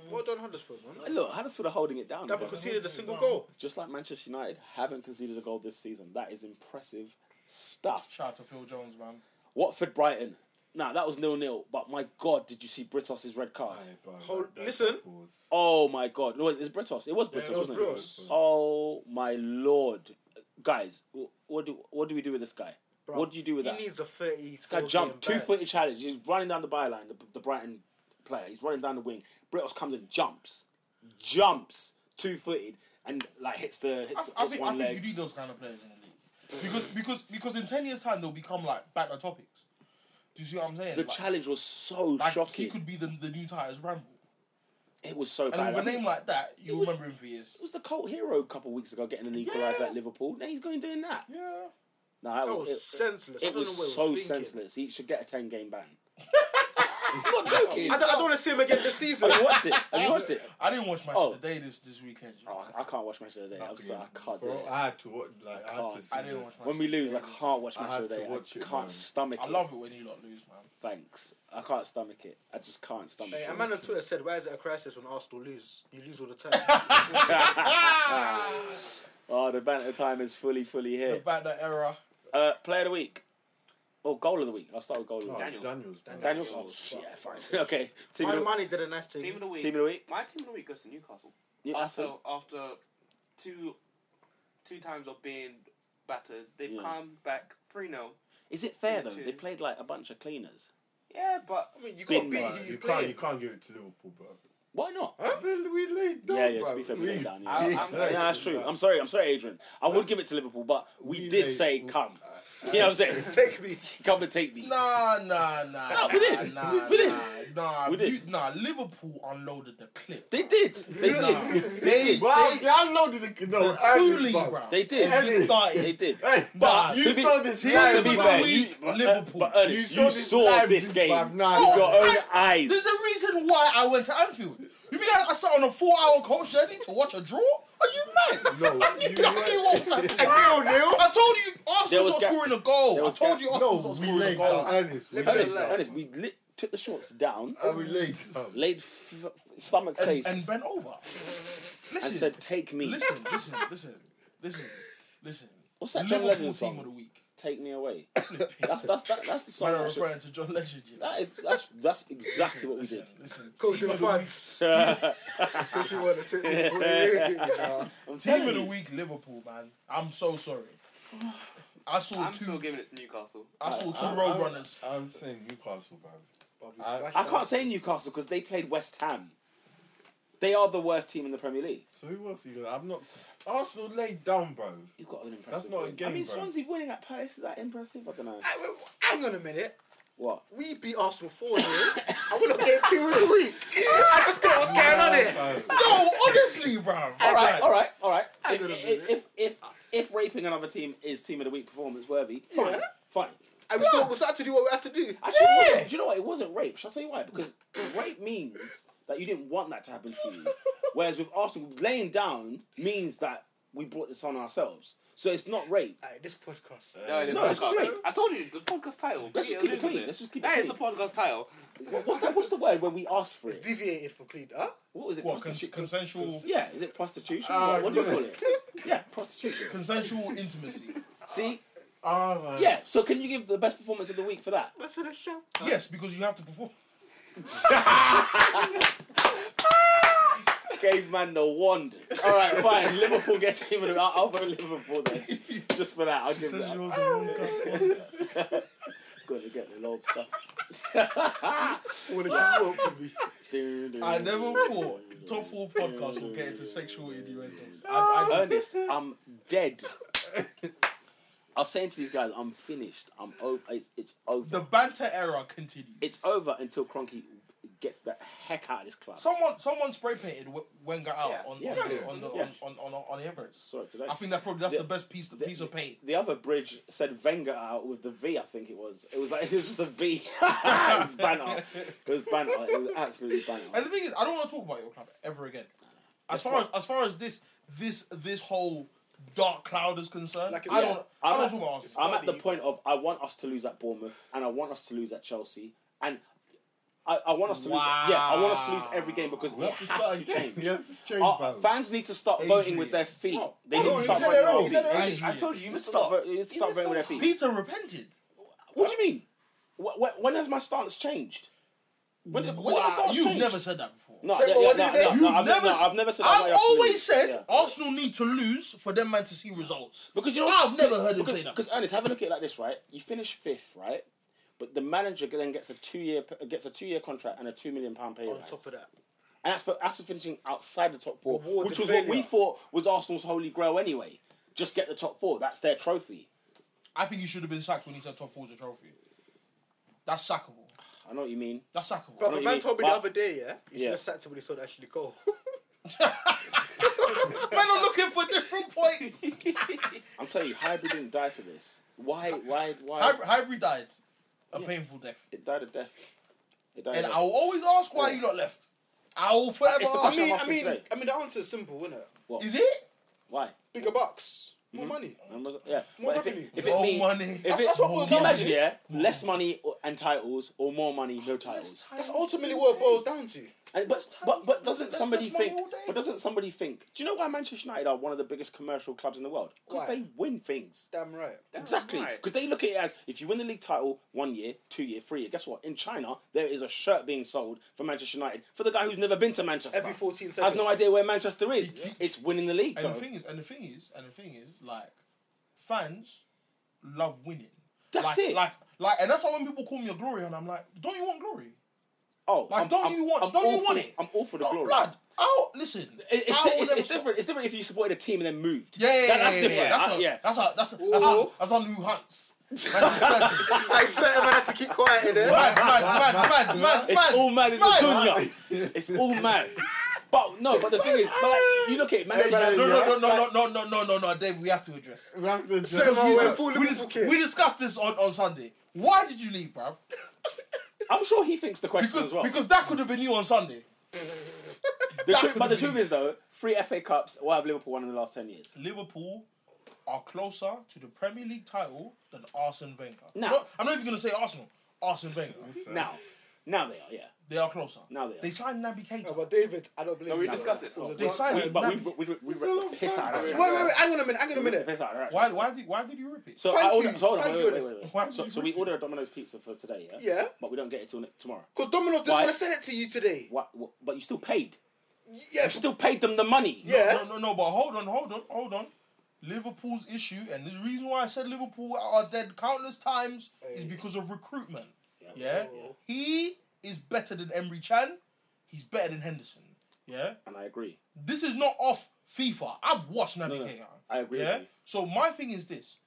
Well done, Huddersfield, man.
Look, Huddersfield are holding it down.
Never conceded a single goal.
Just like Manchester United haven't conceded a goal this season. That is impressive stuff.
Shout out to Phil Jones, man.
Watford Brighton. Nah, that was nil nil. But my God, did you see Britos's red card?
Hold- listen.
Oh my God, no, it's Britos. It was Britos,
it was
wasn't it?
Britos.
Oh my Lord, guys, wh- what do what do we do with this guy?
Bruv,
what do you do with
he
that?
needs a 30
This guy jumped two footed challenge. He's running down the byline, the, the Brighton player. He's running down the wing. Britos comes and jumps, jumps two footed, and like hits the hits,
I,
the,
I
hits
think,
one
I
leg.
think you need those kind of players in the league because because because in ten years' time they'll become like batter topics. Do you see what I'm saying?
the
like,
challenge was so
like,
shocking.
He could be the, the new Titus Ramble,
it was so
and
bad.
with
I
a
mean,
name like that, you'll
was-
remember him for years.
it was the cult hero a couple weeks ago getting an equaliser
Yeah.
at Liverpool. Now he's going doing that.
Yeah.
No, that,
That
was,
was senseless.
it,
I
it
don't
was
know what
so
he was thinking.
senseless. He should get a ten game ban.
Not joking.
I don't, I don't want to see him again this season.
Have you watched it? Have you watched it?
I didn't watch Match
Oh.
of the Day this this weekend. you know.
Oh, I I can't watch match of the day. I'm sorry, I can't do
Bro,
it.
I had to watch. Like, I, had
can't.
to see
I didn't
it.
watch Match
When we
of the
lose,
Day
I
this
can't watch
I
match
had
of the
to
day.
watch
I
it,
can't
man.
stomach
I
it.
love it when you lot lose, man.
Thanks. I can't stomach it. I just can't stomach
Hey,
it.
a man on Twitter said, "Why is it a crisis when Arsenal lose? You lose all the time."
Oh, the banter time is fully, fully here.
About that era.
Uh, player of the week. Oh, goal of the week. I'll start with goal of the
Oh,
week.
Daniels.
Daniels, bro.
Daniel. Oh,
Daniels.
shit, yeah, fine. okay. Team
My
of the,
money did a nice thing.
Team of the week.
team of the week.
My team of the week goes to Newcastle.
Yeah, that's
after
it.
after two two times of being battered, they've
Yeah.
come back three 0
Is it fair though?
Two.
They played like a bunch of cleaners.
Yeah, but
I mean, you got to
Big
beat
Like,
who
you
you
can't, you
play.
can't give it to Liverpool, bro.
Why not?
Huh? We laid down,
yeah, yeah. To
bro.
be fair, we
We-
laid down. Yeah,
I-
yeah
I'm-
that's true. I'm sorry. I'm sorry, Adrian. I would give it to Liverpool, but we,
We
did
laid-
say come. you know what I'm saying?
Take me.
come and take me.
Nah, nah, nah.
No, we didn't.
Nah,
We- we
nah,
didn't.
nah.
We
you-
didn't.
nah, Liverpool unloaded the clip.
They did. They
Nah,
did.
they,
Bro,
they,
they unloaded the no.
truly,
Ernest, bro.
bro.
They did.
They just started.
They did.
Hey,
Nah,
But
you
to be,
saw this
but
live,
to be
bro.
fair,
Week,
you, but- uh,
Liverpool.
But Ernest,
You
you
saw
saw,
this
this,
live,
game
bruv. Nah,
with
nah.
your own
I-
eyes.
There's a reason why I went to Anfield. You think I, I sat on a four-hour coach journey to watch a draw? Are you mad?
No,
I knew,
you
I knew what was happening. I told you
There was
Arsenal's not
gap-
scoring a goal.
there
I
was
told
gap-
you Arsenal's
No,
not
we
scoring a
laid
goal.
down. Ernest, we
Ernest,
laid
Ernest,
down.
we lit, took the shorts down,
And we laid down.
laid f- stomach
And,
face,
and bent over. Listen,
and said, "Take me,
listen, listen, listen, listen, listen.
What's that John
Liverpool
Legend
team
song?
of the week?
take me away."
Flipping.
That's that's that, that's the song.
Man, I'm
that should-
referring to John Legend. You know?
That is that's that's exactly what we
listen,
did.
listen.
Go to the fans. Since you want to take me away. Nah.
I'm
Team
telling
of the
you.
week, Liverpool, man. I'm so sorry. I saw
I'm still
two.
giving it to Newcastle.
I saw two
I'm- I'm-
Roadrunners.
I'm saying Newcastle, bro.
Bobby
I-
Splash
I
that.
can't say Newcastle because they played West Ham. They are the worst team in the Premier League.
So who else are you gonna? I'm not. Arsenal laid down, bro.
You've got an impressive.
not a
win. I
game,
mean,
bro.
Swansea winning at Palace is that impressive? I don't know.
Hey, wait, Hang on a minute.
What?
We beat Arsenal 4 0. I want to play a team of the week. I just got what's going on here.
Bro.
No, honestly, bro.
All right, all right, all right.
I
If
gotta
if,
be
if if if raping another team is team of the week performance worthy, fine,
Yeah.
fine.
And we still we still had to do what we had to do.
Actually, it wasn't- do you know what? It wasn't rape. Shall I tell you why? Because rape means that you didn't want that to happen to you. Whereas with Arsenal, laying down means that we brought this on ourselves. So it's not rape.
Hey, this podcast.
uh,
No,
no, it's great.
I told you the podcast title.
Let's
Yeah,
just keep it
loses
clean. Let's just keep it
That is the
clean.
podcast title.
What- What's that? What's the word when we asked for
It's
it?
deviated for clean, huh?
What was it?
What cons-
Prostitu-
consensual?
yeah, is it prostitution?
Ah,
what, what do you
yeah.
call it? Yeah, prostitution.
Consensual intimacy.
See,
Ah, man.
yeah. So can you give the best performance of the week for that?
That's in a show.
Yes, because you have to perform.
gave man the wand. All right, fine. Liverpool gets him. I'll, I'll vote Liverpool then, just for that. I'll give it. That. Got to get the lob stuff.
What did you want from me?
I never thought top four podcasts will get into sexual innuendos.
I'm earnest. I'm dead. I was saying to these guys, I'm finished. I'm over. It's, it's over.
The banter era continues.
it's over until Cronky gets the heck out of this club.
Someone, someone spray painted Wen- Wenger out
Yeah,
on,
yeah,
on, the,
yeah.
on, the,
Yeah.
on, on, on, on the Emirates.
Sorry, did I?
I think that probably that's
The-
the best piece
the-
piece of paint.
the other bridge said Wenger out with the V. I think it was. It was like it was just a V. it was banner. It was banner. It was absolutely
And
banner.
the thing is, I don't want to talk about your club ever again.
That's
As far as as far as this this this whole dark cloud is concerned,
Like I
I
said,
don't I
I'm
don't
at-
talk about Arsenal.
I'm at the point of I want us to lose at Bournemouth and I want us to lose at Chelsea and. I, I want us to lose. Yeah, I want us to lose every game because
We
it
have to start
has to
again.
change.
Yes, it's change,
Our
man.
fans need to stop voting with their feet. They need
no,
Oh,
to
he
stop
said
voting
it all.
with
He
their
said
feet.
it
I,
all.
I told you, you missed a
Stop,
lot.
vo- you need to stop
missed
voting
a
with their
lot.
feet.
Peter repented.
What do you mean? Wh- wh- When has my stance changed? When did, when did my
Wow,
stance
you've
change?
never said that before.
No,
Say
yeah,
what,
yeah,
what did
no,
you say?
no, no,
You've
I've
never.
no, I've never said.
I've
that.
always said
Yeah.
Arsenal need to lose for them man to see results.
because you know
I've never heard him
because,
say that.
Because Ernest, have a look at it like this, right? You finish fifth, right? But the manager then gets a two year gets a two year contract and a two million pound pay
On
rise.
top of that,
and that's for that's for finishing outside the top four,
Rewarded
which was what we
failure.
thought was Arsenal's holy grail anyway. Just get the top four. That's their trophy.
I think he should have been sacked when he said top four is a trophy. That's sackable.
I know what you mean.
That's sackable.
know
But
what
a
you
man
mean,
told me
but-
the other day, yeah, you
Yeah.
should have sacked him when he saw that Ashley Cole.
Men are looking for different points.
I'm telling you, Hybrid didn't die for this. Why? Why? Why?
Hybrid, hybrid died a painful death,
It died a death. It died.
and
a
I
death.
will always ask why you not left. I will forever
It's the
ask.
I
question
mean,
I'm
I
asking
mean,
today.
I mean, the answer is simple, isn't it?
Is it?
Why?
Bigger bucks, more
Mm-hmm.
money.
And was- Yeah.
More
But if
revenue.
it, if
no
it means,
money.
If it,
that's what we're
can you
about.
imagine, yeah? Less money or- and titles, or more money, no titles.
That's ultimately what it boils down to.
And, but, but but doesn't
That's-
somebody
that's money
think?
all day.
But doesn't somebody think? Do you know why Manchester United are one of the biggest commercial clubs in the world? Because
Why?
they win things.
Damn right.
Exactly.
right.
Because they look at it as if you win the league title one year, two year, three year. Guess what? In China, there is a shirt being sold for Manchester United for the guy who's never been to Manchester.
Every 14 seconds.
has no idea where Manchester is.
Yeah.
It's winning the league.
And the
though.
thing is, and the thing is, and the thing is, like fans love winning.
That's
like,
it.
Like, like, and that's why when people call me a glory, and I'm like, don't you want glory?
oh,
like, don't you want- don't
all
you want
for-
it?
I'm all for the
Not
glory.
blood. Oh, listen.
It- It's,
I
di-
will
it's,
never
it's
stop.
different. It's different if you supported a team and then moved.
Yeah, yeah,
That-
yeah,
that's
yeah,
different.
yeah, That's
Uh,
a,
yeah.
that's a, that's a, that's a,
Ooh.
that's a new hunts. Mad,
I said I had to keep quiet in there.
mad, mad, mad, mad,
It's
mad.
all mad in
Mad.
the dunya. It's all mad. But no, but the thing is, but like, you look at it, man.
Say
man-
that
No,
again.
no, no, no, no, no, no, no, no, Dave. We have to address.
We have to
Because
just-
man,
we,
we're full
we,
Liverpool
dis-
kid.
we discussed this on, on Sunday. Why did you leave, bruv?
I'm sure he thinks the question
Because
as well.
because that could have been you on Sunday.
the
that
truth,
could
but the
have been
truth is though, three FA Cups. What have Liverpool won in the last ten years?
Liverpool are closer to the Premier League title than Arsene Wenger.
No.
No, I'm not even going to say Arsenal. Arsene Wenger.
Now, now they are. Yeah.
They are closer.
Now they are.
They signed Naby Keita.
No, but David, I don't believe
No, we discussed this.
was a
They
dark
signed
time.
We, but we
Naby.
we we, we ripped the piss out of
Wait,
that.
wait, wait, hang on a minute, hang on a
We ripped the
minute.
piss out of that.
why, why, did, why did you rip it?
So
Thank
I ordered.
you.
So hold on,
Thank
wait,
you,
wait, wait, wait, wait.
Why did
So,
you
so we ordered a Domino's pizza for today, yeah.
Yeah.
But we don't get it till ne- tomorrow.
Because Domino's didn't
Why?
want to sell it to you today.
What, what? But you still paid.
Yeah,
You still paid them the money.
yeah.
No, no, no, but hold on, hold on, hold on. Liverpool's issue, and the reason why I said Liverpool are dead countless times is
Hey.
because of recruitment. Yeah?
Oh.
He is better than Emery Chan. He's better than Henderson. Yeah?
And I agree.
This is not off FIFA. I've watched Naby
No, no.
Keita.
I agree with you.
So my thing is this: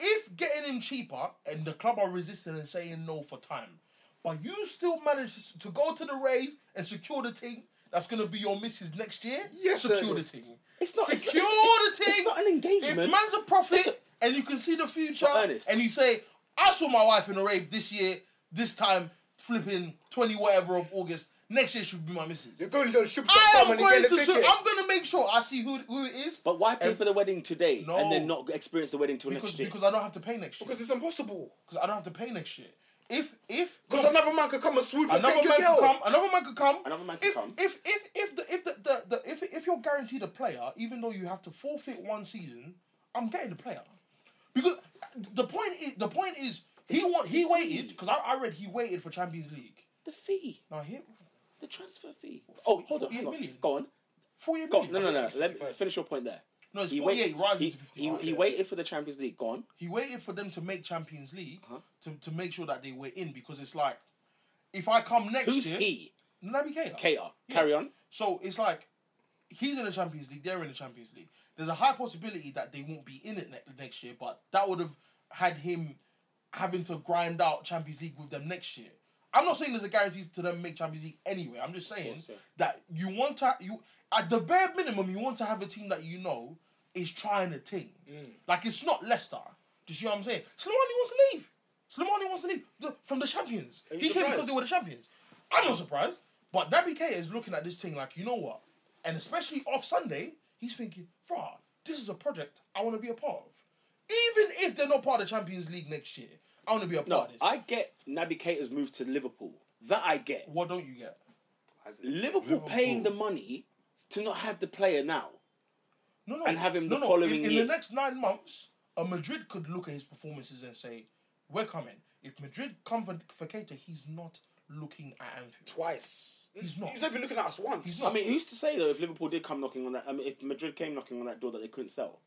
if getting him cheaper and the club are resisting and saying no for time, but you still manage to s- to go to the rave and secure the thing that's gonna be your missus next year.
Yes,
secure the
Ernest.
thing.
It's not. it's not-
secure
it's-
the
it's-
thing.
It's not an
if
engagement.
man's a prophet and you can see the future,
But Ernest-
and you say, "I saw my wife in a rave this year, this time flipping twenty whatever of August. Next year should be my missus."
You're going to the ship
I
shop
am
and
going
get
to.
a
Su-
ticket.
I'm going to make sure I see who who it is.
but why pay for the wedding today
No.
and then not experience the wedding till
because
next year?
because I don't have to pay next year.
Because
Because
it's impossible.
I don't have to pay next year. If if
Because another man could come and swoop and
another
take your
man could
girl.
come, another man could come.
Another man could
If
come.
if if if the if the, the, the if if you're guaranteed a player, even though you have to forfeit one season, I'm getting the player. Because uh, the point is the point is he wa- he waited because I, I read he waited for Champions League.
the fee,
Now here,
the transfer fee. Oh, hold on,
forty-eight
hang on.
million.
Go on,
forty-eight
go on.
million.
No, no, no.
He
Let me finish your point there.
No, it's
He
48, rising
he,
to 50.
He, he
Okay.
waited for the Champions League. Gone.
He waited for them to make Champions League
Uh-huh.
to, to make sure that they were in because it's like, if I come next
Who's
year,
he?
Naby Keita.
Kater.
Yeah.
Carry on.
So it's like, he's in the Champions League, they're in the Champions League. There's a high possibility that they won't be in it ne- next year, but that would have had him having to grind out Champions League with them next year. I'm not saying there's a guarantee to them make Champions League anyway. I'm just saying that you want to you at the bare minimum you want to have a team that you know is trying a thing. Like it's not Leicester. Do you see what I'm saying? Slimani wants to leave. Slimani wants to leave the, from the champions. He came because they were the champions. I'm not surprised. But Naby Keita is looking at this thing like, you know what? And especially off Sunday, he's thinking, "Bruh, this is a project I want to be a part of. Even if they're not part of the Champions League next year, I want to be a part
No,
of this."
I get Naby Keita's move to Liverpool. That I get.
What don't you get?
Has it-
Liverpool, paying the money to not have the player now.
No, no.
And have him
no,
the
no.
following
in, in
year.
the next nine months, a Madrid could look at his performances and say, "We're coming." If Madrid come for, for Keita, he's not looking at Anfield.
Twice.
He's not.
He's not even looking at us once.
He's
I mean, who's to say though if Liverpool did come knocking on that? I mean, if Madrid came knocking on that door that they couldn't sell.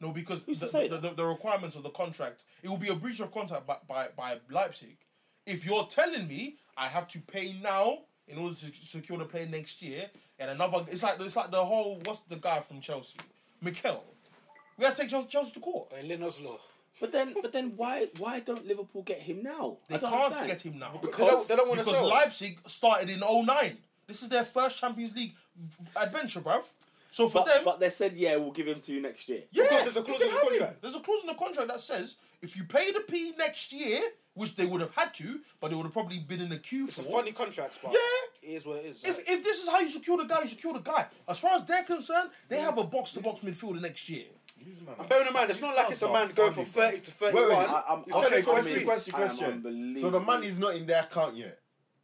No, because
Who's to
the,
say
the,
that?
the, the requirements of the contract, it will be a breach of contract by, by, by Leipzig. If you're telling me I have to pay now in order to secure the player next year, and another, it's like it's like the whole what's the guy from Chelsea, Mikel. We had to take Chelsea, Chelsea to court.
Uh, Linus Law.
But then, but then, why why don't Liverpool get him now?
They can't get him now
They don't, they don't want to
because
sell.
Leipzig started in 09. This is their first Champions League v- adventure, bruv. So for
But,
them,
but they said, yeah, we'll give him to you next year.
Yeah,
Because there's a
you
clause in
can
the
have him.
contract.
There's a clause in the contract that says if you pay the P next year, which they would have had to, but they would have probably been in the queue
it's
for.
a funny contract, but
Yeah.
it is what it is.
If, if this is how you secure the guy, you secure the guy. As far as they're concerned, they have a box to box midfielder next year.
and bearing in mind, it's not like it's a man going from 30 to 31.
I- I'm-
He's selling
okay,
Okay,
for
I mean,
question,
three.
question,
I am
question.
unbelievable.
So the money's not in their account yet.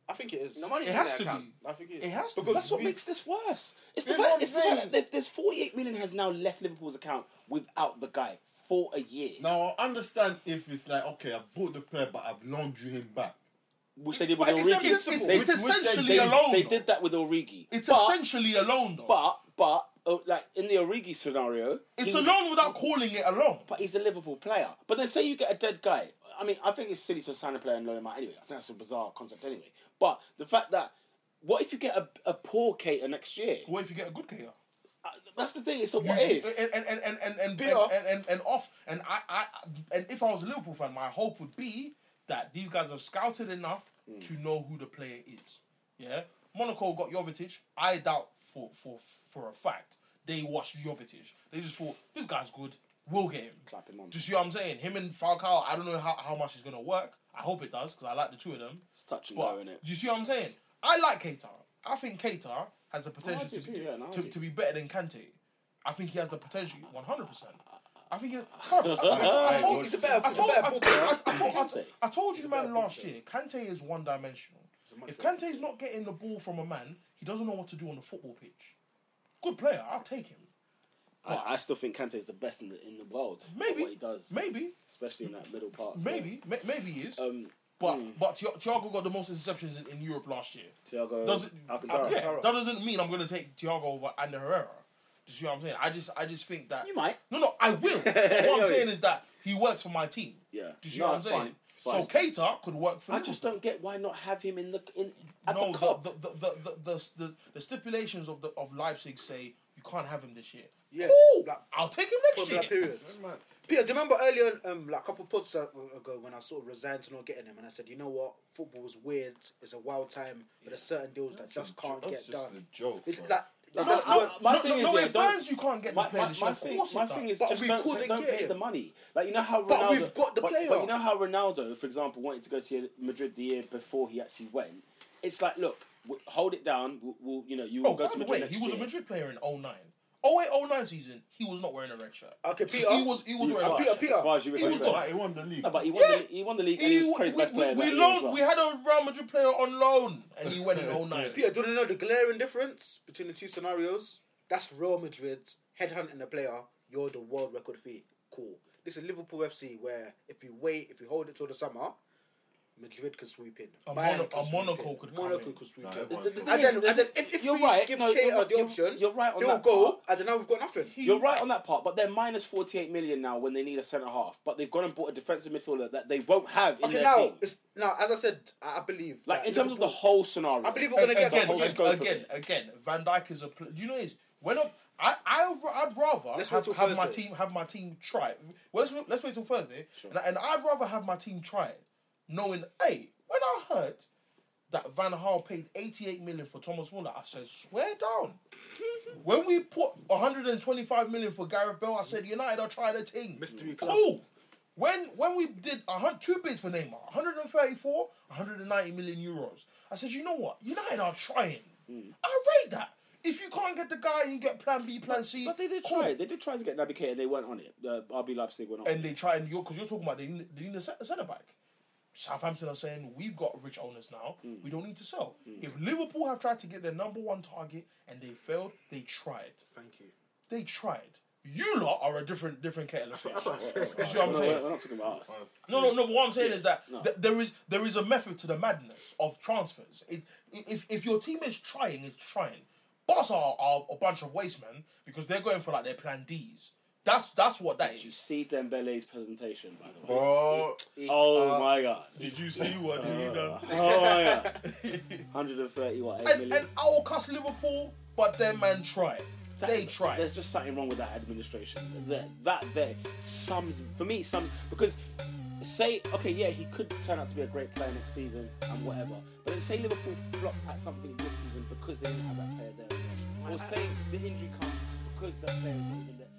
I think it is.
No money's
It
in
has
their
to
account.
be.
I think it is.
It has to.
Because
be.
That's what makes this worse. It's the
You know what
fact,
I'm
it's the fact
saying?
that there- there's 48 million has now left Liverpool's account without the guy for a year,
Now, I understand if it's like, okay, I bought the player, but I've loaned you him back.
which they did with
But it's,
Origi.
it's, it's,
They-
it's
With- with
essentially
they,
a loan.
they
though.
did that with Origi.
It's
but,
essentially a loan, though.
but but oh, like in the Origi scenario,
it's
he
a
was-
loan without calling it a loan.
But he's a Liverpool player. But then say you get a dead guy. I mean, I think it's silly to sign a player and loan him out anyway. I think that's a bizarre concept anyway. But the fact that what if you get a, a poor cater next year?
What if you get a good KR?
Uh, That's the thing. It's a what
You-
if.
and and and and and and,
Peter.
and, and, and, off and I, I and if I was a Liverpool fan, my hope would be that these guys have scouted enough to
Mm.
know who the player is. Yeah, Monaco got Jovetic. I doubt for for for a fact they watched Jovetic. They just thought this guy's good. We'll get him.
Clap him on.
Do you see what I'm saying? Him and Falcao. I don't know how, how much it's gonna work. I hope it does because I like the two of them.
It's touch and go,
But
is
do you see what I'm saying? I like Keita. I think Keita has the potential
do
to,
too, yeah, no, I
to,
do.
to be better than Kante. I think he has the potential, one hundred percent. I think he has. Bruv, I, I, told,
He's a better,
I,
he's a
told,
better
I, told,
footballer.
I, I, told, I,
Kante.
I told you, man, last year, Kante is one dimensional. If Kante's not getting the ball from a man, he doesn't know what to do on the football pitch. Good player, I'll take him.
I, I still think Kante is the best in the in the world. at
Maybe.
what he does,
Maybe,
especially in that middle part.
maybe, ma- maybe he is.
Yeah. Um,
but but Thi- Thiago got the most interceptions in, in Europe last year.
Thiago
Does it- uh,
Alcantara.
Yeah, that doesn't mean I'm going to take Thiago over Ander Herrera. Do you see what I'm saying? I just, I just think that
You might.
No, no, I will. But what I'm saying is that he works for my team.
Yeah.
Do you see
No,
what I'm
it's
saying?
fine. It's
So
fine.
Keita could work for.
I just
Liverpool.
don't get why not have him in the in at
No,
the cup.
the, the, the, the, the, the, the stipulations of the of Leipzig say you can't have him this year.
Yeah.
Cool.
Like,
I'll take him
from
next
that
year.
period. Peter, do you remember earlier, um, like a couple of pods ago, when I sort of resigned to not getting him, and I said, you know what, football was weird. It's a wild time, but there's certain deals that just can't
That's
get
just
done.
a joke.
It's
bro.
like
No,
it just
no,
weren't-
my
no,
thing
no,
is, yeah,
no, it
don't-
burns you can't get
My,
the player
my,
this year.
my
Of
thing,
course it
my
does.
thing is
But
just
we
don't,
couldn't
don't
get
pay
him.
the money. Like you know how Ronaldo,
But we've got the
but-
player.
But you know how Ronaldo, for example, wanted to go to Madrid the year before he actually went. It's like, look, w- hold it down. We'll, we'll you know, you will
Oh,
go
by
to
the
Madrid.
way,
next
he was a
year.
Madrid player in 09. 08, 09 season, he was not wearing a red shirt.
Okay, Peter.
He was, he was
As
wearing
far
a
as-
red
Peter,
shirt.
Peter,
as far as you
he
were
was
concerned.
got-
Like, he won the league.
No, but he won.
Yeah.
The, he won the league. and
He,
he was
we,
probably the best player
we,
that
we
year as
loaned,
well.
we had a Real Madrid player on loan, and he went in 09.
Peter, do you wanna know the glaring difference between the two scenarios? That's Real Madrid's headhunting a player. You're the world record fee. Cool. This is Liverpool FC, where if you wait, if you hold it till the summer, Madrid can swoop in.
A
Bayern
Mono-
can
a
swoop
Monaco
in.
could come
Monaco
in.
could
Nah,
swoop in.
everyone-
The- the
And
thing
then,
is-
and then if, if
you're
we
right.
give
No,
Keita
you're-
the
you're-
option,
you're right on
he'll
that
go,
part.
and then now we've got nothing.
You're right on that part, but they're minus 48 million now when they need a centre half. But they've gone and bought a defensive midfielder that they won't have in
Okay,
their
now
team.
it's now as I said, I I believe
Like
that
in terms of the
Liverpool-
whole scenario,
I believe we're gonna get
again,
the whole
something.
scope
again,
of
again,
it.
again, Van Dijk is a. Pl- Do you know is When I, I, I I'd rather
Let's wait
have,
till
have my
Thursday.
team have my team try. It. Well, let's wait, let's wait till Thursday, and, and I'd rather have my team try it, knowing hey, when I heard that Van Hal paid eighty eight million for Thomas Muller, I said swear down. when we put one hundred and twenty five million for Gareth Bell, I said United are trying the thing.
Mystery club.
Cool. When when we did a hun- two bids for Neymar, 134, 190 million euros, I said, you know what? United are trying.
Mm.
I rate that. If you can't get the guy and you get Plan B, Plan C,
But they did
cool.
try. They did try to get Naby Keita. and They weren't on it. Uh, RB Leipzig were not. on
And they try and you're because you're talking about they need, they need a centre back. Southampton are saying we've got rich owners now. We don't need to sell. If Liverpool have tried to get their number one target and they failed, they tried.
Thank you.
They tried. You lot are a different different kettle of fish.
That's what I
You
said.
see what I'm
no,
saying?
we're, we're not talking about us.
No, no, no. But what I'm saying is that
no.
th- there is there is a method to the madness of transfers. It, i- if if your team is trying, it's trying. Boss are, are a bunch of waste men because they're going for like their plan D's. That's that's what that
Did you
is.
see Dembele's presentation, by the way?
Bro,
Oh
Uh,
my god.
did you see what he done?
Oh my god. 130, what, 8
And
million?
and I will cuss Liverpool, but their man try.
That-
they try.
There's just something wrong with that administration. That that there sums for me sums because say okay yeah he could turn out to be a great player next season and whatever, but then say Liverpool flop at something this season because they didn't have that player there, or say the injury comes because that player is not even there.